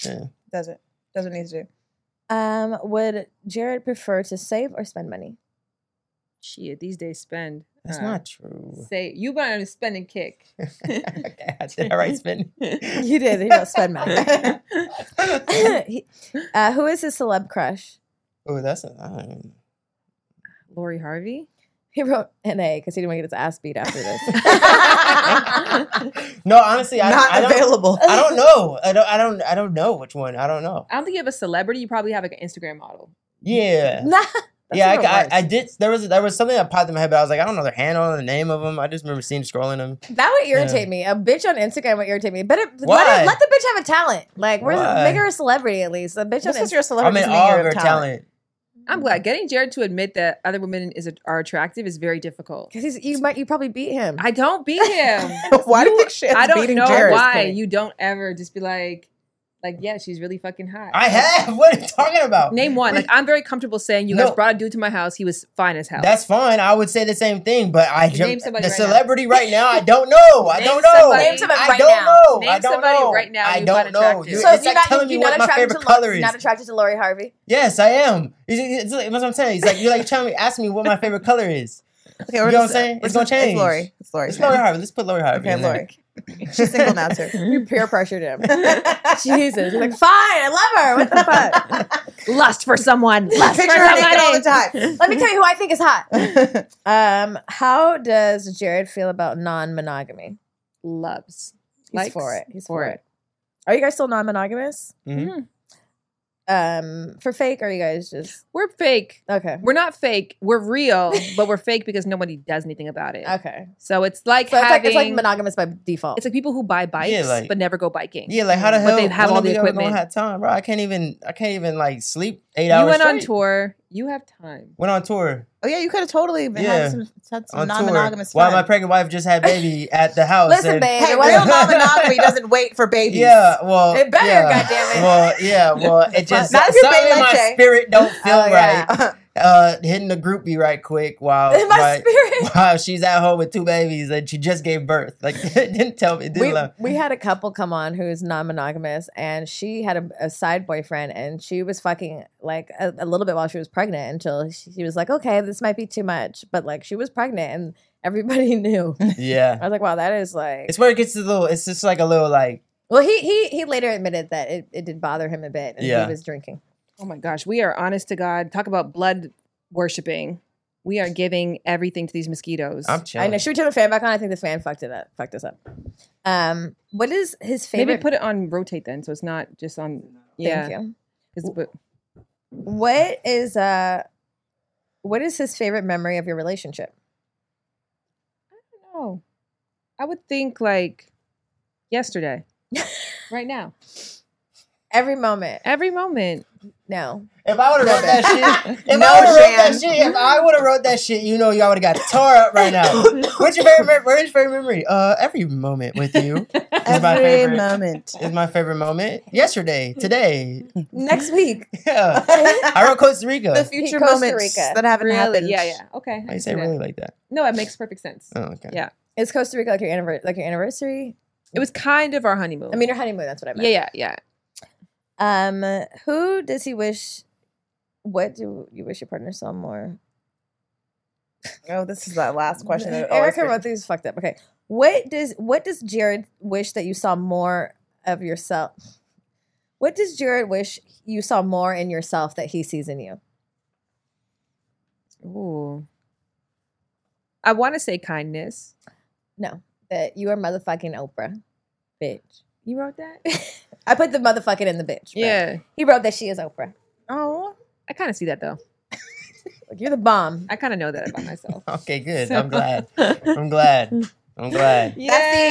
[SPEAKER 3] yeah.
[SPEAKER 2] Does it? Does what it needs to do.
[SPEAKER 1] Um, would Jared prefer to save or spend money?
[SPEAKER 4] Shit, these days spend.
[SPEAKER 3] That's
[SPEAKER 4] uh,
[SPEAKER 3] not true.
[SPEAKER 4] Say you better on a spending kick.
[SPEAKER 3] okay, I did I right spin?
[SPEAKER 1] You did. He don't spend money.
[SPEAKER 3] oh,
[SPEAKER 1] He- uh, who is his celeb crush?
[SPEAKER 3] that's a, I don't even-
[SPEAKER 4] Lori Harvey.
[SPEAKER 1] He wrote NA because he didn't want to get his ass beat after this.
[SPEAKER 3] No, honestly, I,
[SPEAKER 2] Not
[SPEAKER 3] I don't
[SPEAKER 2] available.
[SPEAKER 3] I don't know. I don't I don't I don't know which one. I don't know.
[SPEAKER 4] I don't think you have a celebrity. You probably have like an Instagram model.
[SPEAKER 3] Yeah.
[SPEAKER 1] nah,
[SPEAKER 3] yeah,
[SPEAKER 1] even
[SPEAKER 3] I, I,
[SPEAKER 1] worse.
[SPEAKER 3] I did. There was there was something that popped in my head, but I was like, I don't know their handle or the name of them. I just remember seeing scrolling them.
[SPEAKER 1] that would irritate me. A bitch on Instagram would irritate me. But it, let,
[SPEAKER 3] Why?
[SPEAKER 1] it, let the bitch have a talent. Like, where's
[SPEAKER 3] Why?
[SPEAKER 1] make her a celebrity at least? A bitch
[SPEAKER 2] Just
[SPEAKER 1] on
[SPEAKER 2] because you're a
[SPEAKER 3] I
[SPEAKER 2] celebrity
[SPEAKER 3] mean,
[SPEAKER 2] doesn't mean
[SPEAKER 3] all
[SPEAKER 2] you're
[SPEAKER 3] of her
[SPEAKER 2] a talent.
[SPEAKER 3] talent.
[SPEAKER 4] I'm glad getting Jared to admit that other women is are attractive is very difficult.
[SPEAKER 1] because Oh, he's you might you probably beat him.
[SPEAKER 4] I don't beat him.
[SPEAKER 2] why do you
[SPEAKER 4] You-
[SPEAKER 2] think shit's
[SPEAKER 4] I don't
[SPEAKER 2] beating
[SPEAKER 4] know
[SPEAKER 2] Jared?
[SPEAKER 4] why you don't ever just be like, like yeah, she's really fucking hot.
[SPEAKER 3] I have. What are you talking about?
[SPEAKER 4] Name one.
[SPEAKER 3] We-
[SPEAKER 4] Like I'm very comfortable saying you
[SPEAKER 3] No.
[SPEAKER 4] guys brought a dude to my house. He was fine as hell.
[SPEAKER 3] that's fine. I would say the same thing, but I
[SPEAKER 4] Name
[SPEAKER 3] jump,
[SPEAKER 4] somebody
[SPEAKER 3] the
[SPEAKER 4] right now.
[SPEAKER 3] celebrity right now. I don't know. I
[SPEAKER 4] Name
[SPEAKER 3] don't know.
[SPEAKER 4] somebody- Name
[SPEAKER 1] somebody
[SPEAKER 3] I
[SPEAKER 1] right
[SPEAKER 3] don't
[SPEAKER 1] now.
[SPEAKER 3] know. I
[SPEAKER 4] Name
[SPEAKER 3] don't
[SPEAKER 4] somebody
[SPEAKER 3] know.
[SPEAKER 4] right now
[SPEAKER 3] I
[SPEAKER 4] you
[SPEAKER 3] don't
[SPEAKER 4] find
[SPEAKER 3] know.
[SPEAKER 4] attractive.
[SPEAKER 3] You,
[SPEAKER 4] So
[SPEAKER 3] it's like telling me what my
[SPEAKER 1] attracted
[SPEAKER 3] favorite
[SPEAKER 1] to Lo-
[SPEAKER 3] color
[SPEAKER 1] you're
[SPEAKER 3] is.
[SPEAKER 1] not attracted to Lori Harvey.
[SPEAKER 3] yes, I am. It's, it's like, that's what I'm saying. He's like you're like telling me, asking me what my favorite color is.
[SPEAKER 2] Okay,
[SPEAKER 3] You
[SPEAKER 2] we're
[SPEAKER 3] know what I'm
[SPEAKER 2] just-
[SPEAKER 3] saying?
[SPEAKER 2] we're
[SPEAKER 3] It's gonna
[SPEAKER 2] just-
[SPEAKER 3] change.
[SPEAKER 2] It's Lori. It's Lori.
[SPEAKER 3] It's Lori Harvey. Let's put Lori Harvey.
[SPEAKER 2] Okay,
[SPEAKER 3] in there.
[SPEAKER 2] Lori. She's single now too.
[SPEAKER 1] You peer pressured him. Jesus. You're like, fine, I love her. What the fuck?
[SPEAKER 4] lust for someone. Lust
[SPEAKER 2] Picture her naked all the time.
[SPEAKER 1] Let me tell you who I think is hot. Um, how does Jared feel about non monogamy?
[SPEAKER 4] Loves.
[SPEAKER 1] He's
[SPEAKER 4] Likes Mm-hmm.
[SPEAKER 1] for it. He's for, it. Are you guys still non monogamous?
[SPEAKER 3] Mhm.
[SPEAKER 1] um for fake or are you guys just
[SPEAKER 4] We're fake.
[SPEAKER 1] Okay.
[SPEAKER 4] We're not fake. We're real, but we're fake because nobody does anything about it.
[SPEAKER 1] Okay.
[SPEAKER 4] So it's like
[SPEAKER 1] Uh, So it's like-
[SPEAKER 4] having,
[SPEAKER 1] it's like monogamous by default.
[SPEAKER 4] It's like people who buy bikes
[SPEAKER 3] Yeah, like-
[SPEAKER 4] but never go biking.
[SPEAKER 3] Yeah, like how the hell?
[SPEAKER 4] But they have
[SPEAKER 3] when
[SPEAKER 4] all
[SPEAKER 3] are
[SPEAKER 4] the
[SPEAKER 3] we ever gonna
[SPEAKER 4] equipment.
[SPEAKER 3] Have time, bro. I can't even. I can't even like sleep eight
[SPEAKER 4] you
[SPEAKER 3] hours.
[SPEAKER 4] went on
[SPEAKER 3] straight.
[SPEAKER 4] tour. You have time.
[SPEAKER 3] Went on tour.
[SPEAKER 2] Oh yeah, you could have totally been
[SPEAKER 3] Yeah.
[SPEAKER 2] had some, had some
[SPEAKER 3] on tour.
[SPEAKER 2] non-monogamous
[SPEAKER 3] While
[SPEAKER 2] fun.
[SPEAKER 3] my pregnant wife just had baby at the house.
[SPEAKER 2] Listen,
[SPEAKER 3] and-
[SPEAKER 2] babe, Hey, it wasn't- real non-monogamy doesn't wait for babies.
[SPEAKER 3] Yeah, well,
[SPEAKER 2] It better,
[SPEAKER 3] yeah.
[SPEAKER 2] goddammit.
[SPEAKER 3] Well, yeah, well, it just
[SPEAKER 2] Not if you're
[SPEAKER 3] something in
[SPEAKER 2] Bangladesh.
[SPEAKER 3] my spirit don't feel
[SPEAKER 2] Oh, yeah.
[SPEAKER 3] right. Uh, hitting the groupie right quick while
[SPEAKER 2] In my
[SPEAKER 3] while-
[SPEAKER 1] spirit.
[SPEAKER 3] while she's at home with two babies and she just gave birth. Like it didn't tell me. It didn't
[SPEAKER 1] we,
[SPEAKER 3] love.
[SPEAKER 1] we had a couple come on who's non-monogamous and she had a, a side boyfriend and she was fucking like a, a little bit while she was pregnant until she, she was like okay this might be too much but like she was pregnant and everybody knew
[SPEAKER 3] Yeah,
[SPEAKER 1] i was like wow that is like
[SPEAKER 3] it's where it gets a little. It's just like a little like
[SPEAKER 1] well he he he later admitted that it, it did bother him a bit and
[SPEAKER 3] Yeah.
[SPEAKER 1] he was drinking
[SPEAKER 4] Oh my gosh, we are honest to God. Talk about blood worshiping. We are giving everything to these mosquitoes.
[SPEAKER 3] I'm
[SPEAKER 1] i know should we turn the fan back on i think the fan fucked it up fucked us up um what is his favorite
[SPEAKER 4] Maybe put it on rotate then, so it's not just on. Yeah.
[SPEAKER 1] you.
[SPEAKER 4] 'Cause the-
[SPEAKER 1] what is uh what is his favorite memory of your relationship
[SPEAKER 4] Oh, I would think like yesterday, right now,
[SPEAKER 1] every moment,
[SPEAKER 4] every moment.
[SPEAKER 1] No,
[SPEAKER 3] If I would have wrote that shit, if
[SPEAKER 4] No,
[SPEAKER 3] I would have wrote
[SPEAKER 4] Shan.
[SPEAKER 3] that shit, if I would have wrote that shit, you know, y'all would have got tore up right now. What's your favorite? mem- Where's your favorite memory? Uh, every moment with you. Is
[SPEAKER 2] Every
[SPEAKER 3] favorite,
[SPEAKER 2] moment.
[SPEAKER 3] is my favorite moment. Yesterday, today,
[SPEAKER 1] next week.
[SPEAKER 3] yeah. I wrote Costa Rica.
[SPEAKER 2] The future
[SPEAKER 1] Costa
[SPEAKER 2] moments
[SPEAKER 1] Rica.
[SPEAKER 2] that haven't
[SPEAKER 4] Really?
[SPEAKER 2] happened.
[SPEAKER 4] Yeah, yeah. Okay.
[SPEAKER 3] Why you say really like that?
[SPEAKER 4] No, it makes perfect sense.
[SPEAKER 3] Oh, okay.
[SPEAKER 4] Yeah.
[SPEAKER 1] Is Costa Rica like your anniversary? Like your anniversary?
[SPEAKER 4] It was kind of our honeymoon.
[SPEAKER 1] I mean, your honeymoon. That's what I meant.
[SPEAKER 4] yeah, yeah, yeah.
[SPEAKER 1] Um, who does he wish? What do you wish your partner saw more?
[SPEAKER 2] Oh, this is that last question. that always
[SPEAKER 1] Erica wrote these fucked up. Okay, what does what does Jared wish that you saw more of yourself? What does Jared wish you saw more in yourself that he sees in you?
[SPEAKER 4] Ooh. I want to say kindness.
[SPEAKER 1] No, that you are motherfucking Oprah, bitch.
[SPEAKER 4] You wrote that?
[SPEAKER 1] I put the motherfucking in the bitch. but
[SPEAKER 4] Yeah.
[SPEAKER 1] he wrote that she is Oprah.
[SPEAKER 2] Oh,
[SPEAKER 4] I kind of see that though.
[SPEAKER 1] Like you're the bomb.
[SPEAKER 4] I kind of know that about myself.
[SPEAKER 3] Okay, good. I'm glad. I'm glad. I'm glad.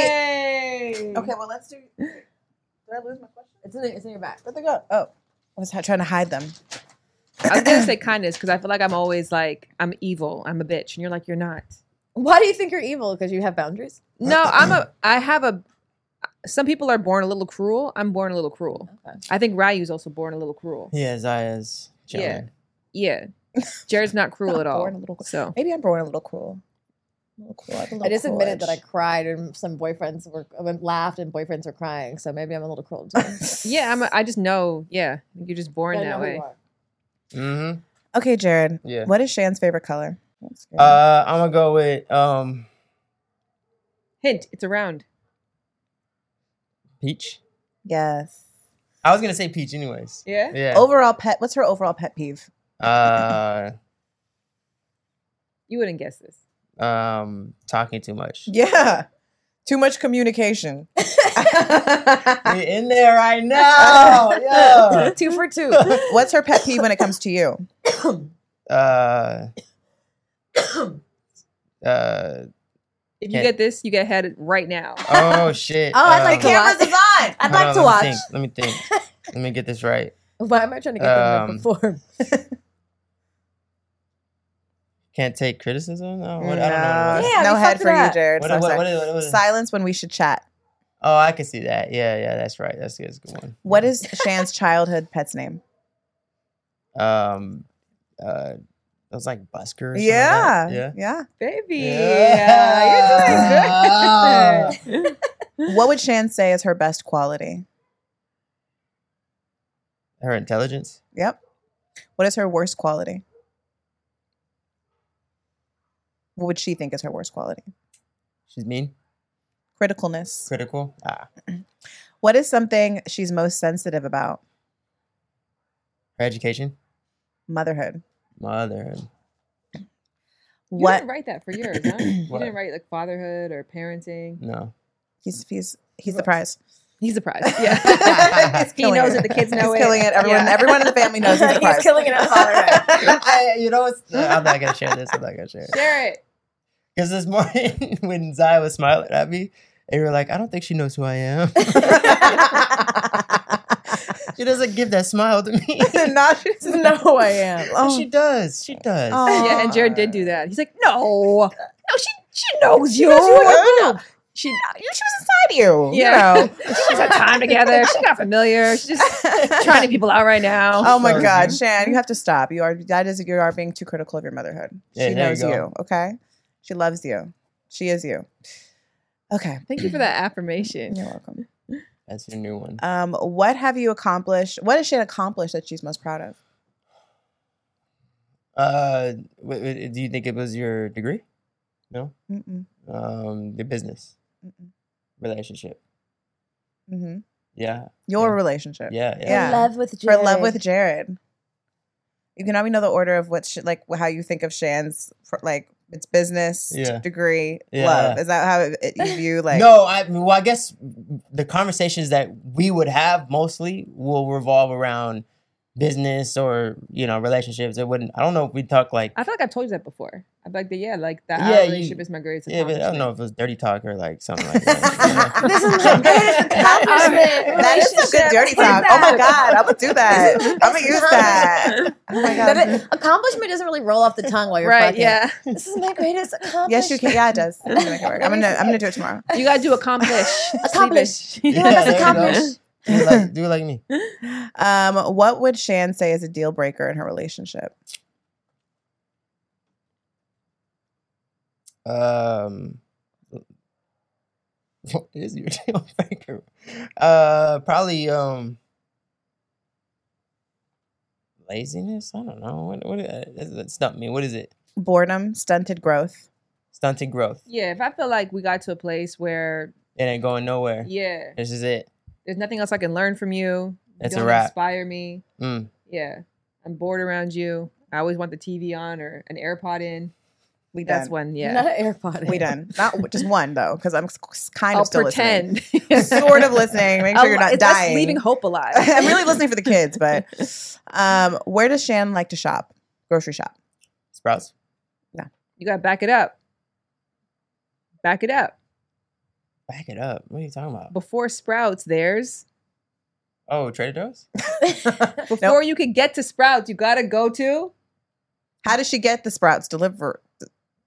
[SPEAKER 4] Yay!
[SPEAKER 2] Okay, well, let's do. Did I lose my question?
[SPEAKER 1] It's in, it's in your back.
[SPEAKER 2] Where'd they go? Oh, I was trying to hide them.
[SPEAKER 4] I was gonna say kindness because I feel like I'm always like I'm evil. I'm a bitch, and you're like you're not.
[SPEAKER 1] Why do you think you're evil? Because you have boundaries.
[SPEAKER 4] No, I'm a. Uh, I have a. uh, Some people are born a little cruel. I'm born a little cruel. I think Ryu's also born a little cruel.
[SPEAKER 3] Yeah, Zaya's chilling.
[SPEAKER 4] Yeah, yeah. Jared's not cruel at all.
[SPEAKER 2] born a little cruel.
[SPEAKER 4] So
[SPEAKER 2] Maybe I'm born a little cruel. A little cruel. I'm a
[SPEAKER 1] I
[SPEAKER 2] little
[SPEAKER 1] just admitted that I
[SPEAKER 2] cruel-ish.
[SPEAKER 1] cried, and some boyfriends were I mean, laughed, and boyfriends were crying. So maybe I'm a little cruel. Too.
[SPEAKER 4] yeah, I'm. A, I just know. Yeah, you're just born
[SPEAKER 1] I know
[SPEAKER 4] that
[SPEAKER 1] who
[SPEAKER 4] way.
[SPEAKER 1] you are.
[SPEAKER 3] Mm-hmm.
[SPEAKER 2] Okay, Jared.
[SPEAKER 3] Yeah.
[SPEAKER 2] What is Shan's favorite color? That's good.
[SPEAKER 3] Uh, I'm gonna go with um
[SPEAKER 4] Hint: It's around.
[SPEAKER 3] peach.
[SPEAKER 2] yes.
[SPEAKER 3] I was gonna say peach, anyways.
[SPEAKER 4] Yeah?
[SPEAKER 3] Yeah.
[SPEAKER 2] Overall pet. What's her overall pet peeve?
[SPEAKER 3] uh,
[SPEAKER 4] You wouldn't guess this.
[SPEAKER 3] um, talking too much.
[SPEAKER 2] Yeah. Too much communication.
[SPEAKER 3] We in there right now. Yeah.
[SPEAKER 1] two for two.
[SPEAKER 2] What's her pet peeve when it comes to you?
[SPEAKER 3] Uh, uh,
[SPEAKER 4] If you
[SPEAKER 3] Can't-
[SPEAKER 4] get this, you get head right now.
[SPEAKER 3] oh shit.
[SPEAKER 1] Oh, I'd like
[SPEAKER 3] Um,
[SPEAKER 1] to watch.
[SPEAKER 2] on.
[SPEAKER 1] I'd
[SPEAKER 3] hold
[SPEAKER 1] like
[SPEAKER 3] on,
[SPEAKER 1] to
[SPEAKER 3] let
[SPEAKER 1] watch.
[SPEAKER 3] me think, Let me think. let me get this right.
[SPEAKER 1] Why am I trying to get them
[SPEAKER 3] Um,
[SPEAKER 1] to perform?
[SPEAKER 3] Can't take criticism. No,
[SPEAKER 2] No,
[SPEAKER 3] what- I don't know. what it was.
[SPEAKER 1] Yeah,
[SPEAKER 2] no
[SPEAKER 1] we
[SPEAKER 2] head
[SPEAKER 1] fucked
[SPEAKER 2] for
[SPEAKER 1] it
[SPEAKER 2] you,
[SPEAKER 1] up.
[SPEAKER 2] Jared.
[SPEAKER 3] What-
[SPEAKER 2] So
[SPEAKER 3] what-
[SPEAKER 2] sorry.
[SPEAKER 3] what is- what is-
[SPEAKER 2] Silence when we should chat.
[SPEAKER 3] Oh, I can see that. Yeah, yeah, that's right. That's, that's a good one.
[SPEAKER 2] What is Shan's childhood pet's name?
[SPEAKER 3] Um, uh, that was like Busker. Or
[SPEAKER 2] Yeah.
[SPEAKER 3] something like that.
[SPEAKER 2] yeah.
[SPEAKER 4] Baby,
[SPEAKER 3] Yeah.
[SPEAKER 4] yeah, you're doing good.
[SPEAKER 2] What would Shan say is her best quality?
[SPEAKER 3] Her intelligence.
[SPEAKER 2] Yep. What is her worst quality? What would she think is her worst quality?
[SPEAKER 3] She's mean,
[SPEAKER 2] Criticalness.
[SPEAKER 3] critical. Ah,
[SPEAKER 2] What is something she's most sensitive about?
[SPEAKER 3] her education,
[SPEAKER 2] Motherhood.
[SPEAKER 3] mother.
[SPEAKER 4] You
[SPEAKER 2] What
[SPEAKER 4] didn't write that for yours, huh? You
[SPEAKER 3] What?
[SPEAKER 4] didn't write like fatherhood or parenting.
[SPEAKER 3] No,
[SPEAKER 2] he's he's he's the prize.
[SPEAKER 4] He's a prize. Yeah. he
[SPEAKER 2] Killing
[SPEAKER 4] knows
[SPEAKER 2] it.
[SPEAKER 4] it. The kids know
[SPEAKER 2] He's
[SPEAKER 4] it.
[SPEAKER 2] killing it. Everyone- everyone in the family knows he's a prize.
[SPEAKER 1] killing it. I'm sorry.
[SPEAKER 3] I, you know, what's- I'm not gonna share this. I'm not gonna share it.
[SPEAKER 4] Share it.
[SPEAKER 3] Because this morning when Zaya was smiling at me, they were like, I don't think she knows who I am. she doesn't give that smile to me.
[SPEAKER 2] no, she doesn't
[SPEAKER 1] know who I am.
[SPEAKER 3] She does. She does.
[SPEAKER 4] Yeah, and Jared did do that. He's like, no, no, she she knows
[SPEAKER 2] She
[SPEAKER 4] you.
[SPEAKER 2] knows you
[SPEAKER 4] No. She,
[SPEAKER 2] she was inside you.
[SPEAKER 4] yeah.
[SPEAKER 2] You know.
[SPEAKER 4] she has time together. She got familiar. She's just trying people out right now.
[SPEAKER 2] Oh my God, Shan, you have to stop. You are that is you are being too critical of your motherhood.
[SPEAKER 3] Yeah,
[SPEAKER 2] she
[SPEAKER 3] there you
[SPEAKER 2] knows
[SPEAKER 3] go.
[SPEAKER 2] you, okay? She loves you. She is you. Okay.
[SPEAKER 4] Thank you for that affirmation.
[SPEAKER 2] You're welcome.
[SPEAKER 3] That's your new one.
[SPEAKER 2] Um, what have you accomplished? What has Shan accomplished that she's most proud of?
[SPEAKER 3] Uh, w- w- do you think it was your degree? No.
[SPEAKER 2] Mm-mm.
[SPEAKER 3] Um, your business,
[SPEAKER 2] Mm-mm.
[SPEAKER 3] relationship.
[SPEAKER 2] Mm-hmm.
[SPEAKER 3] Yeah.
[SPEAKER 2] Your relationship.
[SPEAKER 3] Yeah, yeah.
[SPEAKER 2] yeah.
[SPEAKER 3] Her love
[SPEAKER 1] with
[SPEAKER 2] Her love
[SPEAKER 1] Jared.
[SPEAKER 2] with Jared. You can let me know the order of what, sh- like, how you think of Shan's, fr- like, it's business,
[SPEAKER 3] Yeah.
[SPEAKER 2] degree,
[SPEAKER 3] Yeah.
[SPEAKER 2] love. Is that how it, it- you view, like,
[SPEAKER 3] no, I well, I guess the conversations that we would have mostly will revolve around business or you know relationships. It wouldn't. I don't know if we talk like
[SPEAKER 4] I feel like I've told you that before. I'm like, yeah, like that
[SPEAKER 3] Yeah,
[SPEAKER 4] yeah,
[SPEAKER 3] you-
[SPEAKER 4] relationship is my greatest
[SPEAKER 3] yeah, but I don't know if it was dirty talk or like something like that.
[SPEAKER 2] This is my greatest accomplishment. That is some good dirty talk. Oh my god, I'm gonna do that. I'm gonna use that. Oh my
[SPEAKER 1] That
[SPEAKER 2] god.
[SPEAKER 1] it- accomplishment doesn't really roll off the tongue while you're
[SPEAKER 4] Right,
[SPEAKER 1] fucking.
[SPEAKER 4] yeah.
[SPEAKER 1] This is my greatest accomplishment.
[SPEAKER 2] Yes, you can. Yeah, it does. I'm gonna make it work. I'm gonna I'm gonna do it tomorrow.
[SPEAKER 4] You gotta do accomplish.
[SPEAKER 1] Accomplish.
[SPEAKER 3] Yeah,
[SPEAKER 2] that's
[SPEAKER 3] there you go.
[SPEAKER 2] accomplished.
[SPEAKER 3] Do it like, do it like me.
[SPEAKER 2] Um, what would Shan say is a deal breaker in her relationship?
[SPEAKER 3] Um, what is your deal breaker? Uh, probably um, laziness. I don't know. What what that, that stumped me. What is it?
[SPEAKER 2] Boredom, stunted growth.
[SPEAKER 3] Stunted growth.
[SPEAKER 4] Yeah, if I feel like we got to a place where
[SPEAKER 3] It ain't going nowhere.
[SPEAKER 4] yeah,
[SPEAKER 3] This is it.
[SPEAKER 4] there's nothing else I can learn from you. You
[SPEAKER 3] That's a
[SPEAKER 4] don't
[SPEAKER 3] wrap.
[SPEAKER 4] inspire me.
[SPEAKER 3] Mm.
[SPEAKER 4] Yeah, I'm bored around you. I always want the TV on or an AirPod in.
[SPEAKER 2] We done.
[SPEAKER 4] That's one. Yeah,
[SPEAKER 1] Not an AirPod.
[SPEAKER 2] We done. Not just one though, because I'm s- kind of
[SPEAKER 4] I'll
[SPEAKER 2] still
[SPEAKER 4] pretend.
[SPEAKER 2] listening. sort of listening. Make sure you're
[SPEAKER 4] I'll-
[SPEAKER 2] not
[SPEAKER 4] it's us
[SPEAKER 2] dying.
[SPEAKER 4] leaving hope alive.
[SPEAKER 2] I'm really listening for the kids, but um, where does Shan like to shop? Grocery shop.
[SPEAKER 3] Sprouts.
[SPEAKER 4] You gotta back it up. Back it up.
[SPEAKER 3] Back it up. What are you talking about?
[SPEAKER 4] Before Sprouts, there's
[SPEAKER 3] Oh, Trader Joe's.
[SPEAKER 4] before you can get to Sprouts, you gotta go to
[SPEAKER 2] How does she get the sprouts delivered?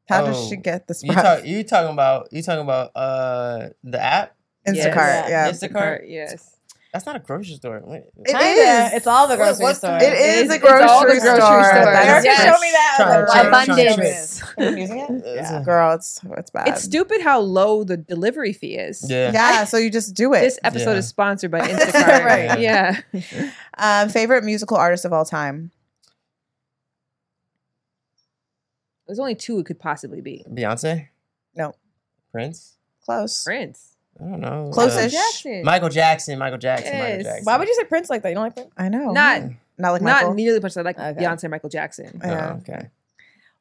[SPEAKER 2] How does she
[SPEAKER 3] Oh,
[SPEAKER 2] get the
[SPEAKER 3] You,
[SPEAKER 2] sprouts?
[SPEAKER 3] talk, you talking about? You talking about uh the app?
[SPEAKER 2] Instacart, yeah.
[SPEAKER 3] Instacart.
[SPEAKER 4] Yes.
[SPEAKER 3] That's not a grocery store. Wait,
[SPEAKER 2] It
[SPEAKER 1] Kinda.
[SPEAKER 2] is.
[SPEAKER 1] It's all the
[SPEAKER 3] What-
[SPEAKER 1] grocery
[SPEAKER 3] what's the-
[SPEAKER 1] store.
[SPEAKER 2] It is
[SPEAKER 4] It's-
[SPEAKER 2] a
[SPEAKER 4] it's all the
[SPEAKER 2] grocery store.
[SPEAKER 4] grocery store. Yes.
[SPEAKER 2] That's-
[SPEAKER 4] Yes.
[SPEAKER 3] Try- try- try- try-
[SPEAKER 1] Abundance.
[SPEAKER 2] using it?
[SPEAKER 3] Yeah.
[SPEAKER 2] Girl, it's it's
[SPEAKER 1] Um,
[SPEAKER 2] bad.
[SPEAKER 4] It's stupid how low the delivery fee is.
[SPEAKER 3] Yeah.
[SPEAKER 2] yeah, so you just do it.
[SPEAKER 4] This episode
[SPEAKER 3] Yeah.
[SPEAKER 4] is sponsored by Instacart.
[SPEAKER 3] Right.
[SPEAKER 4] Yeah.
[SPEAKER 2] um, favorite musical artist of all time.
[SPEAKER 4] There's only two it could possibly be.
[SPEAKER 3] Beyonce.
[SPEAKER 2] No.
[SPEAKER 3] Prince.
[SPEAKER 2] Close.
[SPEAKER 4] Prince.
[SPEAKER 3] I don't know. Um,
[SPEAKER 2] Close-ish.
[SPEAKER 4] Jackson.
[SPEAKER 3] Michael Jackson. Michael Jackson. Michael
[SPEAKER 4] Yes.
[SPEAKER 3] Jackson.
[SPEAKER 1] Why would you say Prince like that? You don't like Prince?
[SPEAKER 2] I know.
[SPEAKER 4] Not
[SPEAKER 2] not Mm.
[SPEAKER 4] not
[SPEAKER 2] like Michael.
[SPEAKER 4] nearly much as I like
[SPEAKER 1] Okay.
[SPEAKER 4] Beyonce and Michael Jackson.
[SPEAKER 2] yeah.
[SPEAKER 3] Oh, okay.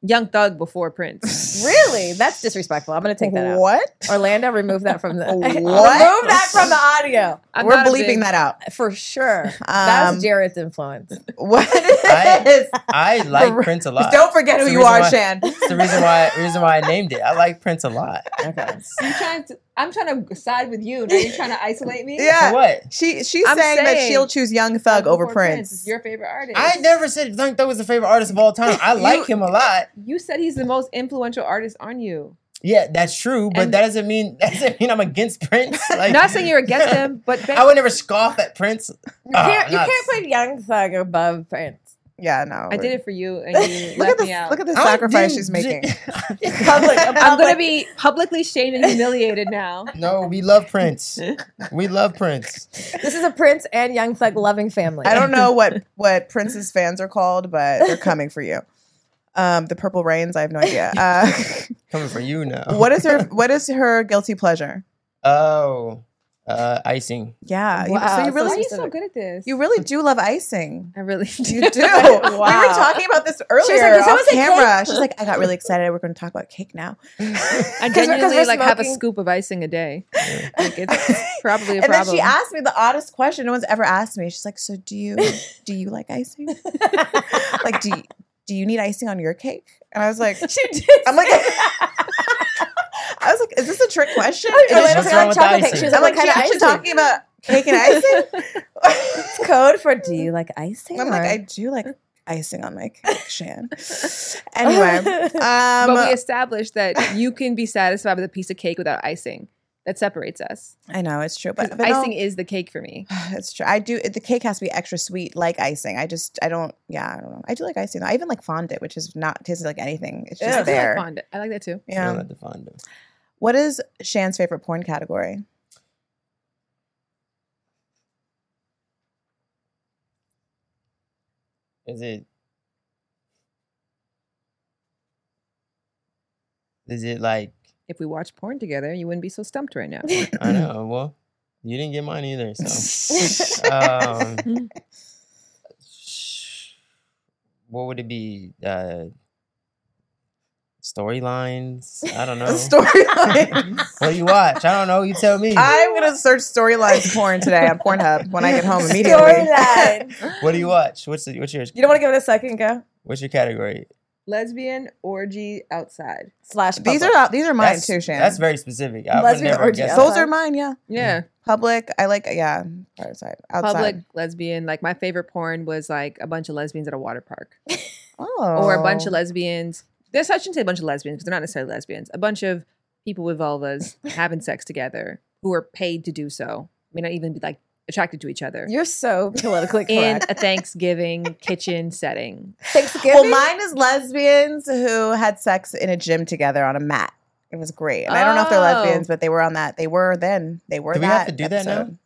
[SPEAKER 4] Young Thug before Prince.
[SPEAKER 1] Really? That's disrespectful. I'm going to take that out.
[SPEAKER 2] What?
[SPEAKER 1] Orlando, remove that from the.
[SPEAKER 2] What?
[SPEAKER 1] remove that from the audio.
[SPEAKER 4] I'm
[SPEAKER 2] We're
[SPEAKER 4] not a
[SPEAKER 2] bleeping
[SPEAKER 4] big-
[SPEAKER 2] that out.
[SPEAKER 1] For sure. that
[SPEAKER 2] Um,
[SPEAKER 1] was Jared's influence.
[SPEAKER 2] What
[SPEAKER 3] I-
[SPEAKER 2] is-
[SPEAKER 3] I like Prince a lot.
[SPEAKER 2] Don't forget
[SPEAKER 3] It's
[SPEAKER 2] who
[SPEAKER 3] the
[SPEAKER 2] you
[SPEAKER 3] reason
[SPEAKER 2] are,
[SPEAKER 3] why-
[SPEAKER 2] Shan.
[SPEAKER 3] It's the reason why reason why I named it. I like Prince a lot.
[SPEAKER 1] Okay.
[SPEAKER 4] I'm trying to, I'm trying to side with you. Now you're trying to isolate me?
[SPEAKER 2] Yeah.
[SPEAKER 3] For what?
[SPEAKER 2] She she's
[SPEAKER 4] I'm
[SPEAKER 2] saying, that
[SPEAKER 4] saying
[SPEAKER 2] she'll choose Young Thug over
[SPEAKER 4] Before
[SPEAKER 2] Prince.
[SPEAKER 4] is your favorite artist.
[SPEAKER 3] I never said Dunk Thug was the favorite artist of all time. I like him a lot.
[SPEAKER 4] You said he's the most influential artist on you.
[SPEAKER 3] Yeah, that's true, but
[SPEAKER 4] And-
[SPEAKER 3] that doesn't mean that doesn't mean I'm against Prince. Like,
[SPEAKER 4] Not saying you're against him, but ba-
[SPEAKER 3] I would never scoff at Prince.
[SPEAKER 1] You can't, you can't put Young Thug above Prince.
[SPEAKER 2] yeah, no.
[SPEAKER 4] I did it for you and you
[SPEAKER 2] Look at
[SPEAKER 4] left
[SPEAKER 2] the
[SPEAKER 4] me out.
[SPEAKER 2] look at the sacrifice she's making.
[SPEAKER 1] Public.
[SPEAKER 4] I'm gonna be publicly shamed and humiliated now.
[SPEAKER 3] No, we love Prince. We love Prince.
[SPEAKER 1] This is a Prince and Young Thug loving family.
[SPEAKER 2] I don't know what what Prince's fans are called, but they're coming for you. Um, the Purple Rains. I have no idea. Uh, Oh.
[SPEAKER 3] Coming for you now.
[SPEAKER 2] what is her What is her guilty pleasure?
[SPEAKER 3] Oh, uh, icing.
[SPEAKER 2] Yeah. you-
[SPEAKER 1] Wow,
[SPEAKER 2] so
[SPEAKER 1] so
[SPEAKER 2] you really
[SPEAKER 1] specific. good at this.
[SPEAKER 2] You really do love icing.
[SPEAKER 4] I really do.
[SPEAKER 2] You do.
[SPEAKER 1] Wow.
[SPEAKER 2] We were talking about this earlier
[SPEAKER 1] She was like, "Did someone
[SPEAKER 2] off
[SPEAKER 1] say
[SPEAKER 2] camera.
[SPEAKER 1] cake?"
[SPEAKER 2] She's like, I got really excited. We're going to talk about cake now.
[SPEAKER 1] I
[SPEAKER 2] 'Cause we're- 'cause
[SPEAKER 1] genuinely
[SPEAKER 2] we're
[SPEAKER 1] like have a
[SPEAKER 2] smoking.
[SPEAKER 1] scoop of icing a day. Like, it's probably a
[SPEAKER 2] and then
[SPEAKER 1] problem.
[SPEAKER 2] she asked me the oddest question no one's ever asked me. She's like, "So do you do you like icing? like do you, do you need icing on your cake?" And I was like, "She did." I'm like, I was like, "Is this a trick question?"
[SPEAKER 4] What's
[SPEAKER 2] And then
[SPEAKER 4] wrong with icing?
[SPEAKER 2] She was like, I'm like,
[SPEAKER 4] What kind
[SPEAKER 2] "She
[SPEAKER 4] of
[SPEAKER 2] actually
[SPEAKER 4] icing?"
[SPEAKER 2] talking about cake and icing?"
[SPEAKER 4] It's code for do you like icing?
[SPEAKER 2] I'm like,
[SPEAKER 4] or-
[SPEAKER 2] "I do like icing on my cake, Shan." Anyway, um,
[SPEAKER 1] but we established that you can be satisfied with a piece of cake without icing. That separates us.
[SPEAKER 2] I know it's true,
[SPEAKER 1] 'Cause
[SPEAKER 2] but, but
[SPEAKER 1] icing
[SPEAKER 2] no,
[SPEAKER 1] is the cake for me.
[SPEAKER 2] it's true. I do. The cake has to be extra sweet, like icing. I just, I don't. Yeah, I don't know. I do like icing. though. I even like fondant, which is not tastes like anything. It's
[SPEAKER 1] I
[SPEAKER 2] just
[SPEAKER 1] do like
[SPEAKER 2] there.
[SPEAKER 1] fondant. I like that too.
[SPEAKER 2] Yeah.
[SPEAKER 3] Not the fondant.
[SPEAKER 2] What is Shan's favorite porn category?
[SPEAKER 3] Is it? Is it like
[SPEAKER 1] If we watched porn together, you wouldn't be so stumped right now.
[SPEAKER 3] I know? Well, you didn't get mine either, so. um, what would it be? Uh, storylines? I don't know.
[SPEAKER 2] Storylines.
[SPEAKER 3] what you watch? I don't know. You tell me.
[SPEAKER 2] I'm gonna search storylines porn today on Pornhub when I get home immediately.
[SPEAKER 4] Storyline.
[SPEAKER 3] What do you watch? What's the, what's yours?
[SPEAKER 4] you don't want to give it a second go?
[SPEAKER 3] What's your category?
[SPEAKER 1] Lesbian orgy outside.
[SPEAKER 4] Slash.
[SPEAKER 2] These are these are mine
[SPEAKER 3] That's-
[SPEAKER 2] too, Shan.
[SPEAKER 3] That's very specific. I would
[SPEAKER 2] Lesbian
[SPEAKER 3] never
[SPEAKER 2] orgy
[SPEAKER 3] guess
[SPEAKER 2] Those
[SPEAKER 3] that.
[SPEAKER 2] are mine. Yeah.
[SPEAKER 1] Yeah.
[SPEAKER 2] Public. I like. Yeah. Outside. Outside.
[SPEAKER 1] Public lesbian. Like my favorite porn was like a bunch of lesbians at a water park.
[SPEAKER 2] Oh.
[SPEAKER 1] Or a bunch of lesbians. There's I shouldn't say a bunch of lesbians because they're not necessarily lesbians. A bunch of people with vulvas having sex together who are paid to do so. May not even be like attracted to each other.
[SPEAKER 4] You're so politically
[SPEAKER 1] in
[SPEAKER 4] correct.
[SPEAKER 1] a Thanksgiving kitchen setting.
[SPEAKER 4] Thanksgiving.
[SPEAKER 2] Well, mine is lesbians who had sex in a gym together on a mat. It was great. And I don't know if they're
[SPEAKER 1] Oh.
[SPEAKER 2] lesbians, but they were on that. They were then. They were
[SPEAKER 3] Do we
[SPEAKER 2] that.
[SPEAKER 3] have to do that now?
[SPEAKER 2] episode.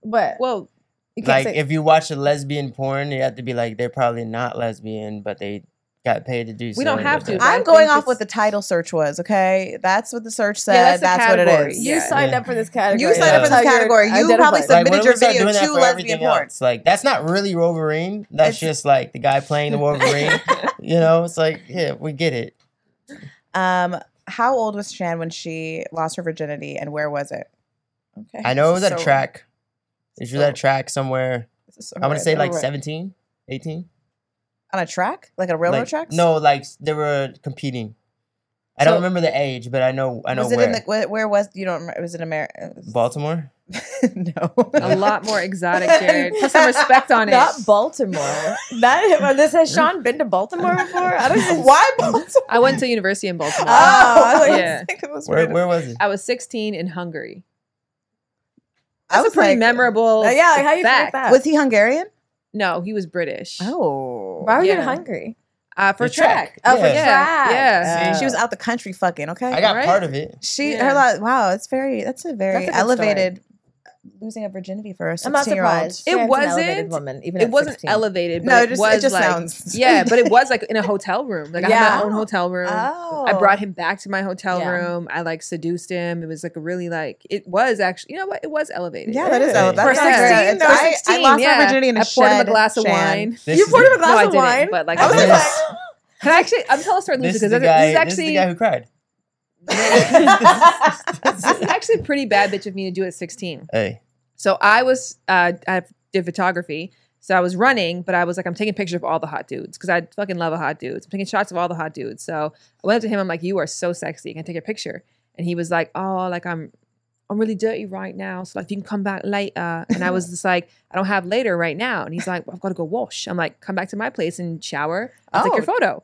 [SPEAKER 4] What?
[SPEAKER 1] Well,
[SPEAKER 4] you
[SPEAKER 3] Like
[SPEAKER 4] can't say.
[SPEAKER 3] if you watch a lesbian porn, you have to be like they're probably not lesbian, but they got paid to do. so
[SPEAKER 1] We don't have to, but I
[SPEAKER 2] I'm going
[SPEAKER 1] think
[SPEAKER 2] off
[SPEAKER 1] it's-
[SPEAKER 2] what the title search was, okay? That's what the search said.
[SPEAKER 1] Yeah, that's
[SPEAKER 2] that's
[SPEAKER 1] the
[SPEAKER 2] what it
[SPEAKER 1] category.
[SPEAKER 2] is.
[SPEAKER 4] you
[SPEAKER 1] Yeah.
[SPEAKER 4] signed
[SPEAKER 3] Yeah.
[SPEAKER 4] up for this category.
[SPEAKER 2] You signed
[SPEAKER 3] up
[SPEAKER 4] That's
[SPEAKER 3] for
[SPEAKER 2] this
[SPEAKER 4] how you're
[SPEAKER 2] category. You
[SPEAKER 4] identified.
[SPEAKER 2] probably said-
[SPEAKER 3] Like,
[SPEAKER 2] submitted
[SPEAKER 3] when do
[SPEAKER 2] your
[SPEAKER 3] we start
[SPEAKER 2] video
[SPEAKER 3] doing that
[SPEAKER 2] to
[SPEAKER 3] for
[SPEAKER 2] lesbian
[SPEAKER 3] everything
[SPEAKER 2] porn.
[SPEAKER 3] else? Like that's not really Wolverine. That's
[SPEAKER 2] It's-
[SPEAKER 3] just like the guy playing the Wolverine. you know, it's like yeah, we get it.
[SPEAKER 2] Um, how old was Shan when she lost her virginity and where was it? Okay.
[SPEAKER 3] I know it was
[SPEAKER 2] This
[SPEAKER 3] at
[SPEAKER 2] is
[SPEAKER 3] a
[SPEAKER 2] so-
[SPEAKER 3] track. It was at a track somewhere.
[SPEAKER 2] this is so
[SPEAKER 3] I want to say like
[SPEAKER 2] random.
[SPEAKER 3] 17, 18.
[SPEAKER 2] On a track? Like a railroad
[SPEAKER 3] Like,
[SPEAKER 2] track?
[SPEAKER 3] No, like they were competing. I don't
[SPEAKER 2] So-
[SPEAKER 3] remember the age, but I know I know
[SPEAKER 2] was it
[SPEAKER 3] where.
[SPEAKER 2] in the where, where was you don't remember was it America
[SPEAKER 3] Baltimore.
[SPEAKER 2] no
[SPEAKER 1] A lot more exotic, Jared. Put some respect on it. Mm.
[SPEAKER 4] Not Baltimore. That this has Sean been to Baltimore before? I don't even.
[SPEAKER 2] Why Baltimore?
[SPEAKER 1] I went to university in Baltimore.
[SPEAKER 2] Oh,
[SPEAKER 1] Yeah.
[SPEAKER 2] I, was thinking it was
[SPEAKER 3] Where
[SPEAKER 2] random.
[SPEAKER 3] where was it?
[SPEAKER 1] I was 16 in Hungary.
[SPEAKER 2] I
[SPEAKER 1] That's
[SPEAKER 2] was
[SPEAKER 1] a pretty
[SPEAKER 2] like,
[SPEAKER 1] memorable.
[SPEAKER 4] Uh, yeah, like, how you feel
[SPEAKER 1] fact.
[SPEAKER 4] that?
[SPEAKER 2] Was he Hungarian?
[SPEAKER 1] No, he was British.
[SPEAKER 2] Oh,
[SPEAKER 4] Why were you
[SPEAKER 1] Yeah.
[SPEAKER 4] hungry?
[SPEAKER 1] Uh, for
[SPEAKER 3] The
[SPEAKER 1] track.
[SPEAKER 3] track.
[SPEAKER 4] Oh, for
[SPEAKER 3] Yeah.
[SPEAKER 1] Yeah.
[SPEAKER 4] track.
[SPEAKER 1] yeah.
[SPEAKER 2] See, she was out the country fucking. Okay,
[SPEAKER 3] I got
[SPEAKER 1] Right.
[SPEAKER 3] part of it.
[SPEAKER 2] she
[SPEAKER 1] Yeah.
[SPEAKER 2] her lot. Wow, it's very. That's a very
[SPEAKER 4] That's a good
[SPEAKER 2] elevated losing of virginity for a
[SPEAKER 4] I'm not
[SPEAKER 2] sixteen-year-old.
[SPEAKER 4] surprised.
[SPEAKER 1] It
[SPEAKER 4] Shan's an elevated
[SPEAKER 1] wasn't-
[SPEAKER 4] Woman, even
[SPEAKER 1] It
[SPEAKER 4] at
[SPEAKER 1] wasn't
[SPEAKER 4] 16.
[SPEAKER 1] elevated, but
[SPEAKER 2] No,
[SPEAKER 1] it,
[SPEAKER 2] it just- it
[SPEAKER 1] was
[SPEAKER 2] just
[SPEAKER 1] like
[SPEAKER 2] sounds-
[SPEAKER 1] yeah, but it was like in a hotel room. Like I had
[SPEAKER 4] Yeah.
[SPEAKER 1] my own hotel room.
[SPEAKER 2] Oh,
[SPEAKER 1] I brought him back to my hotel
[SPEAKER 4] Yeah.
[SPEAKER 1] room. I like seduced him. It was like a really like it was actually you know what it was elevated.
[SPEAKER 2] Yeah, that is
[SPEAKER 3] Yeah.
[SPEAKER 2] elevated.
[SPEAKER 1] For
[SPEAKER 2] That's not
[SPEAKER 1] sixteen,
[SPEAKER 2] bad.
[SPEAKER 1] though.
[SPEAKER 2] I- I, lost
[SPEAKER 1] yeah.
[SPEAKER 2] my virginity in a
[SPEAKER 1] I poured him a
[SPEAKER 2] shed,
[SPEAKER 1] glass of
[SPEAKER 2] Shan.
[SPEAKER 1] wine.
[SPEAKER 3] This
[SPEAKER 4] You
[SPEAKER 3] is
[SPEAKER 4] poured
[SPEAKER 3] the-
[SPEAKER 4] him a glass
[SPEAKER 1] no, I
[SPEAKER 4] of
[SPEAKER 1] didn't,
[SPEAKER 4] wine.
[SPEAKER 1] But like,
[SPEAKER 2] I was
[SPEAKER 1] this-
[SPEAKER 2] like,
[SPEAKER 1] can I actually? I'm telling a story
[SPEAKER 3] This
[SPEAKER 1] because
[SPEAKER 3] is the
[SPEAKER 1] this,
[SPEAKER 3] guy.
[SPEAKER 1] this is
[SPEAKER 3] this is
[SPEAKER 1] actually
[SPEAKER 3] the guy who cried.
[SPEAKER 1] this is actually pretty bad bitch of me to do at 16.
[SPEAKER 3] Hey,
[SPEAKER 1] So I was uh, I did photography. So I was running, but I was like, I'm taking pictures of all the hot dudes because I fucking love a hot dudes. I'm taking shots of all the hot dudes. So I went up to him. I'm like, you are so sexy. Can I take a picture? And he was like, oh, like I'm, I'm really dirty right now. So like, you can come back later. And I was just like, I don't have later right now. And he's like, well, I've got to go wash. I'm like, come back to my place and shower. I'll take your
[SPEAKER 2] Oh.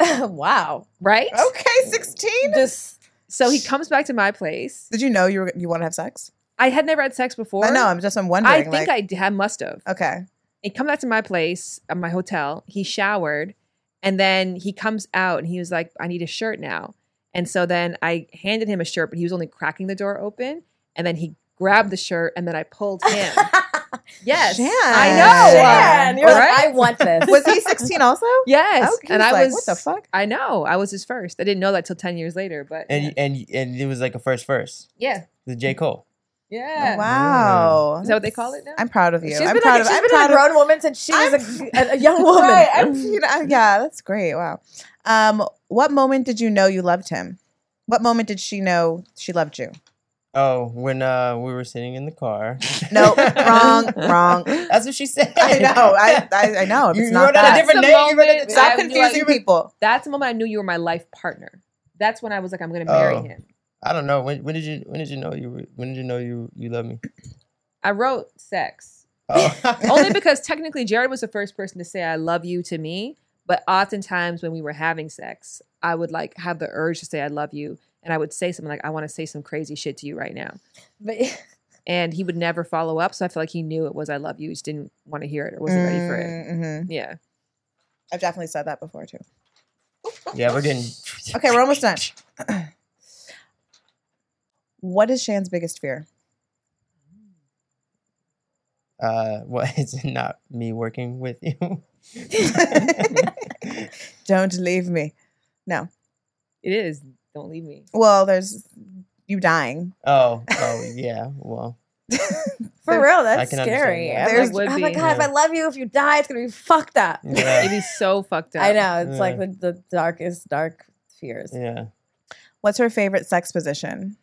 [SPEAKER 1] photo.
[SPEAKER 4] wow.
[SPEAKER 1] Right.
[SPEAKER 2] Okay, sixteen.
[SPEAKER 4] Just
[SPEAKER 1] So he comes back to my place.
[SPEAKER 2] Did you know you were, you want to have sex?
[SPEAKER 1] I had never had sex before.
[SPEAKER 2] I know. I'm just. I'm wondering.
[SPEAKER 1] I think
[SPEAKER 2] like,
[SPEAKER 1] I d- had must have.
[SPEAKER 2] Okay.
[SPEAKER 1] He come back to my place, at my hotel. He showered, and then he comes out and he was like, "I need a shirt now." And so then I handed him a shirt, but he was only cracking the door open. And then he grabbed the shirt, and then I pulled him. yes,
[SPEAKER 2] Shan.
[SPEAKER 1] I know.
[SPEAKER 4] Shan, you're
[SPEAKER 1] Right?
[SPEAKER 4] like, I want this.
[SPEAKER 2] Was he sixteen also?
[SPEAKER 1] yes,
[SPEAKER 2] Okay,
[SPEAKER 1] and
[SPEAKER 2] he's
[SPEAKER 1] I
[SPEAKER 2] like,
[SPEAKER 1] was.
[SPEAKER 2] what the fuck?
[SPEAKER 1] I know. I was his first. I didn't know that till ten years later, but
[SPEAKER 3] and and and it was like a first verse.
[SPEAKER 1] yeah,
[SPEAKER 3] The J Cole.
[SPEAKER 1] Yeah.
[SPEAKER 2] Wow.
[SPEAKER 1] Is that what they call it now?
[SPEAKER 2] I'm proud of you.
[SPEAKER 13] She's
[SPEAKER 2] Oh, I'm
[SPEAKER 13] been,
[SPEAKER 2] proud
[SPEAKER 13] like,
[SPEAKER 2] of.
[SPEAKER 13] she's
[SPEAKER 2] I'm
[SPEAKER 13] been
[SPEAKER 2] proud
[SPEAKER 13] a grown
[SPEAKER 2] of,
[SPEAKER 13] woman since she was a, a- a young woman.
[SPEAKER 2] Right, I'm- you know, yeah, that's great. Wow. Um, what moment did you know you loved him? What moment did she know she loved you?
[SPEAKER 3] Oh, when uh, we were sitting in the car.
[SPEAKER 2] No, wrong, wrong.
[SPEAKER 3] That's what she said.
[SPEAKER 2] I know. I I, I know. It's
[SPEAKER 3] You
[SPEAKER 2] not
[SPEAKER 3] wrote
[SPEAKER 2] that.
[SPEAKER 3] out a
[SPEAKER 1] That's the
[SPEAKER 3] different name. You wrote
[SPEAKER 1] moment
[SPEAKER 3] it. Stop
[SPEAKER 1] I would be
[SPEAKER 3] confusing
[SPEAKER 1] like-
[SPEAKER 3] people.
[SPEAKER 1] That's the moment I knew you were my life partner. That's when I was like, I'm going to marry
[SPEAKER 3] Oh.
[SPEAKER 1] him.
[SPEAKER 3] I don't know. When, when did you when did you know you were- when did you know you you love me? Oh.
[SPEAKER 1] I wrote sex. Only because technically Jared was the first person to say I love you to me, but oftentimes when we were having sex, I would like have the urge to say I love you and I would say something like I want to say some crazy shit to you right now.
[SPEAKER 13] But
[SPEAKER 1] and he would never follow up, so I feel like he knew it was I love you, he just didn't want to hear it or wasn't ready for
[SPEAKER 13] Mm.
[SPEAKER 1] it.
[SPEAKER 2] Mm-hmm.
[SPEAKER 1] Yeah.
[SPEAKER 2] I've definitely said that before too.
[SPEAKER 3] Yeah, we're getting.
[SPEAKER 2] Okay, we're almost done. what is Shan's biggest fear?
[SPEAKER 3] Uh, what is not me working with you?
[SPEAKER 2] Don't leave me. No.
[SPEAKER 1] It is. Don't leave me.
[SPEAKER 2] Well, there's you dying.
[SPEAKER 3] Oh, oh yeah. Well,
[SPEAKER 13] For real,
[SPEAKER 3] I
[SPEAKER 13] that's
[SPEAKER 3] can
[SPEAKER 13] scary.
[SPEAKER 3] understand that.
[SPEAKER 13] I'm
[SPEAKER 3] That
[SPEAKER 13] like,
[SPEAKER 3] would
[SPEAKER 13] oh my
[SPEAKER 3] be-
[SPEAKER 13] god, if I
[SPEAKER 3] Yeah.
[SPEAKER 13] love you, if you die, it's gonna be fucked up.
[SPEAKER 3] Yeah.
[SPEAKER 1] It'd be so fucked up.
[SPEAKER 13] I know. It's
[SPEAKER 2] Yeah.
[SPEAKER 13] like the, the darkest, dark fears.
[SPEAKER 3] Yeah.
[SPEAKER 2] What's her favorite sex position?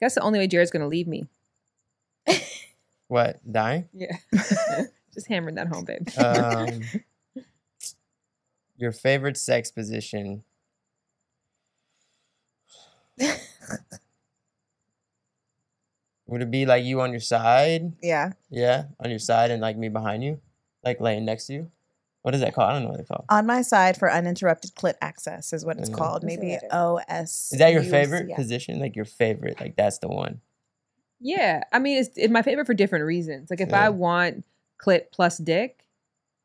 [SPEAKER 1] That's the only way Jared's gonna leave me.
[SPEAKER 3] what dying?
[SPEAKER 1] Yeah. just hammering that home, babe.
[SPEAKER 3] Um, your favorite sex position? Would it be like you on your side?
[SPEAKER 2] Yeah.
[SPEAKER 3] Yeah, on your side and like me behind you, like laying next to you. What is that called? I don't know what they call.
[SPEAKER 2] On my side for uninterrupted clit access is what it's
[SPEAKER 3] Yeah.
[SPEAKER 2] called.
[SPEAKER 3] That's
[SPEAKER 2] Maybe OS.
[SPEAKER 3] Mm. Is that your favorite position? Like your favorite? Like that's the one.
[SPEAKER 1] Yeah, I mean, it's, it's my favorite for different reasons. Like if I
[SPEAKER 3] Yeah.
[SPEAKER 1] want clit plus dick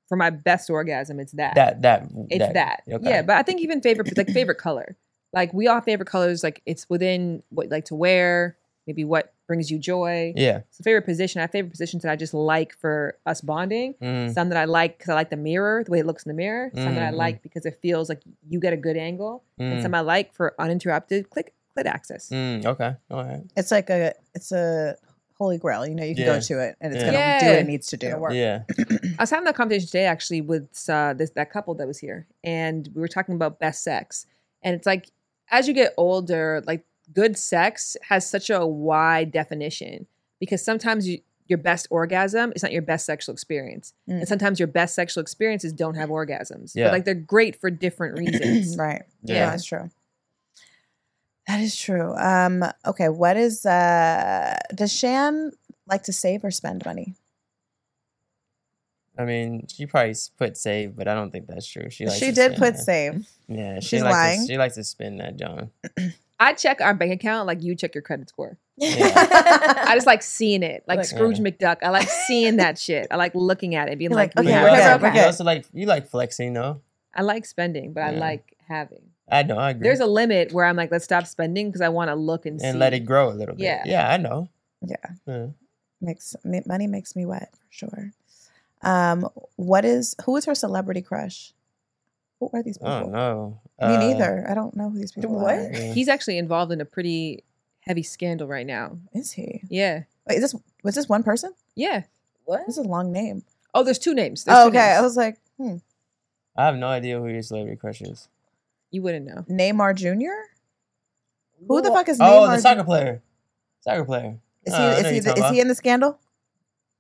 [SPEAKER 1] for my best orgasm, it's that.
[SPEAKER 3] That that
[SPEAKER 1] it's that.
[SPEAKER 3] okay.
[SPEAKER 1] Yeah, but I think even favorite like favorite color. Like we all have favorite colors. Like it's within what you like to wear. Maybe what brings you joy.
[SPEAKER 3] Yeah.
[SPEAKER 1] So favorite position. I have favorite positions that I just like for us bonding.
[SPEAKER 3] Mm.
[SPEAKER 1] Some that I like because I like the mirror, the way it looks in the mirror. Some that I
[SPEAKER 3] Mm, mm.
[SPEAKER 1] like because it feels like you get a good angle. And
[SPEAKER 3] Mm.
[SPEAKER 1] some I like for uninterrupted click clit access.
[SPEAKER 3] Mm, okay. All right.
[SPEAKER 2] It's like a it's a holy grail. You know, you can go
[SPEAKER 3] Yeah.
[SPEAKER 2] to it and it's
[SPEAKER 3] Yeah.
[SPEAKER 2] gonna do
[SPEAKER 1] Yeah.
[SPEAKER 2] what it needs to
[SPEAKER 1] It's gonna
[SPEAKER 2] do.
[SPEAKER 1] work.
[SPEAKER 3] Yeah.
[SPEAKER 1] I was having that conversation today actually with uh, this that couple that was here, and we were talking about best sex, and it's like as you get older, like good sex has such a wide definition because sometimes you, your best orgasm is not your best sexual experience,
[SPEAKER 2] Mm.
[SPEAKER 1] and sometimes your best sexual experiences don't have orgasms,
[SPEAKER 2] Yeah.
[SPEAKER 1] but like they're great for different reasons,
[SPEAKER 2] right? Yeah,
[SPEAKER 1] Yeah.
[SPEAKER 2] that's true. That is true. Um, okay, what is uh does Shan like to save or spend money?
[SPEAKER 3] I mean, she probably s- put save, but I don't think that's true. She likes
[SPEAKER 2] She
[SPEAKER 3] to
[SPEAKER 2] did
[SPEAKER 3] spend
[SPEAKER 2] put
[SPEAKER 3] that.
[SPEAKER 2] save.
[SPEAKER 3] Yeah, she
[SPEAKER 2] She's
[SPEAKER 3] likes
[SPEAKER 2] lying.
[SPEAKER 3] To, she likes to spin that, John.
[SPEAKER 1] I check our bank account like you check your credit score. I just like seeing it, like,
[SPEAKER 3] Like-
[SPEAKER 1] Scrooge McDuck. I like seeing that shit. I like looking at it, being
[SPEAKER 2] You're
[SPEAKER 1] like,
[SPEAKER 2] like,
[SPEAKER 1] "Yeah,
[SPEAKER 2] okay,
[SPEAKER 3] you
[SPEAKER 2] we're
[SPEAKER 3] also,
[SPEAKER 2] good, we're
[SPEAKER 3] you
[SPEAKER 2] good."
[SPEAKER 3] also like you like flexing though.
[SPEAKER 1] I like spending, but I
[SPEAKER 3] Yeah.
[SPEAKER 1] like having.
[SPEAKER 3] I know. I agree.
[SPEAKER 1] There's a limit where I'm like, let's stop spending because I want to look and,
[SPEAKER 3] and
[SPEAKER 1] see.
[SPEAKER 3] let it grow a little bit.
[SPEAKER 1] Yeah.
[SPEAKER 3] Yeah. I know.
[SPEAKER 2] Yeah.
[SPEAKER 3] Yeah.
[SPEAKER 2] Makes ma- money makes me wet for sure. Um, what is who is her celebrity crush? Who are these people?
[SPEAKER 3] Oh no.
[SPEAKER 2] Me neither. I don't know who
[SPEAKER 3] Uh,
[SPEAKER 2] these people are.
[SPEAKER 1] He's actually involved in a pretty heavy scandal right now.
[SPEAKER 2] Is he?
[SPEAKER 1] Yeah.
[SPEAKER 2] Wait, is this was this one person?
[SPEAKER 1] Yeah.
[SPEAKER 2] What? This is a long name.
[SPEAKER 1] Oh, there's two names. There's
[SPEAKER 2] Oh,
[SPEAKER 1] two
[SPEAKER 2] okay.
[SPEAKER 1] names.
[SPEAKER 2] I was like, hmm.
[SPEAKER 3] I have no idea who your celebrity crush is.
[SPEAKER 1] you wouldn't know.
[SPEAKER 2] Neymar Jr. Who the fuck is
[SPEAKER 3] oh,
[SPEAKER 2] Neymar?
[SPEAKER 3] the soccer player. Soccer player.
[SPEAKER 2] Is
[SPEAKER 3] Oh,
[SPEAKER 2] he
[SPEAKER 3] I know
[SPEAKER 2] is
[SPEAKER 3] who
[SPEAKER 2] he
[SPEAKER 3] you're
[SPEAKER 2] the,
[SPEAKER 3] talking
[SPEAKER 2] is he
[SPEAKER 3] about.
[SPEAKER 2] in the scandal?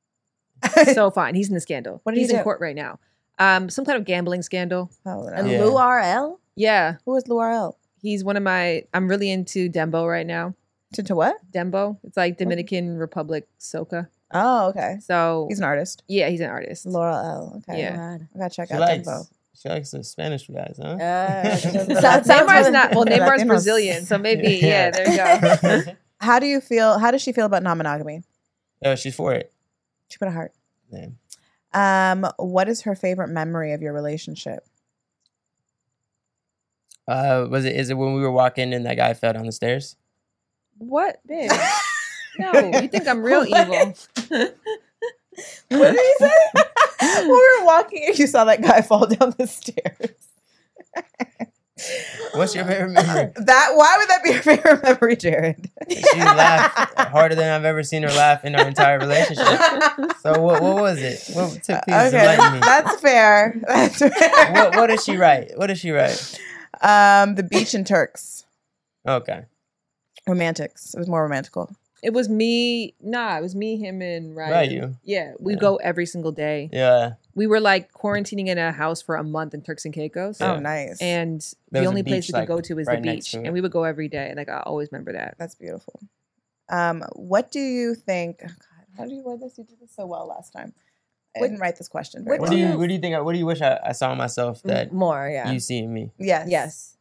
[SPEAKER 1] so fine. He's in the scandal.
[SPEAKER 2] What did he
[SPEAKER 1] He's in
[SPEAKER 2] do?
[SPEAKER 1] court right now. Um, some kind of gambling scandal.
[SPEAKER 2] Oh,
[SPEAKER 13] And Lou RL?
[SPEAKER 1] Yeah.
[SPEAKER 2] Who is Lou RL?
[SPEAKER 1] He's one of my. I'm really into Dembo right now.
[SPEAKER 2] To, to what?
[SPEAKER 1] Dembo. It's like Dominican Republic soca.
[SPEAKER 2] Oh, okay.
[SPEAKER 1] So
[SPEAKER 2] He's an artist.
[SPEAKER 1] Yeah, he's an artist.
[SPEAKER 2] Laura L. Okay.
[SPEAKER 1] Yeah.
[SPEAKER 2] I gotta check
[SPEAKER 3] She
[SPEAKER 2] out
[SPEAKER 3] likes,
[SPEAKER 2] Dembo.
[SPEAKER 3] she likes the Spanish guys, huh?
[SPEAKER 2] Uh,
[SPEAKER 1] So, Neymar's not. Well,
[SPEAKER 2] The
[SPEAKER 1] Neymar's
[SPEAKER 2] Latinos.
[SPEAKER 1] Brazilian, so maybe. Yeah, there you go.
[SPEAKER 2] How do you feel? How does she feel about non-monogamy?
[SPEAKER 3] No, Oh, she's for it.
[SPEAKER 2] She put a heart.
[SPEAKER 3] Yeah.
[SPEAKER 2] Um, what is her favorite memory of your relationship?
[SPEAKER 3] Uh, was it? Is it when we were walking and that guy fell down the stairs?
[SPEAKER 1] What, bitch? no, you think I'm real evil?
[SPEAKER 2] What did he say? we were walking and you saw that guy fall down the stairs.
[SPEAKER 3] What's your favorite memory?
[SPEAKER 2] That why would that be your favorite memory, Jared?
[SPEAKER 3] She laughed harder than I've ever seen her laugh in our entire relationship. So what, what was it? What took please
[SPEAKER 2] Uh, okay,
[SPEAKER 3] enlighten me?
[SPEAKER 2] that's fair. That's fair.
[SPEAKER 3] What, what did she write? What did she write?
[SPEAKER 2] Um, the beach and Turks,
[SPEAKER 3] Okay.
[SPEAKER 2] romantics. It was more romantical.
[SPEAKER 4] It was me. Nah, it was me, him, and Ryan.
[SPEAKER 3] Right, you.
[SPEAKER 4] Yeah, we go every single day.
[SPEAKER 3] Yeah.
[SPEAKER 4] We were like quarantining in a house for a month in Turks and Caicos.
[SPEAKER 2] Oh, Yeah. nice.
[SPEAKER 4] And the
[SPEAKER 2] There was a
[SPEAKER 4] only place
[SPEAKER 2] beach,
[SPEAKER 4] we could
[SPEAKER 2] like,
[SPEAKER 4] go to is
[SPEAKER 2] right
[SPEAKER 4] the
[SPEAKER 2] next
[SPEAKER 4] beach,
[SPEAKER 2] to it. Mm,
[SPEAKER 4] and we would go every day. Like I always remember that.
[SPEAKER 2] That's beautiful. Um, what do you think? Oh God, how do you word this? You did this so well last time. I
[SPEAKER 1] What-
[SPEAKER 2] didn't write this question. Very
[SPEAKER 3] What
[SPEAKER 2] well.
[SPEAKER 3] do you what do you think? I- What do you wish I, I saw
[SPEAKER 2] Mm,
[SPEAKER 3] myself that
[SPEAKER 1] Mm, more? Yeah.
[SPEAKER 3] you see in me.
[SPEAKER 2] Yes.
[SPEAKER 1] Yes.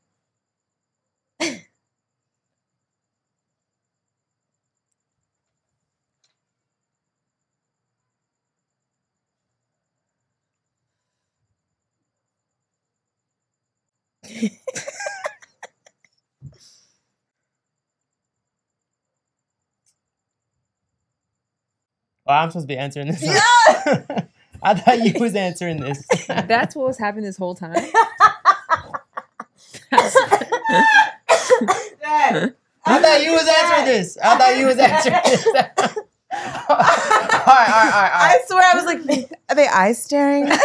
[SPEAKER 3] Oh, I'm supposed to be answering this. one. I thought you was answering this.
[SPEAKER 4] That's what was happening this whole time.
[SPEAKER 3] I thought you was answering this. I thought you was answering this. all right, all right, all
[SPEAKER 2] I
[SPEAKER 3] right.
[SPEAKER 2] swear, I was like, are they eye staring? Does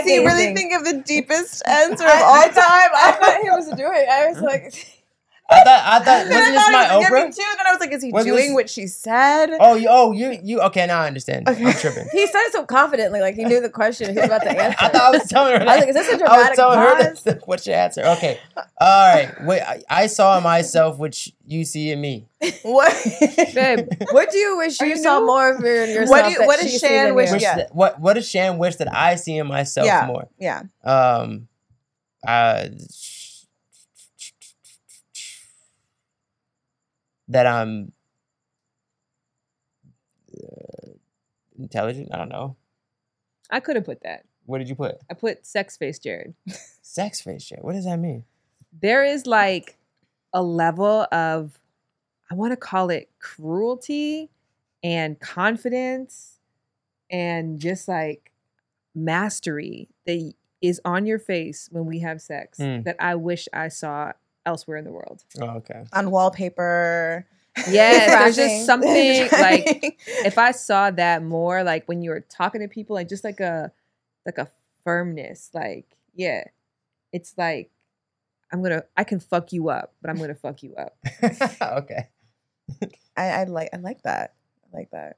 [SPEAKER 2] he really
[SPEAKER 1] gazing.
[SPEAKER 2] think of the deepest answer of
[SPEAKER 1] I-
[SPEAKER 2] all
[SPEAKER 1] I
[SPEAKER 2] time? I
[SPEAKER 1] thought he was doing. it. I was like,
[SPEAKER 3] I thought I thought
[SPEAKER 2] Then I
[SPEAKER 3] wasn't this my
[SPEAKER 2] thought he was gonna
[SPEAKER 3] Oprah?
[SPEAKER 2] get me too. Then I was like, is he
[SPEAKER 3] Wasn't
[SPEAKER 2] doing
[SPEAKER 3] this-
[SPEAKER 2] what she said?
[SPEAKER 3] Oh, you, oh, you, you. Okay, now I understand. I'm tripping.
[SPEAKER 1] he said it so confidently, like he knew the question he was about to answer.
[SPEAKER 3] I thought I was telling her. That.
[SPEAKER 1] I was like, is this a
[SPEAKER 3] I was
[SPEAKER 1] dramatic
[SPEAKER 3] telling her
[SPEAKER 1] pause?
[SPEAKER 3] that- that- what's your answer? Okay, all right. Wait, I, I saw myself, which you see in me.
[SPEAKER 4] Babe,
[SPEAKER 1] what do you wish you, saw more of your, yourself?
[SPEAKER 2] What do you-
[SPEAKER 1] that
[SPEAKER 2] what does
[SPEAKER 1] she sees
[SPEAKER 2] Shan
[SPEAKER 1] in
[SPEAKER 2] wish-
[SPEAKER 1] you?
[SPEAKER 3] Wish
[SPEAKER 2] Yeah.
[SPEAKER 3] that- what What does Shan wish that I see in myself
[SPEAKER 2] yeah,
[SPEAKER 3] more?
[SPEAKER 2] yeah.
[SPEAKER 3] Um, uh, that I'm uh, intelligent. I don't know.
[SPEAKER 4] I could have put that.
[SPEAKER 3] What did you put?
[SPEAKER 4] I put sex face, Jared.
[SPEAKER 3] Sex face shit. What does that mean?
[SPEAKER 4] There is like a level of, I want to call it cruelty and confidence and just like mastery that is on your face when we have sex
[SPEAKER 2] Mm.
[SPEAKER 4] that I wish I saw elsewhere in the world.
[SPEAKER 3] Oh, okay.
[SPEAKER 2] On wallpaper.
[SPEAKER 4] Yes, there's
[SPEAKER 2] Tracking.
[SPEAKER 4] just something
[SPEAKER 2] Tracking.
[SPEAKER 4] like if I saw that more, like when you were talking to people, like just like a like a firmness, like yeah, it's like I'm gonna I can fuck you up, but I'm gonna fuck you up.
[SPEAKER 3] okay.
[SPEAKER 2] I, I like I like that. I like that.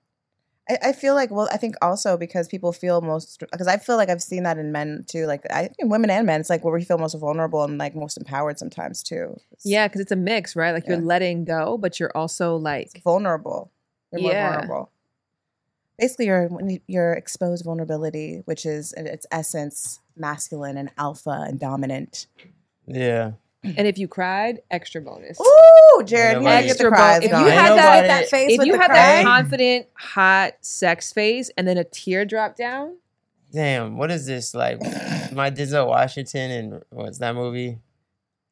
[SPEAKER 2] I, I feel like well, I think also because people feel most because I feel like I've seen that in men too. Like I think in women and men, it's like where we feel most vulnerable and like most empowered sometimes too.
[SPEAKER 4] Yeah, because it's a mix, right? Like you're letting go, but you're also like
[SPEAKER 2] vulnerable. You're more
[SPEAKER 4] Yeah.
[SPEAKER 2] vulnerable. Basically, you're when you- you're exposed vulnerability, which is in its essence masculine and alpha and dominant.
[SPEAKER 3] Yeah.
[SPEAKER 4] And if you cried, extra bonus.
[SPEAKER 2] Ooh, Jared, you gotta get the
[SPEAKER 4] Extra
[SPEAKER 2] cries
[SPEAKER 4] bonus. If you
[SPEAKER 2] going.
[SPEAKER 4] had that,
[SPEAKER 2] Ain't nobody-
[SPEAKER 4] if you had
[SPEAKER 2] Right?
[SPEAKER 4] that confident, hot sex face, and then a tear drop down,
[SPEAKER 3] Damn, what is this like? My Denzel Washington and what's that movie?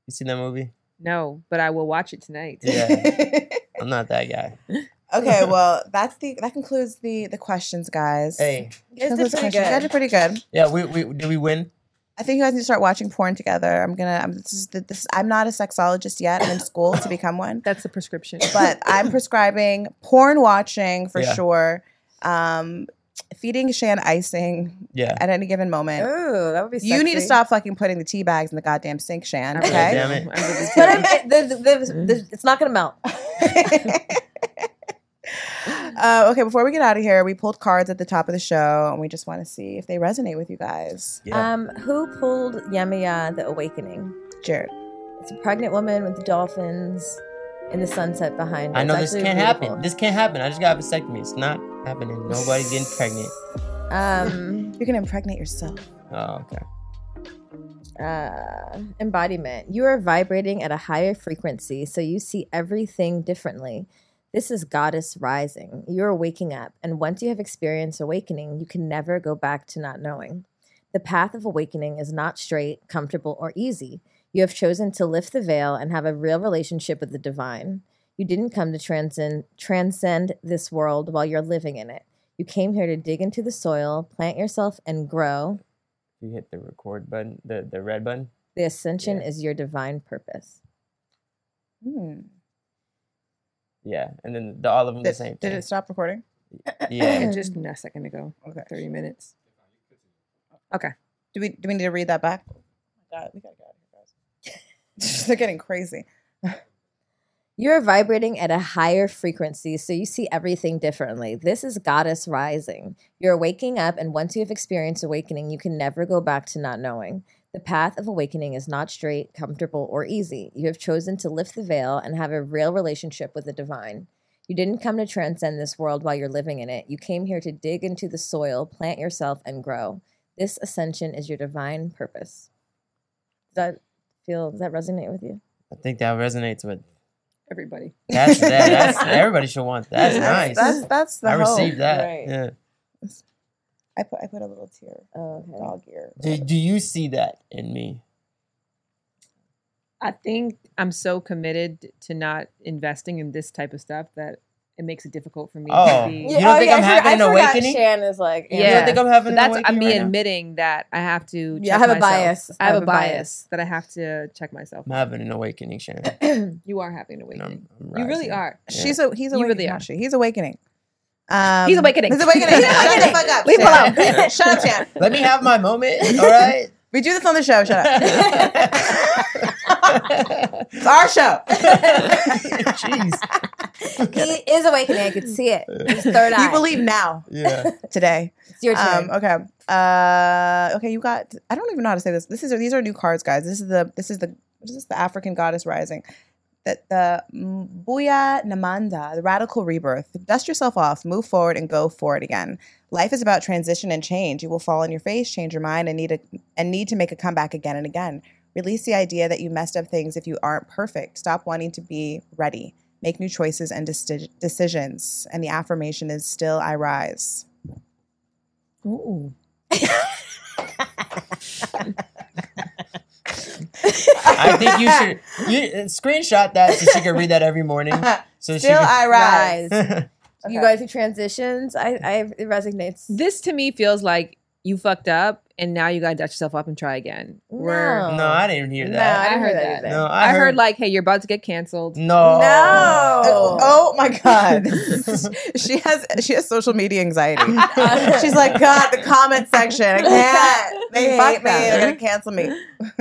[SPEAKER 3] You seen that movie?
[SPEAKER 4] no, but I will watch it tonight.
[SPEAKER 3] Yeah. I'm not that guy.
[SPEAKER 2] Okay, well, that's the that concludes the the questions, guys.
[SPEAKER 3] Hey.
[SPEAKER 2] That
[SPEAKER 1] did
[SPEAKER 2] concludes the
[SPEAKER 1] pretty
[SPEAKER 2] questions. You guys
[SPEAKER 1] good.
[SPEAKER 2] did pretty good.
[SPEAKER 3] Yeah, we we did we win?
[SPEAKER 2] I think you guys need to start watching porn together. I'm gonna. I'm, this is the, this. I'm not a sexologist yet. I'm in school to become one.
[SPEAKER 4] That's the prescription.
[SPEAKER 2] But I'm prescribing porn watching for
[SPEAKER 3] Yeah.
[SPEAKER 2] sure. Um, feeding Shan icing.
[SPEAKER 3] Yeah.
[SPEAKER 2] At any given moment.
[SPEAKER 1] Ooh, that would be.
[SPEAKER 2] You need to
[SPEAKER 1] sexy.
[SPEAKER 2] stop fucking putting the tea bags in the goddamn sink, Shan. Okay.
[SPEAKER 3] Damn it.
[SPEAKER 1] But I'm, it, the, the, the, it's not gonna melt.
[SPEAKER 2] Uh, okay. Before we get out of here, we pulled cards at the top of the show, and we just want to see if they resonate with you guys.
[SPEAKER 1] Um, who pulled Yamaya the Awakening?
[SPEAKER 2] Jared.
[SPEAKER 1] It's a pregnant woman with dolphins in the sunset behind her.
[SPEAKER 3] I know
[SPEAKER 1] It's
[SPEAKER 3] this
[SPEAKER 1] actually
[SPEAKER 3] can't
[SPEAKER 1] beautiful.
[SPEAKER 3] happen. This can't happen. I just got a vasectomy. It's not happening. Nobody's getting pregnant.
[SPEAKER 1] Um,
[SPEAKER 2] you're gonna impregnate yourself.
[SPEAKER 3] Oh, okay.
[SPEAKER 1] Uh, embodiment. You are vibrating at a higher frequency, so you see everything differently. This is goddess rising. You are waking up, and once you have experienced awakening, you can never go back to not knowing. The path of awakening is not straight, comfortable, or easy. You have chosen to lift the veil and have a real relationship with the divine. You didn't come to transcend, transcend this world while you're living in it. You came here to dig into the soil, plant yourself, and grow.
[SPEAKER 3] You hit the record button, the, the red button.
[SPEAKER 1] The ascension is your divine purpose.
[SPEAKER 2] Hmm.
[SPEAKER 3] Yeah, and then the, all of them the
[SPEAKER 2] Did-
[SPEAKER 3] same thing.
[SPEAKER 2] Did it stop recording? Oh,
[SPEAKER 3] Yeah.
[SPEAKER 4] just a second ago. Okay. Thirty minutes. Okay. Oh
[SPEAKER 2] Do we do we need to read that back? God, we gotta get out of here, guys. They're getting crazy.
[SPEAKER 1] You're vibrating at a higher frequency, so you see everything differently. This is goddess rising. You're waking up, and once you have experienced awakening, you can never go back to not knowing. The path of awakening is not straight, comfortable, or easy. You have chosen to lift the veil and have a real relationship with the divine. You didn't come to transcend this world while you're living in it. You came here to dig into the soil, plant yourself, and grow. This ascension is your divine purpose. Does that feel? Does that resonate with you?
[SPEAKER 3] I think that resonates with
[SPEAKER 4] Everybody.
[SPEAKER 3] that's that, that's everybody should want. that. That's nice.
[SPEAKER 2] That's that's the
[SPEAKER 3] I
[SPEAKER 2] hope.
[SPEAKER 3] received that. Yeah.
[SPEAKER 2] I put I put a little tear,
[SPEAKER 1] Oh,
[SPEAKER 2] dog ear.
[SPEAKER 3] Do, do you see that in me?
[SPEAKER 4] I think I'm so committed to not investing in this type of stuff that it makes it difficult for me
[SPEAKER 3] Oh.
[SPEAKER 4] to be.
[SPEAKER 3] You Yeah, don't oh, think yeah, I'm I forgot- having I an forgot awakening?
[SPEAKER 1] Shan is like,
[SPEAKER 4] yeah.
[SPEAKER 1] You don't
[SPEAKER 3] think I'm having an
[SPEAKER 4] That's
[SPEAKER 3] awakening
[SPEAKER 4] me
[SPEAKER 3] right now?
[SPEAKER 4] admitting that I have to.
[SPEAKER 1] Yeah, I
[SPEAKER 4] check
[SPEAKER 1] have
[SPEAKER 4] myself.
[SPEAKER 1] a bias.
[SPEAKER 4] I have, a bias, that I have to check myself.
[SPEAKER 3] I'm having an awakening, Sharon.
[SPEAKER 4] you are having an awakening. you really
[SPEAKER 3] rising.
[SPEAKER 4] are.
[SPEAKER 2] She's a he's
[SPEAKER 4] You
[SPEAKER 2] awakening.
[SPEAKER 4] really
[SPEAKER 2] not
[SPEAKER 4] are.
[SPEAKER 2] she. He's awakening. Um,
[SPEAKER 4] He's awakening.
[SPEAKER 2] He's awakening.
[SPEAKER 4] He's
[SPEAKER 2] Shut the
[SPEAKER 4] awakening.
[SPEAKER 2] fuck up.
[SPEAKER 4] Leave him
[SPEAKER 2] Shan.
[SPEAKER 4] alone.
[SPEAKER 2] Shut up, Shan.
[SPEAKER 3] Let me have my moment. All right.
[SPEAKER 2] We do this on the show. Shut up. it's our show.
[SPEAKER 3] Jeez.
[SPEAKER 1] he is awakening. I could see it. His third eye.
[SPEAKER 2] You believe now.
[SPEAKER 3] Yeah.
[SPEAKER 2] Today.
[SPEAKER 1] It's your turn.
[SPEAKER 2] Um, okay. Uh, okay. You got. I don't even know how to say this. This is these are new cards, guys. This is the this is the what is this the African goddess rising, that the Buya Namanda, the radical rebirth. Dust yourself off, move forward, and go for it again. Life is about transition and change. You will fall on your face, change your mind, and need a and need to make a comeback again and again. Release the idea that you messed up things if you aren't perfect. Stop wanting to be ready. Make new choices and deci- decisions. And the affirmation is still I rise.
[SPEAKER 4] Ooh.
[SPEAKER 3] I think you should you, uh, screenshot that so she can read that every morning. So she
[SPEAKER 1] Still
[SPEAKER 3] can,
[SPEAKER 1] I
[SPEAKER 3] rise.
[SPEAKER 1] You go through transitions. I, I it resonates.
[SPEAKER 4] This to me feels like you fucked up and now you gotta dust yourself up and try again. Where-
[SPEAKER 1] No.
[SPEAKER 3] no, I didn't hear
[SPEAKER 1] No,
[SPEAKER 3] that.
[SPEAKER 1] I didn't
[SPEAKER 4] I
[SPEAKER 1] hear
[SPEAKER 4] heard
[SPEAKER 1] that.
[SPEAKER 4] that.
[SPEAKER 1] either.
[SPEAKER 3] No,
[SPEAKER 4] I,
[SPEAKER 3] I
[SPEAKER 4] heard,
[SPEAKER 3] heard
[SPEAKER 4] like, hey, you're about to get canceled.
[SPEAKER 3] no.
[SPEAKER 2] Oh, oh my god. she has she has social media anxiety. She's like, God, the comment section. I can't. They hate
[SPEAKER 1] Fuck
[SPEAKER 2] me.
[SPEAKER 1] them.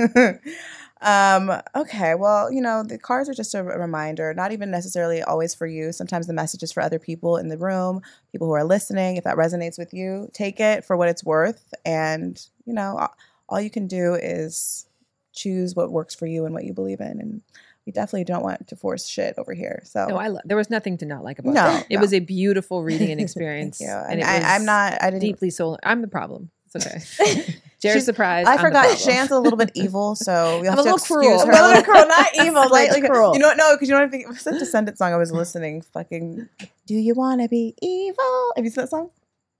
[SPEAKER 2] They're gonna cancel me. um, okay, well, you know, the cards are just a r- reminder, not even necessarily always for you. Sometimes the message is for other people in the room, people who are listening. If that resonates with you, take it for what it's worth. And, you know, a- all you can do is choose what works for you and what you believe in. And we definitely don't want to force shit over here. So
[SPEAKER 4] No, Oh, I lo- there was nothing to not like about
[SPEAKER 2] No,
[SPEAKER 4] that. It
[SPEAKER 2] no.
[SPEAKER 4] was a beautiful reading and experience.
[SPEAKER 2] you.
[SPEAKER 4] And
[SPEAKER 2] And
[SPEAKER 4] it
[SPEAKER 2] I-
[SPEAKER 4] was
[SPEAKER 2] I'm not- I didn't-
[SPEAKER 4] deeply soul. I'm the problem. It's okay. Jared's
[SPEAKER 2] She's-
[SPEAKER 4] surprised.
[SPEAKER 2] I
[SPEAKER 4] I'm the
[SPEAKER 2] forgot.
[SPEAKER 4] problem.
[SPEAKER 2] Shan's a little bit evil, so we have
[SPEAKER 4] a
[SPEAKER 2] to
[SPEAKER 4] little
[SPEAKER 2] excuse
[SPEAKER 4] cruel.
[SPEAKER 2] her.
[SPEAKER 4] I'm a little
[SPEAKER 1] cruel, not evil, like
[SPEAKER 2] Slightly
[SPEAKER 1] cruel.
[SPEAKER 2] You know what? No, because you know what I think. What's that Descendant song I was listening? Fucking. Do you want to be evil? Have you seen that song?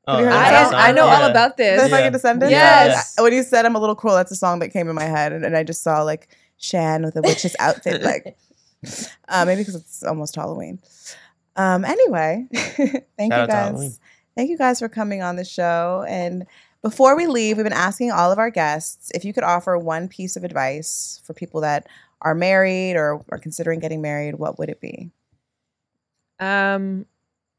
[SPEAKER 3] Oh,
[SPEAKER 2] Have you heard
[SPEAKER 3] that's
[SPEAKER 2] that
[SPEAKER 3] awesome.
[SPEAKER 2] song?
[SPEAKER 4] I know all
[SPEAKER 3] Yeah.
[SPEAKER 4] about this.
[SPEAKER 2] The
[SPEAKER 3] Yeah.
[SPEAKER 2] fucking Descendants.
[SPEAKER 4] Yes.
[SPEAKER 2] Uh, When you said I'm a little cruel, that's a song that came in my head, and, and I just saw like Shan with a witch's outfit, like uh, maybe because it's almost Halloween. Um. Anyway, thank
[SPEAKER 3] Shout out
[SPEAKER 2] you
[SPEAKER 3] to Halloween.
[SPEAKER 2] guys. Thank you guys for coming on the show. And before we leave, we've been asking all of our guests if you could offer one piece of advice for people that are married or are considering getting married, what would it be?
[SPEAKER 4] Um,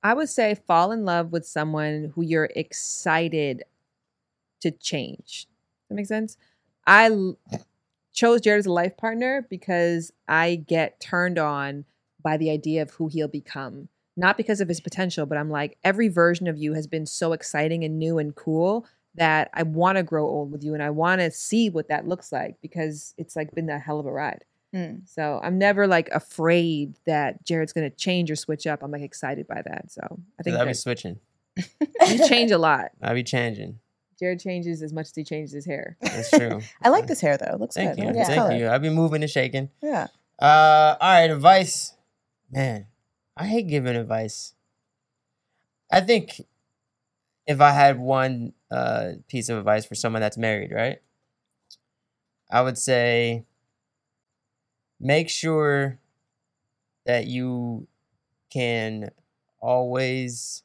[SPEAKER 4] I would say fall in love with someone who you're excited to change. That makes sense. I l- chose Jared as a life partner because I get turned on by the idea of who he'll become. Not because of his potential, but I'm like, every version of you has been so exciting and new and cool that I want to grow old with you and I want to see what that looks like because it's like been a hell of a ride.
[SPEAKER 1] Mm.
[SPEAKER 4] So I'm never like afraid that Jared's going to change or switch up. I'm like excited by that. So I think
[SPEAKER 3] I'll be
[SPEAKER 4] that
[SPEAKER 3] switching.
[SPEAKER 4] you change a lot.
[SPEAKER 3] I'll be changing.
[SPEAKER 4] Jared changes as much as he changes his hair.
[SPEAKER 3] That's true.
[SPEAKER 2] I like this hair though. It looks
[SPEAKER 3] Thank
[SPEAKER 2] good.
[SPEAKER 3] you.
[SPEAKER 2] I like this
[SPEAKER 3] Thank
[SPEAKER 2] color.
[SPEAKER 3] you. I'll be moving and shaking.
[SPEAKER 2] Yeah.
[SPEAKER 3] Uh, all right, advice. Man, I hate giving advice. I think if I had one uh, piece of advice for someone that's married, right? I would say make sure that you can always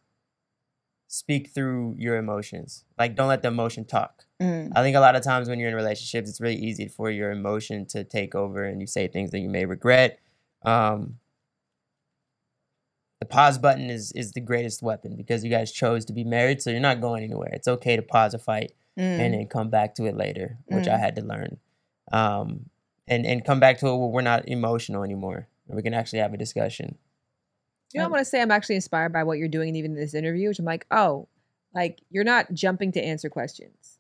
[SPEAKER 3] speak through your emotions. Like, don't let the emotion talk.
[SPEAKER 2] Mm.
[SPEAKER 3] I think a lot of times when you're in relationships, it's really easy for your emotion to take over and you say things that you may regret. Um, the pause button is is the greatest weapon because you guys chose to be married, so you're not going anywhere. It's okay to pause a fight
[SPEAKER 14] Mm.
[SPEAKER 3] and then come back to it later, which I
[SPEAKER 14] Mm.
[SPEAKER 3] had to learn, um, and and come back to it where we're not emotional anymore. and We can actually have a discussion.
[SPEAKER 4] You know, I want to say I'm actually inspired by what you're doing, and even this interview, which I'm like, oh, like you're not jumping to answer questions.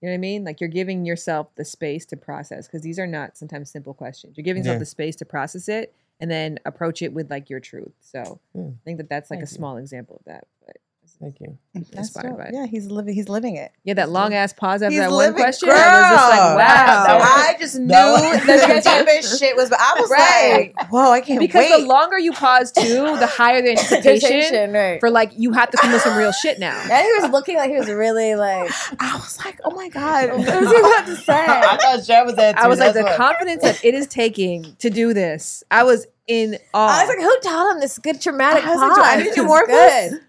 [SPEAKER 4] You know what I mean? Like you're giving yourself the space to process because these are not sometimes simple questions. You're giving yourself
[SPEAKER 3] Yeah.
[SPEAKER 4] the space to process it and then approach it with like your truth. So
[SPEAKER 3] Yeah.
[SPEAKER 4] I think that that's like
[SPEAKER 3] Thank
[SPEAKER 4] a
[SPEAKER 3] you.
[SPEAKER 4] small example of that. But
[SPEAKER 3] Thank you.
[SPEAKER 4] inspired
[SPEAKER 2] dope.
[SPEAKER 4] by it.
[SPEAKER 2] Yeah, he's living. He's living it.
[SPEAKER 4] Yeah, that long ass pause after
[SPEAKER 2] He's
[SPEAKER 4] that one
[SPEAKER 2] living-
[SPEAKER 4] question. I was just like,
[SPEAKER 2] Girl!
[SPEAKER 4] wow. that was-
[SPEAKER 2] I just knew that the deepest shit was. But I was
[SPEAKER 4] Right.
[SPEAKER 2] like, whoa, I can't
[SPEAKER 4] because
[SPEAKER 2] wait.
[SPEAKER 4] the longer you pause too, the higher the anticipation
[SPEAKER 1] Anticipation, right.
[SPEAKER 4] for like you have to come with some real shit now.
[SPEAKER 1] And he was looking like he was really like.
[SPEAKER 2] I was like, oh my god,
[SPEAKER 1] what was he about to say?
[SPEAKER 3] I thought Chad was there.
[SPEAKER 4] I was like the
[SPEAKER 1] that's why.
[SPEAKER 4] confidence that it is taking to do this. I was in awe.
[SPEAKER 1] I was like, who taught him this good traumatic
[SPEAKER 4] I was like,
[SPEAKER 1] pause?
[SPEAKER 4] do I need to
[SPEAKER 1] This
[SPEAKER 4] do
[SPEAKER 1] is
[SPEAKER 4] more of
[SPEAKER 1] good.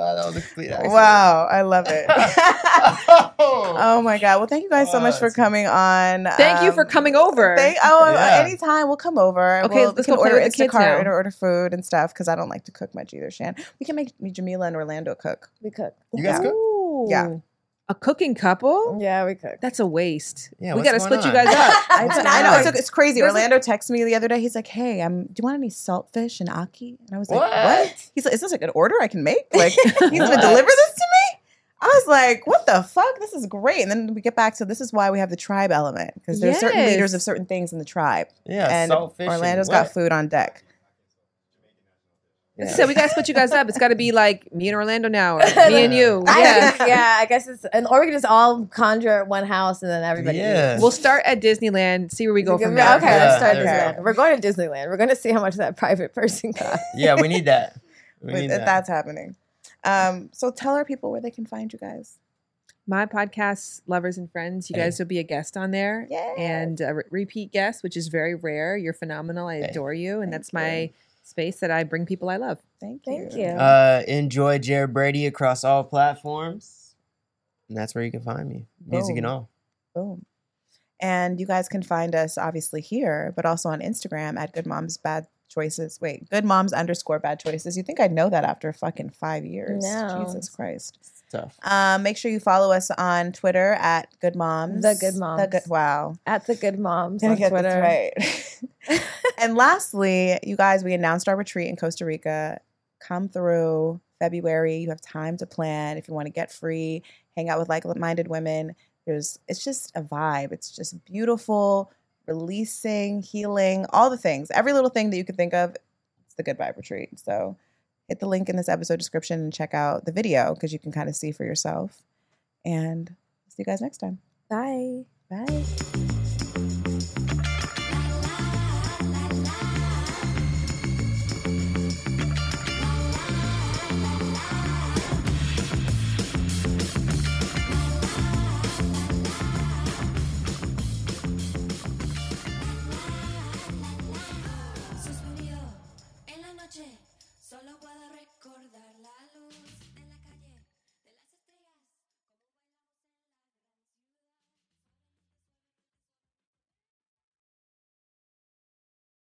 [SPEAKER 3] Oh, that was a complete accident.
[SPEAKER 2] Wow, I love it. oh my god. Well, thank you guys so much for coming on.
[SPEAKER 4] Thank you for coming over.
[SPEAKER 2] Um, Thank, oh,
[SPEAKER 4] Yeah.
[SPEAKER 2] anytime we'll come over.
[SPEAKER 4] Okay,
[SPEAKER 2] we'll,
[SPEAKER 4] let's
[SPEAKER 2] we can
[SPEAKER 4] go play
[SPEAKER 2] order
[SPEAKER 4] with the kids
[SPEAKER 2] Instacart
[SPEAKER 4] now.
[SPEAKER 2] or order food and stuff because I don't like to cook much either. Shan, we can make me Jamila and Orlando cook.
[SPEAKER 1] We cook.
[SPEAKER 2] You guys cook? Yeah.
[SPEAKER 4] A cooking couple?
[SPEAKER 1] Yeah, we cook.
[SPEAKER 4] That's a waste.
[SPEAKER 2] Yeah,
[SPEAKER 4] we
[SPEAKER 2] what's
[SPEAKER 4] gotta split
[SPEAKER 2] going on?
[SPEAKER 4] you guys up.
[SPEAKER 2] I, I know it's, it's crazy.
[SPEAKER 4] There's a-
[SPEAKER 2] Orlando texted me the other day. He's like, "Hey, um, do you want any saltfish and aki?" And I was like,
[SPEAKER 4] What?
[SPEAKER 2] "What?" He's like, "Is this like an order I can make? Like, he's gonna deliver this to me?" I was like, "What the fuck? This is great." And then we get back to this is why we have the tribe element because there's certain leaders of
[SPEAKER 4] Yes.
[SPEAKER 2] certain things in the tribe.
[SPEAKER 4] Yeah,
[SPEAKER 2] and
[SPEAKER 4] saltfish and
[SPEAKER 2] Orlando's
[SPEAKER 4] what?
[SPEAKER 2] got food on deck.
[SPEAKER 4] So we gotta split you guys up. It's gotta be like me and Orlando now, or me and you.
[SPEAKER 1] I
[SPEAKER 4] Yeah.
[SPEAKER 1] guess- yeah, I guess it's and or we can just all conjure one house and then everybody. eats.
[SPEAKER 4] We'll start at Disneyland, see where we go
[SPEAKER 1] Okay,
[SPEAKER 4] from there.
[SPEAKER 1] let's start Disneyland. We're going to Disneyland. We're going to see how much that private person costs.
[SPEAKER 3] Yeah, we need that. We
[SPEAKER 2] But
[SPEAKER 3] need
[SPEAKER 2] if
[SPEAKER 3] that.
[SPEAKER 2] that's happening. Um, so tell our people where they can find you guys.
[SPEAKER 4] my podcast, Lovers and Friends. You
[SPEAKER 2] Hey.
[SPEAKER 4] guys will be a guest on there and a re- repeat guest, which is very rare. You're phenomenal. I adore you. And that's my space that I bring people I love.
[SPEAKER 2] Thank
[SPEAKER 1] you. Thank you.
[SPEAKER 3] Uh, enjoy Jared Brady across all platforms. And that's where you can find me. Music and
[SPEAKER 2] Boom.
[SPEAKER 3] all.
[SPEAKER 2] Boom. And you guys can find us obviously here, but also on Instagram at Good Moms Bad Choices. Wait, Good Moms underscore Bad Choices. You think I'd know that after fucking five years?
[SPEAKER 1] No.
[SPEAKER 2] Jesus Christ.
[SPEAKER 3] It's tough.
[SPEAKER 2] Um, make sure you follow us on Twitter at Good Moms.
[SPEAKER 1] The Good Moms.
[SPEAKER 2] The good, wow.
[SPEAKER 1] At the good moms
[SPEAKER 2] Gonna
[SPEAKER 1] on
[SPEAKER 2] get this
[SPEAKER 1] Twitter.
[SPEAKER 2] right. and lastly, you guys, we announced our retreat in Costa Rica. Come through February. You have time to plan if you want to get free, hang out with like-minded women. There's it's just a vibe. It's just beautiful, releasing, healing, all the things. Every little thing that you could think of, it's the good vibe retreat. So hit the link in this episode description and check out the video because you can kind of see for yourself. And see you guys next time.
[SPEAKER 1] Bye.
[SPEAKER 2] Bye.
[SPEAKER 15] Suspiró en la noche, solo puedo recordarla.